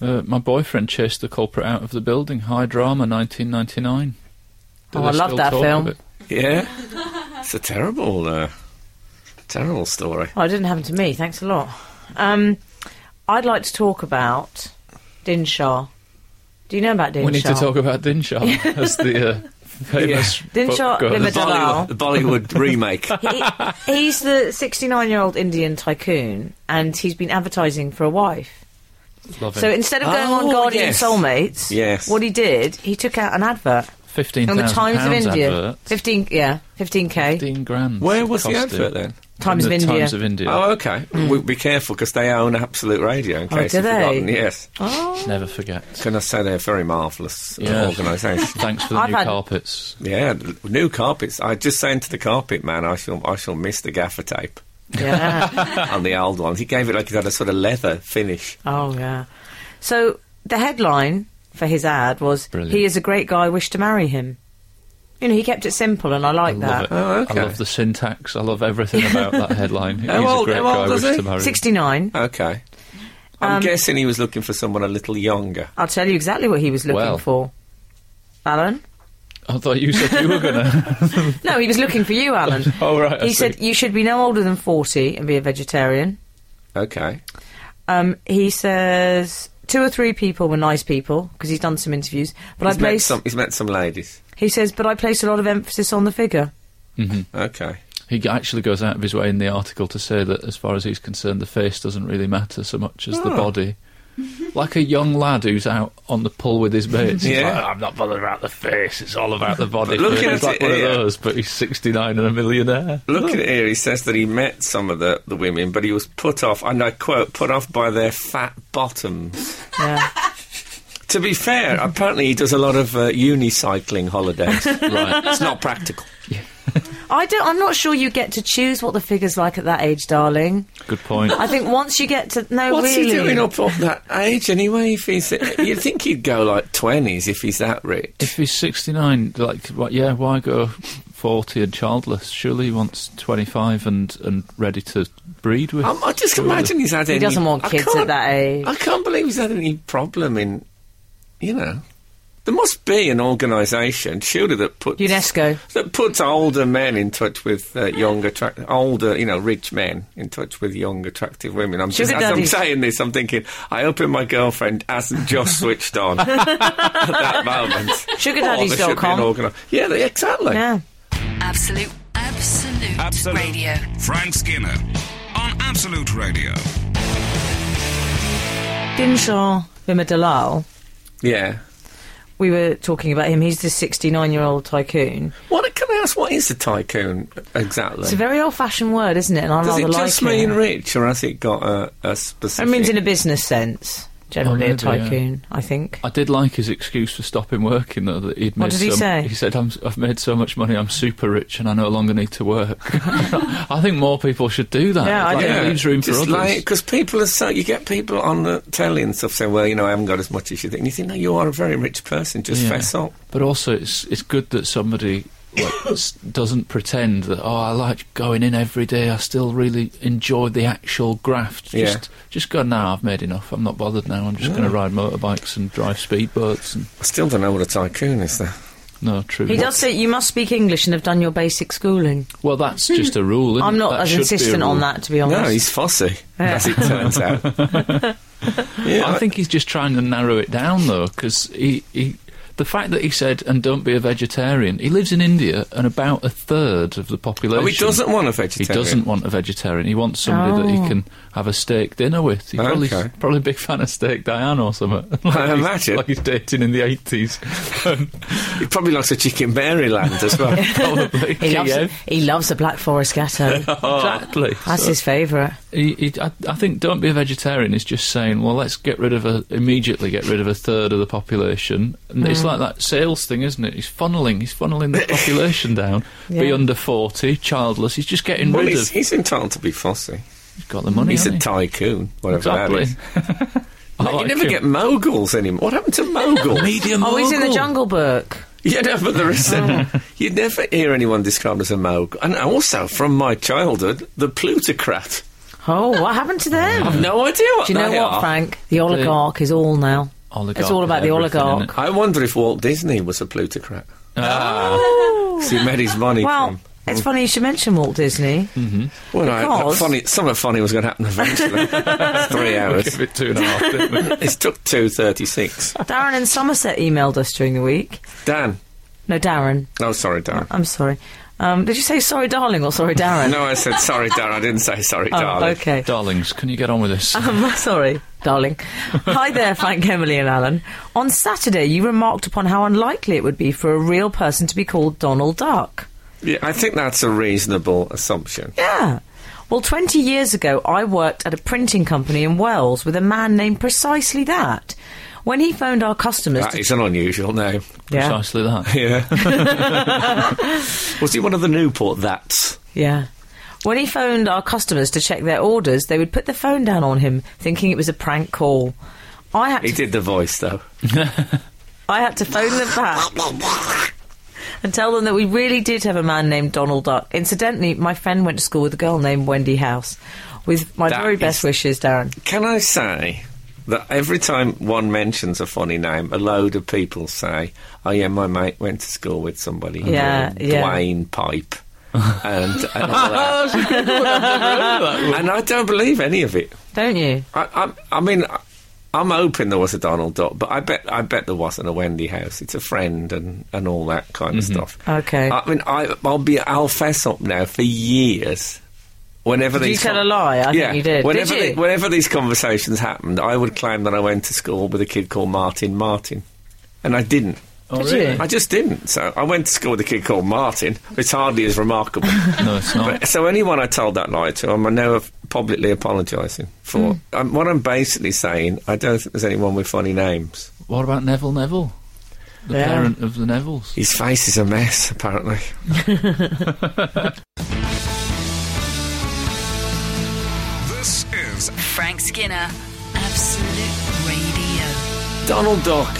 Speaker 4: Uh, my boyfriend chased the culprit out of the building. High drama, 1999. Do
Speaker 3: Oh,
Speaker 4: they
Speaker 3: I love
Speaker 4: still
Speaker 3: that
Speaker 4: talk of
Speaker 3: film.
Speaker 4: it?
Speaker 2: Yeah. It's a terrible, uh, terrible story.
Speaker 3: Oh, it didn't happen to me. Thanks a lot. Um, I'd like to talk about Dinshaw. Do you know about Dinshaw?
Speaker 4: We need to talk about
Speaker 3: <laughs>
Speaker 4: Dinshaw as the uh, famous
Speaker 3: Yeah.
Speaker 4: book
Speaker 3: Dinshaw
Speaker 4: goes.
Speaker 3: Limited. Wow.
Speaker 2: Bollywood, the Bollywood
Speaker 3: <laughs>
Speaker 2: remake.
Speaker 3: he, he's the 69 year old Indian tycoon, and he's been advertising for a wife.
Speaker 4: Love
Speaker 3: So
Speaker 4: him.
Speaker 3: instead of going
Speaker 2: Oh,
Speaker 3: on Guardian
Speaker 2: yes.
Speaker 3: Soulmates,
Speaker 2: Yes.
Speaker 3: what he did, he took out an advert
Speaker 4: fifteen
Speaker 3: on the
Speaker 4: thousand
Speaker 3: Times of
Speaker 4: pounds
Speaker 3: India.
Speaker 4: advert.
Speaker 3: 15, yeah, 15k.
Speaker 4: Fifteen grand.
Speaker 2: Where
Speaker 4: it
Speaker 2: was the
Speaker 4: cost
Speaker 2: advert
Speaker 4: him.
Speaker 2: then?
Speaker 3: Times of
Speaker 4: In the
Speaker 3: India.
Speaker 4: Times of India.
Speaker 2: Oh, okay. Well, be careful because they own Absolute Radio. In
Speaker 3: Mm. Oh,
Speaker 2: case
Speaker 3: do
Speaker 2: you've
Speaker 3: they?
Speaker 2: forgotten. Yes.
Speaker 3: Oh,
Speaker 4: Never forget.
Speaker 2: Can I say they're a very marvellous uh,
Speaker 3: <laughs>
Speaker 4: Yeah.
Speaker 2: organisation?
Speaker 4: <laughs> Thanks for the
Speaker 3: I've
Speaker 4: new
Speaker 3: had-
Speaker 4: carpets.
Speaker 2: yeah, new carpets. I just saying to the carpet man, I shall, I shall miss the gaffer tape
Speaker 4: <laughs>
Speaker 3: Yeah.
Speaker 2: on the old ones. He gave it like it had a sort of leather finish.
Speaker 3: oh, yeah. So the headline for his ad was
Speaker 4: Brilliant.
Speaker 3: He is a great guy, wish to marry him. You know, he kept it simple, and I like
Speaker 4: I love
Speaker 3: that.
Speaker 4: it.
Speaker 2: Oh, okay.
Speaker 4: I love the syntax. I love everything about that headline. He's
Speaker 2: <laughs> How old-
Speaker 4: a great
Speaker 2: how
Speaker 4: guy.
Speaker 2: old is
Speaker 4: wish
Speaker 2: he?
Speaker 4: to marry. him.
Speaker 3: 69.
Speaker 2: Okay. I'm
Speaker 3: Um,
Speaker 2: guessing he was looking for someone a little younger.
Speaker 3: I'll tell you exactly what he was looking
Speaker 4: Well.
Speaker 3: for. Alan?
Speaker 4: I thought you said you were gonna. <laughs>
Speaker 3: No, he was looking for you, Alan.
Speaker 4: Oh, right, I
Speaker 3: He said
Speaker 4: see.
Speaker 3: you should be no older than forty and be a vegetarian.
Speaker 2: Okay.
Speaker 3: Um, he says two or three people were nice people because he's done some interviews. But
Speaker 2: He's
Speaker 3: I
Speaker 2: met,
Speaker 3: place.
Speaker 2: some, he's met some ladies.
Speaker 3: He says, but I place a lot of emphasis on the figure.
Speaker 2: Okay.
Speaker 4: He g- actually goes out of his way in the article to say that, as far as he's concerned, the face doesn't really matter so much as the
Speaker 2: Oh.
Speaker 4: body. Like a young lad who's out on the pull with his mates. He's
Speaker 2: Yeah.
Speaker 4: like, I'm not bothered about the face, it's all about the body.
Speaker 2: But looking
Speaker 4: he's
Speaker 2: at
Speaker 4: like
Speaker 2: it
Speaker 4: one
Speaker 2: here-
Speaker 4: of those, but he's 69 and
Speaker 2: <laughs>
Speaker 4: a millionaire.
Speaker 2: Looking at here, he says that he met some of the, the women, but he was put off, and I quote, put off by their fat bottoms.
Speaker 3: Yeah.
Speaker 2: <laughs> To be fair, apparently he does a lot of uh, unicycling holidays.
Speaker 4: Right.
Speaker 2: it's not practical.
Speaker 3: I don't. I'm not sure you get to choose what the figure's like at that age, darling.
Speaker 4: Good point.
Speaker 3: I
Speaker 2: <sighs>
Speaker 3: think once you get to
Speaker 2: <laughs>
Speaker 3: no,
Speaker 2: What's
Speaker 3: really.
Speaker 2: he doing up at that age anyway? If he's, you'd think he'd go like 20s if he's that rich.
Speaker 4: If he's 69, like, what, yeah, why go 40 and childless? Surely he wants 25 and, and ready to breed with.
Speaker 2: I'm, I just
Speaker 4: Surely.
Speaker 2: imagine he's had
Speaker 3: he
Speaker 2: any.
Speaker 3: doesn't want
Speaker 2: I
Speaker 3: kids
Speaker 2: can't-
Speaker 3: at that age.
Speaker 2: I can't believe he's had any problem in, you know. There must be an organisation, surely, that puts
Speaker 3: UNESCO.
Speaker 2: that puts older men in touch with uh, young, attract- older, you know, rich men in touch with young, attractive women. I'm just,
Speaker 3: Sugar
Speaker 2: as I'm
Speaker 3: daddies.
Speaker 2: saying this, I'm thinking, I hope my girlfriend hasn't
Speaker 3: <laughs>
Speaker 2: just switched on at that moment. Or there Oh, should be an
Speaker 3: Sugardaddies.com.
Speaker 2: organi- yeah, they- exactly.
Speaker 3: Yeah.
Speaker 1: Absolute, absolute,
Speaker 5: Absolute.
Speaker 1: radio.
Speaker 5: Frank Skinner on Absolute Radio.
Speaker 3: Dinshaw Vimadalal.
Speaker 2: Yeah.
Speaker 3: We were talking about him. He's this 69 year old tycoon.
Speaker 2: What can I ask? What is a tycoon exactly?
Speaker 3: It's a very old-fashioned word, isn't it? And I
Speaker 2: Does
Speaker 3: rather
Speaker 2: it just
Speaker 3: like
Speaker 2: mean
Speaker 3: it.
Speaker 2: rich, or has it got a, a specific?
Speaker 3: it means in a business sense, generally
Speaker 4: Oh,
Speaker 3: a
Speaker 4: maybe, yeah.
Speaker 3: tycoon. I think.
Speaker 4: I did like his excuse for stopping working, though, that he'd made
Speaker 3: What did he
Speaker 4: so-
Speaker 3: say?
Speaker 4: He said, I'm, I've made so much money, I'm super rich and I no longer need to work. <laughs> I think more people should do that.
Speaker 3: Yeah, I
Speaker 4: Like,
Speaker 3: do.
Speaker 4: It leaves room for
Speaker 2: Just
Speaker 4: others.
Speaker 2: because people are so you get people on the telly and stuff saying, "Well, you know, I haven't got as much as you think." And you think, "No, you are a very rich person. Just
Speaker 4: Yeah.
Speaker 2: fess up."
Speaker 4: But also, it's it's good that somebody like, <coughs> s- doesn't pretend that oh I like going in every day. I still really enjoy the actual graft.
Speaker 2: Yeah.
Speaker 4: Just just go now. I've made enough. I'm not bothered now. I'm just going to ride motorbikes and drive speedboats. And
Speaker 2: I still don't know what a tycoon is, though.
Speaker 4: no, true.
Speaker 3: He does say you must speak English and have done your basic schooling.
Speaker 4: Well, that's just a rule. Isn't
Speaker 3: I'm
Speaker 4: it?
Speaker 3: not
Speaker 4: That
Speaker 3: as
Speaker 4: should be a
Speaker 3: insistent on
Speaker 4: rule.
Speaker 3: that, to be honest.
Speaker 2: No, he's fussy,
Speaker 3: Yeah.
Speaker 2: as it turns
Speaker 3: <laughs>
Speaker 2: out. yeah,
Speaker 4: I think he's just trying to narrow it down, though, because he, he, the fact that he said, and don't be a vegetarian, he lives in India and about a third of the population.
Speaker 2: Oh, he doesn't want a
Speaker 4: He
Speaker 2: vegetarian.
Speaker 4: doesn't want a vegetarian. He wants somebody that
Speaker 3: Oh.
Speaker 4: he can have a steak dinner with. He's probably,
Speaker 2: Okay.
Speaker 4: probably a big fan of Steak Diane or something.
Speaker 2: <laughs>
Speaker 4: like
Speaker 2: I
Speaker 4: he's-
Speaker 2: imagine.
Speaker 4: Like he's dating in the 80s. Um,
Speaker 2: He probably likes a chicken Maryland as
Speaker 4: <laughs>
Speaker 2: well.
Speaker 4: <laughs>
Speaker 3: he,
Speaker 4: probably. Kiev.
Speaker 3: loves, he loves the Black Forest Ghetto.
Speaker 4: <laughs> Exactly.
Speaker 3: That's
Speaker 4: So-
Speaker 3: his favourite.
Speaker 4: He, he, I, I think don't be a vegetarian is just saying, well, let's get rid of a immediately get rid of a third of the population. And
Speaker 3: Mm.
Speaker 4: It's like that sales thing, isn't it? He's funneling, he's funneling the
Speaker 3: <laughs>
Speaker 4: population down. Be
Speaker 3: Yeah.
Speaker 4: under forty, childless. He's just getting
Speaker 2: well,
Speaker 4: rid
Speaker 2: he's,
Speaker 4: of.
Speaker 2: he's entitled to be fussy.
Speaker 4: He's got the money.
Speaker 2: He's a
Speaker 4: hasn't
Speaker 2: tycoon,
Speaker 4: he?
Speaker 2: whatever that
Speaker 4: exactly.
Speaker 2: is.
Speaker 4: I
Speaker 2: you
Speaker 4: like
Speaker 2: never
Speaker 4: him.
Speaker 2: get moguls anymore. What happened to moguls?
Speaker 4: medium.
Speaker 3: Oh, he's in the
Speaker 4: mogul.
Speaker 3: Jungle Book.
Speaker 2: yeah, no, but there
Speaker 3: <laughs>
Speaker 2: isn't.
Speaker 3: Oh.
Speaker 2: You'd never hear anyone described as a mogul. And also, from my childhood, the plutocrat.
Speaker 3: Oh, what happened to them?
Speaker 2: No idea what
Speaker 3: Do you know
Speaker 2: they
Speaker 3: what,
Speaker 2: are.
Speaker 3: Frank? The oligarch is all now.
Speaker 4: Oligarch
Speaker 3: It's all about the
Speaker 4: and everything,
Speaker 3: oligarch.
Speaker 4: innit?
Speaker 2: I wonder if Walt Disney was a plutocrat. Ah. he made his money
Speaker 3: Well,
Speaker 2: from.
Speaker 3: it's funny you should mention Walt Disney.
Speaker 2: Well,
Speaker 3: because-
Speaker 2: I, funny, something funny was going to happen eventually. Three hours.
Speaker 4: Give it two and a
Speaker 3: <laughs>
Speaker 4: half. didn't we?
Speaker 2: It took 2.36.
Speaker 3: <laughs> Darren in Somerset emailed us during the week.
Speaker 2: Dan.
Speaker 3: No, Darren.
Speaker 2: Oh, sorry, Darren.
Speaker 3: I'm sorry. Um, did you say sorry, darling, or sorry, Darren?
Speaker 2: No, I said sorry, Darren. I didn't say sorry,
Speaker 3: Oh,
Speaker 2: darling.
Speaker 3: okay.
Speaker 4: Darlings, can you get on with
Speaker 3: <laughs>
Speaker 4: this?
Speaker 3: Um, sorry, darling. Hi there, Frank, Emily, and Alan. On Saturday, you remarked upon how unlikely it would be for a real person to be called Donald Duck.
Speaker 2: Yeah, I think that's a reasonable assumption.
Speaker 3: Yeah. Well, 20 years ago, I worked at a printing company in Wales with a man named precisely that. When he phoned our customers
Speaker 2: That
Speaker 3: to
Speaker 2: is an unusual name.
Speaker 3: yeah,
Speaker 4: Precisely
Speaker 2: <laughs>
Speaker 4: that.
Speaker 2: Yeah. Was he one of the Newport that's?
Speaker 3: yeah. When he phoned our customers to check their orders, they would put the phone down on him, thinking it was a prank call. I had
Speaker 2: He
Speaker 3: to,
Speaker 2: did the voice, though.
Speaker 3: I had to phone them back. and tell them that we really did have a man named Donald Duck. Incidentally, my friend went to school with a girl named Wendy House. With my
Speaker 2: That
Speaker 3: very
Speaker 2: is-
Speaker 3: best wishes, Darren.
Speaker 2: Can I say that every time one mentions a funny name, a load of people say, "Oh yeah, my mate went to school with somebody,
Speaker 3: Yeah,
Speaker 2: called
Speaker 3: yeah.
Speaker 2: Dwayne Pipe," and, and all
Speaker 3: <laughs>
Speaker 2: that.
Speaker 3: Uh,
Speaker 2: and I don't believe any of it.
Speaker 3: Don't you?
Speaker 2: I, I, I mean. I, I'm hoping there was a Donald Duck, but I bet I bet there wasn't a Wendy House. It's a friend and, and all that kind of stuff.
Speaker 3: Mm-hmm. Okay.
Speaker 2: I mean, I, I'll be I'll fess up now for years. Whenever
Speaker 3: Did you
Speaker 2: these
Speaker 3: tell a lie? I think
Speaker 2: yeah.
Speaker 3: you did.
Speaker 2: Whenever,
Speaker 3: Did you?
Speaker 2: the- whenever these conversations happened, I would claim that I went to school with a kid called Martin Martin. And I didn't.
Speaker 4: Oh,
Speaker 3: Did you?
Speaker 4: really?
Speaker 2: I just didn't. So I went to school with a kid called Martin. It's hardly as remarkable.
Speaker 4: No, it's not.
Speaker 2: But- so anyone I told that lie to, I'm now publicly apologising
Speaker 3: Hmm.
Speaker 2: for. Um, what I'm basically saying, I don't think there's anyone with funny names.
Speaker 4: What about Neville Neville? The
Speaker 3: Yeah.
Speaker 4: parent of the Nevilles.
Speaker 2: His face is a mess, apparently.
Speaker 5: This is
Speaker 1: Frank Skinner, Absolute Radio.
Speaker 2: Donald Duck.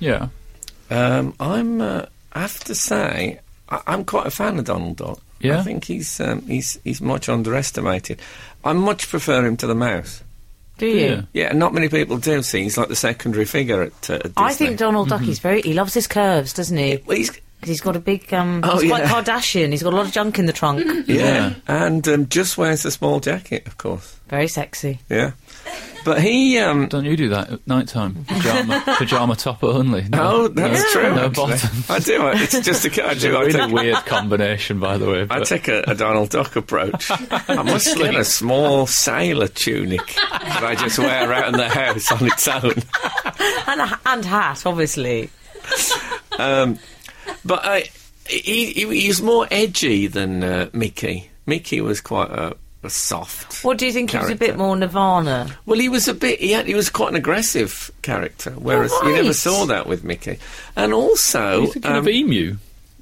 Speaker 4: Yeah.
Speaker 2: Um, I'm. Uh, I have to say, I- I'm quite a fan of Donald Duck.
Speaker 4: Yeah?
Speaker 2: I think he's um, he's he's much underestimated. I much prefer him to the mouse.
Speaker 3: Do you?
Speaker 4: Yeah.
Speaker 2: Yeah, not many people do see. He's like the secondary figure at, uh, at Disney. Mm-hmm.
Speaker 3: I think Donald Duck is very. He loves his curves, doesn't he?
Speaker 2: Well, he's,
Speaker 3: Because he's got a big. Um,
Speaker 2: Oh, yeah.
Speaker 3: he's quite Kardashian. He's got a lot of junk in
Speaker 2: <laughs>
Speaker 3: the trunk.
Speaker 2: yeah.
Speaker 4: Yeah.
Speaker 2: and um, just wears a small jacket, of course.
Speaker 3: very sexy.
Speaker 2: Yeah, but he. Um,
Speaker 4: Don't you do that at night time?
Speaker 3: <laughs>
Speaker 4: Pajama, pajama top only.
Speaker 2: oh, that's
Speaker 4: no,
Speaker 2: true.
Speaker 4: No
Speaker 2: actually.
Speaker 4: bottom.
Speaker 2: I do. I- It's just a. I
Speaker 4: It's a
Speaker 2: do. I
Speaker 4: really
Speaker 2: take,
Speaker 4: <laughs> weird combination, by the way.
Speaker 2: I
Speaker 4: But
Speaker 2: take a, a Donald Duck approach.
Speaker 4: <laughs>
Speaker 2: I must get a small sailor tunic that I just wear out in the house on its own.
Speaker 3: And, a, and hat, obviously.
Speaker 2: But uh, he, he, he's more edgy than uh, Mickey. Mickey was quite a, a soft.
Speaker 3: What do you think he's a
Speaker 2: character.
Speaker 3: bit more Nirvana?
Speaker 2: Well, he was a bit. He, had, he was quite an aggressive character, whereas you never
Speaker 3: right.
Speaker 2: saw that with Mickey. And also,
Speaker 4: you thinking of e-
Speaker 2: um,
Speaker 4: emu?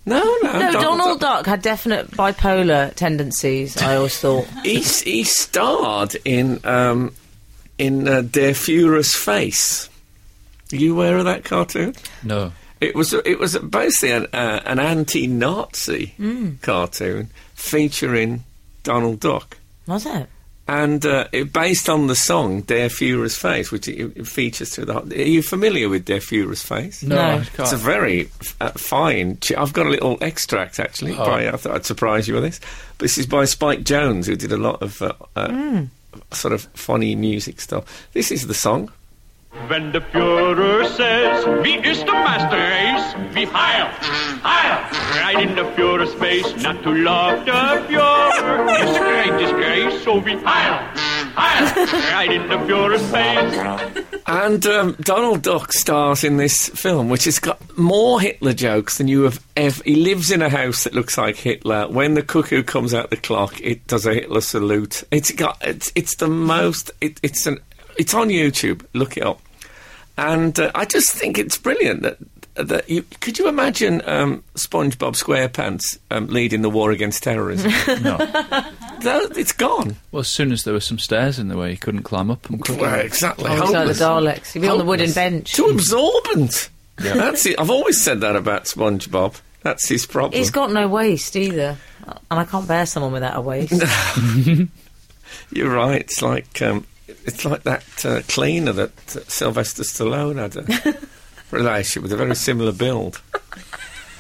Speaker 2: no, no,
Speaker 3: No, Donald,
Speaker 2: Oh, Donald Duck.
Speaker 3: Duck. had definite bipolar tendencies, I always
Speaker 2: <laughs>
Speaker 3: thought.
Speaker 2: He, he starred in um, in uh, Der Fuhrer's Face. You aware of that cartoon?
Speaker 4: No.
Speaker 2: It was it was basically an, uh, an anti-Nazi cartoon featuring Donald Duck,
Speaker 3: Was it?
Speaker 2: and uh, it based on the song "Der Führer's Face," which it, it features through the. whole- Are you familiar with "Der Führer's Face"?
Speaker 4: No,
Speaker 3: No.
Speaker 4: I
Speaker 2: It's a
Speaker 4: can't.
Speaker 2: very uh, fine. Ch- I've got a little extract actually.
Speaker 4: Oh.
Speaker 2: By, I thought I'd surprise you with this. This is by Spike Jones, who did a lot of uh, uh, sort of funny music stuff. This is the song.
Speaker 6: Wenn der Führer says, wie ist der Master Race? Wie heil, heil, right in the Führer's face, not to love the Führer is a great disgrace, so wie heil, heil, right in the Führer's face.
Speaker 2: And um, Donald Duck stars in this film, which has got more Hitler jokes than you have ever. He lives in a house that looks like Hitler. When the cuckoo comes out the clock, it does a Hitler salute. It's got. It's, it's the most. It, it's an. It's on YouTube. Look it up. And uh, I just think it's brilliant that that you could you imagine um, SpongeBob SquarePants um, leading the war against
Speaker 3: <laughs>
Speaker 2: terrorism?
Speaker 4: No.
Speaker 2: that, it's gone.
Speaker 4: Well, as soon as there were some stairs in the way, he couldn't climb up them. could he?
Speaker 2: Well, exactly.
Speaker 3: Oh, it's like the
Speaker 2: Hopeless.
Speaker 3: Daleks. He'd be on the wooden bench.
Speaker 2: Too absorbent. That's it. I've always said that about SpongeBob. That's his problem.
Speaker 3: He's got no waist either, and I can't bear someone without a waist.
Speaker 4: <laughs>
Speaker 2: You're right. It's like um, it's like that uh, cleaner that uh, Sylvester Stallone had
Speaker 3: <laughs>
Speaker 2: a relationship with a very similar build.
Speaker 3: <laughs>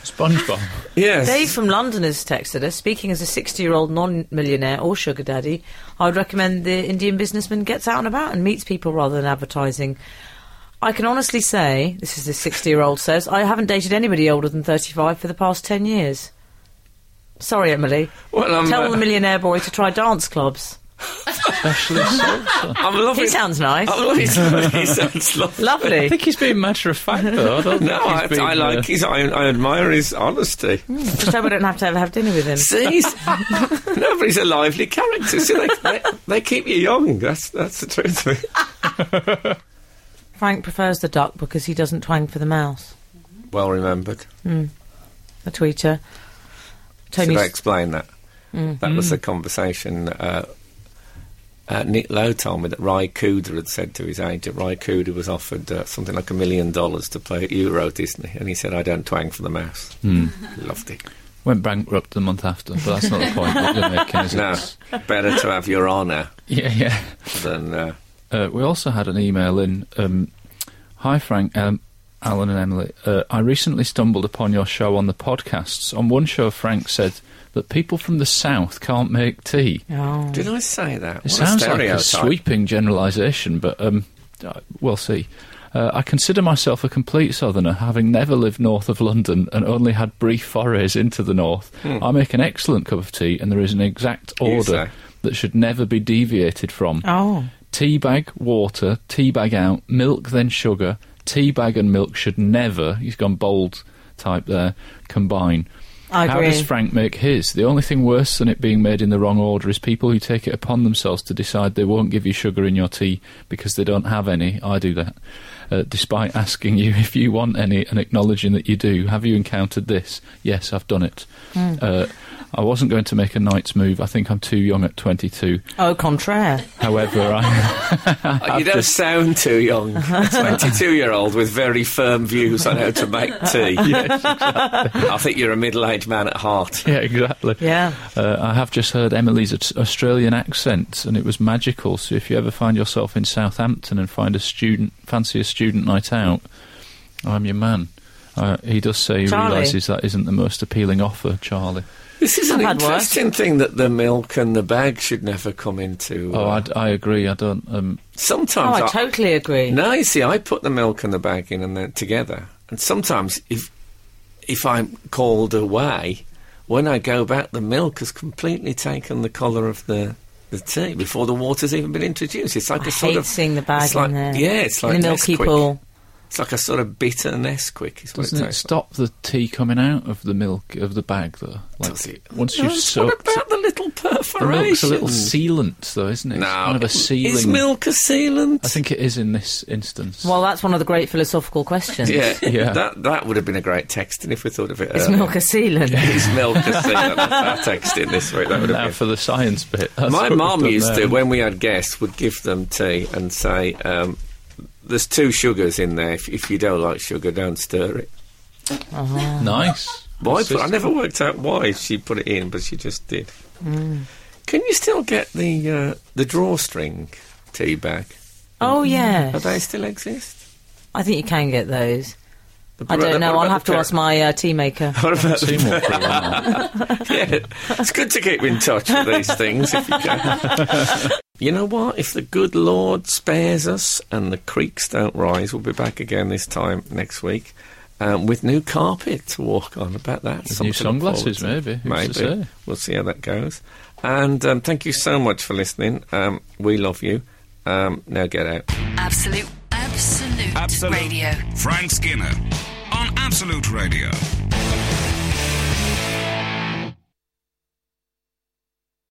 Speaker 4: SpongeBob.
Speaker 2: Yes.
Speaker 3: Dave from London has texted us. Speaking as a 60-year-old non-millionaire or sugar daddy, I would recommend the Indian businessman gets out and about and meets people rather than advertising. I can honestly say, this is the 60-year-old says, I haven't dated anybody older than 35 for the past 10 years. Sorry, Emily.
Speaker 2: Well,
Speaker 4: Um,
Speaker 2: I'm,
Speaker 3: Tell
Speaker 2: uh,
Speaker 3: the millionaire boy to try dance clubs.
Speaker 4: Especially salsa.
Speaker 2: I'm loving.
Speaker 3: He sounds nice.
Speaker 2: I'm loving.
Speaker 3: <laughs>
Speaker 2: <laughs> he sounds lovely.
Speaker 4: Uh, <laughs> I
Speaker 3: Lovely.
Speaker 4: think he's being matter of fact, though. I don't
Speaker 2: No,
Speaker 4: think
Speaker 2: I,
Speaker 4: he's
Speaker 2: I
Speaker 4: being, uh,
Speaker 2: like his. I, I admire his honesty.
Speaker 3: Just hope I don't have to ever have dinner with him.
Speaker 2: See, he's-
Speaker 3: <laughs>
Speaker 2: no, but he's a lively character. See, they, they, they keep you young. That's that's the truth.
Speaker 3: <laughs>
Speaker 2: of it.
Speaker 3: Frank prefers the duck because he doesn't twang for the mouse.
Speaker 2: Well remembered.
Speaker 3: The tweeter.
Speaker 2: Should I
Speaker 3: Tony's
Speaker 2: explain that? That was the conversation. Uh, uh, Nick Lowe told me that Ry Cooder had said to his agent, Ry Cooder was offered uh, something like a million dollars to play at Euro Disney, and he said, I don't twang for the mouse.
Speaker 4: Hmm.
Speaker 2: Loved it.
Speaker 4: went bankrupt the month after, but that's not the point that you're making, is it?
Speaker 2: No, better to have your honour
Speaker 4: Yeah, yeah.
Speaker 2: than. Uh,
Speaker 4: Uh, we also had an email in. Um, Hi, Frank, um, Alan, and Emily. Uh, I recently stumbled upon your show on the podcasts. On one show, Frank said that people from the south can't make tea.
Speaker 3: Oh.
Speaker 2: did I say that?
Speaker 4: It
Speaker 2: What
Speaker 4: sounds like a
Speaker 2: stereotype.
Speaker 4: sweeping generalisation, but um, uh, we'll see. Uh, I consider myself a complete southerner, having never lived north of London and only had brief forays into the north. I make an excellent cup of tea, and there is an exact
Speaker 2: Hmm. You say.
Speaker 4: order that should never be deviated from.
Speaker 3: Oh.
Speaker 4: Tea bag, water, tea bag out, milk, then sugar. Tea bag and milk should never, he's gone bold type there, combine.
Speaker 3: I
Speaker 4: How
Speaker 3: agree.
Speaker 4: does Frank make his? The only thing worse than it being made in the wrong order is people who take it upon themselves to decide they won't give you sugar in your tea because they don't have any. I do that. Uh, despite asking you <laughs> if you want any and acknowledging that you do, have you encountered this? Yes, I've done it. Uh, I wasn't going to make a night's move. I think I'm too young at 22.
Speaker 3: Au contraire.
Speaker 4: However, I.
Speaker 2: Uh, You don't sound too
Speaker 4: <laughs>
Speaker 2: young. A 22 year old with very firm views on how to make
Speaker 4: <laughs>
Speaker 2: tea. I think you're a middle aged man at heart.
Speaker 4: <laughs> Yeah, exactly.
Speaker 3: Yeah.
Speaker 4: Uh, I have just heard Emily's Aust- Australian accent, and it was magical. So if you ever find yourself in Southampton and find a student, fancy a student night out, I'm your man. Uh, he does say he
Speaker 3: Charlie.
Speaker 4: realises that isn't the most appealing offer, Charlie.
Speaker 2: This is an
Speaker 3: I've had worse.
Speaker 2: interesting thing that the milk and the bag should never come into.
Speaker 4: Oh,
Speaker 2: uh,
Speaker 4: I, I agree. I don't. Um,
Speaker 3: Oh,
Speaker 2: sometimes
Speaker 3: I totally agree.
Speaker 2: No, you see, I put the milk and the bag in and then together. And sometimes, if if I'm called away, when I go back, the milk has completely taken the colour of the. The tea before the water's even been introduced. It's like
Speaker 3: I
Speaker 2: a sort
Speaker 3: hate
Speaker 2: of
Speaker 3: seeing the bag
Speaker 2: it's like-
Speaker 3: in there.
Speaker 2: Yeah, it's like
Speaker 3: in the milky
Speaker 2: Nesquik.
Speaker 3: pool.
Speaker 2: It's like a sort of bitter Nesquik. Is what
Speaker 4: doesn't
Speaker 2: it
Speaker 4: it
Speaker 2: tastes
Speaker 4: stop the tea coming out of the milk of the bag though? Like,
Speaker 2: Does it?
Speaker 4: Once
Speaker 2: like.
Speaker 4: you've soaked,
Speaker 2: What about the little
Speaker 4: the
Speaker 2: perforation?
Speaker 4: milk's a little sealant though, isn't it?
Speaker 2: No,
Speaker 4: it's kind of a sealing.
Speaker 2: Is milk a sealant?
Speaker 4: I think it is in this instance.
Speaker 3: Well, that's one of the great philosophical questions.
Speaker 2: Yeah, <laughs>
Speaker 4: Yeah.
Speaker 2: That that would have been a great text, and if we thought of it,
Speaker 3: Is
Speaker 2: <laughs> earlier.
Speaker 3: milk a sealant?
Speaker 2: It's
Speaker 4: <laughs>
Speaker 2: milk a thing. Our text in this week that would
Speaker 4: now
Speaker 2: have
Speaker 4: for the science bit.
Speaker 2: been.
Speaker 4: That's
Speaker 2: My
Speaker 4: what we've
Speaker 2: mum
Speaker 4: done
Speaker 2: used to
Speaker 4: there.
Speaker 2: when we had guests would give them tea and say, um, "There's two sugars in there. If, if you don't like sugar, don't stir it."
Speaker 4: Nice.
Speaker 2: Why?
Speaker 4: Your
Speaker 2: But I
Speaker 4: sister-
Speaker 2: never worked out why she put it in, but she just did.
Speaker 4: Mm.
Speaker 2: Can you still get the uh, the drawstring tea bag?
Speaker 3: Oh yeah,
Speaker 2: Do they still exist?
Speaker 3: I think you can get those.
Speaker 2: What
Speaker 3: I
Speaker 2: about the-
Speaker 3: don't know.
Speaker 2: what
Speaker 3: I'll
Speaker 2: about
Speaker 3: have
Speaker 2: the
Speaker 3: to
Speaker 2: pair-
Speaker 3: ask my uh, tea maker.
Speaker 2: What about the
Speaker 4: Seymour <laughs> for
Speaker 2: <laughs>
Speaker 4: a while.
Speaker 2: yeah, it's good to keep in touch with these things if you can.
Speaker 4: <laughs>
Speaker 2: you know what? If the good Lord spares us and the creeks don't rise, we'll be back again this time next week um, with new carpet to walk on. About that, something
Speaker 4: new
Speaker 2: to look forward
Speaker 4: sunglasses,
Speaker 2: to.
Speaker 4: maybe. Who's to
Speaker 2: Maybe
Speaker 4: say?
Speaker 2: we'll see how that goes. And um, thank you so much for listening. Um, we love you. Um, now get out.
Speaker 1: Absolute, absolute,
Speaker 5: Absolute.
Speaker 1: radio.
Speaker 5: Frank Skinner on Absolute Radio.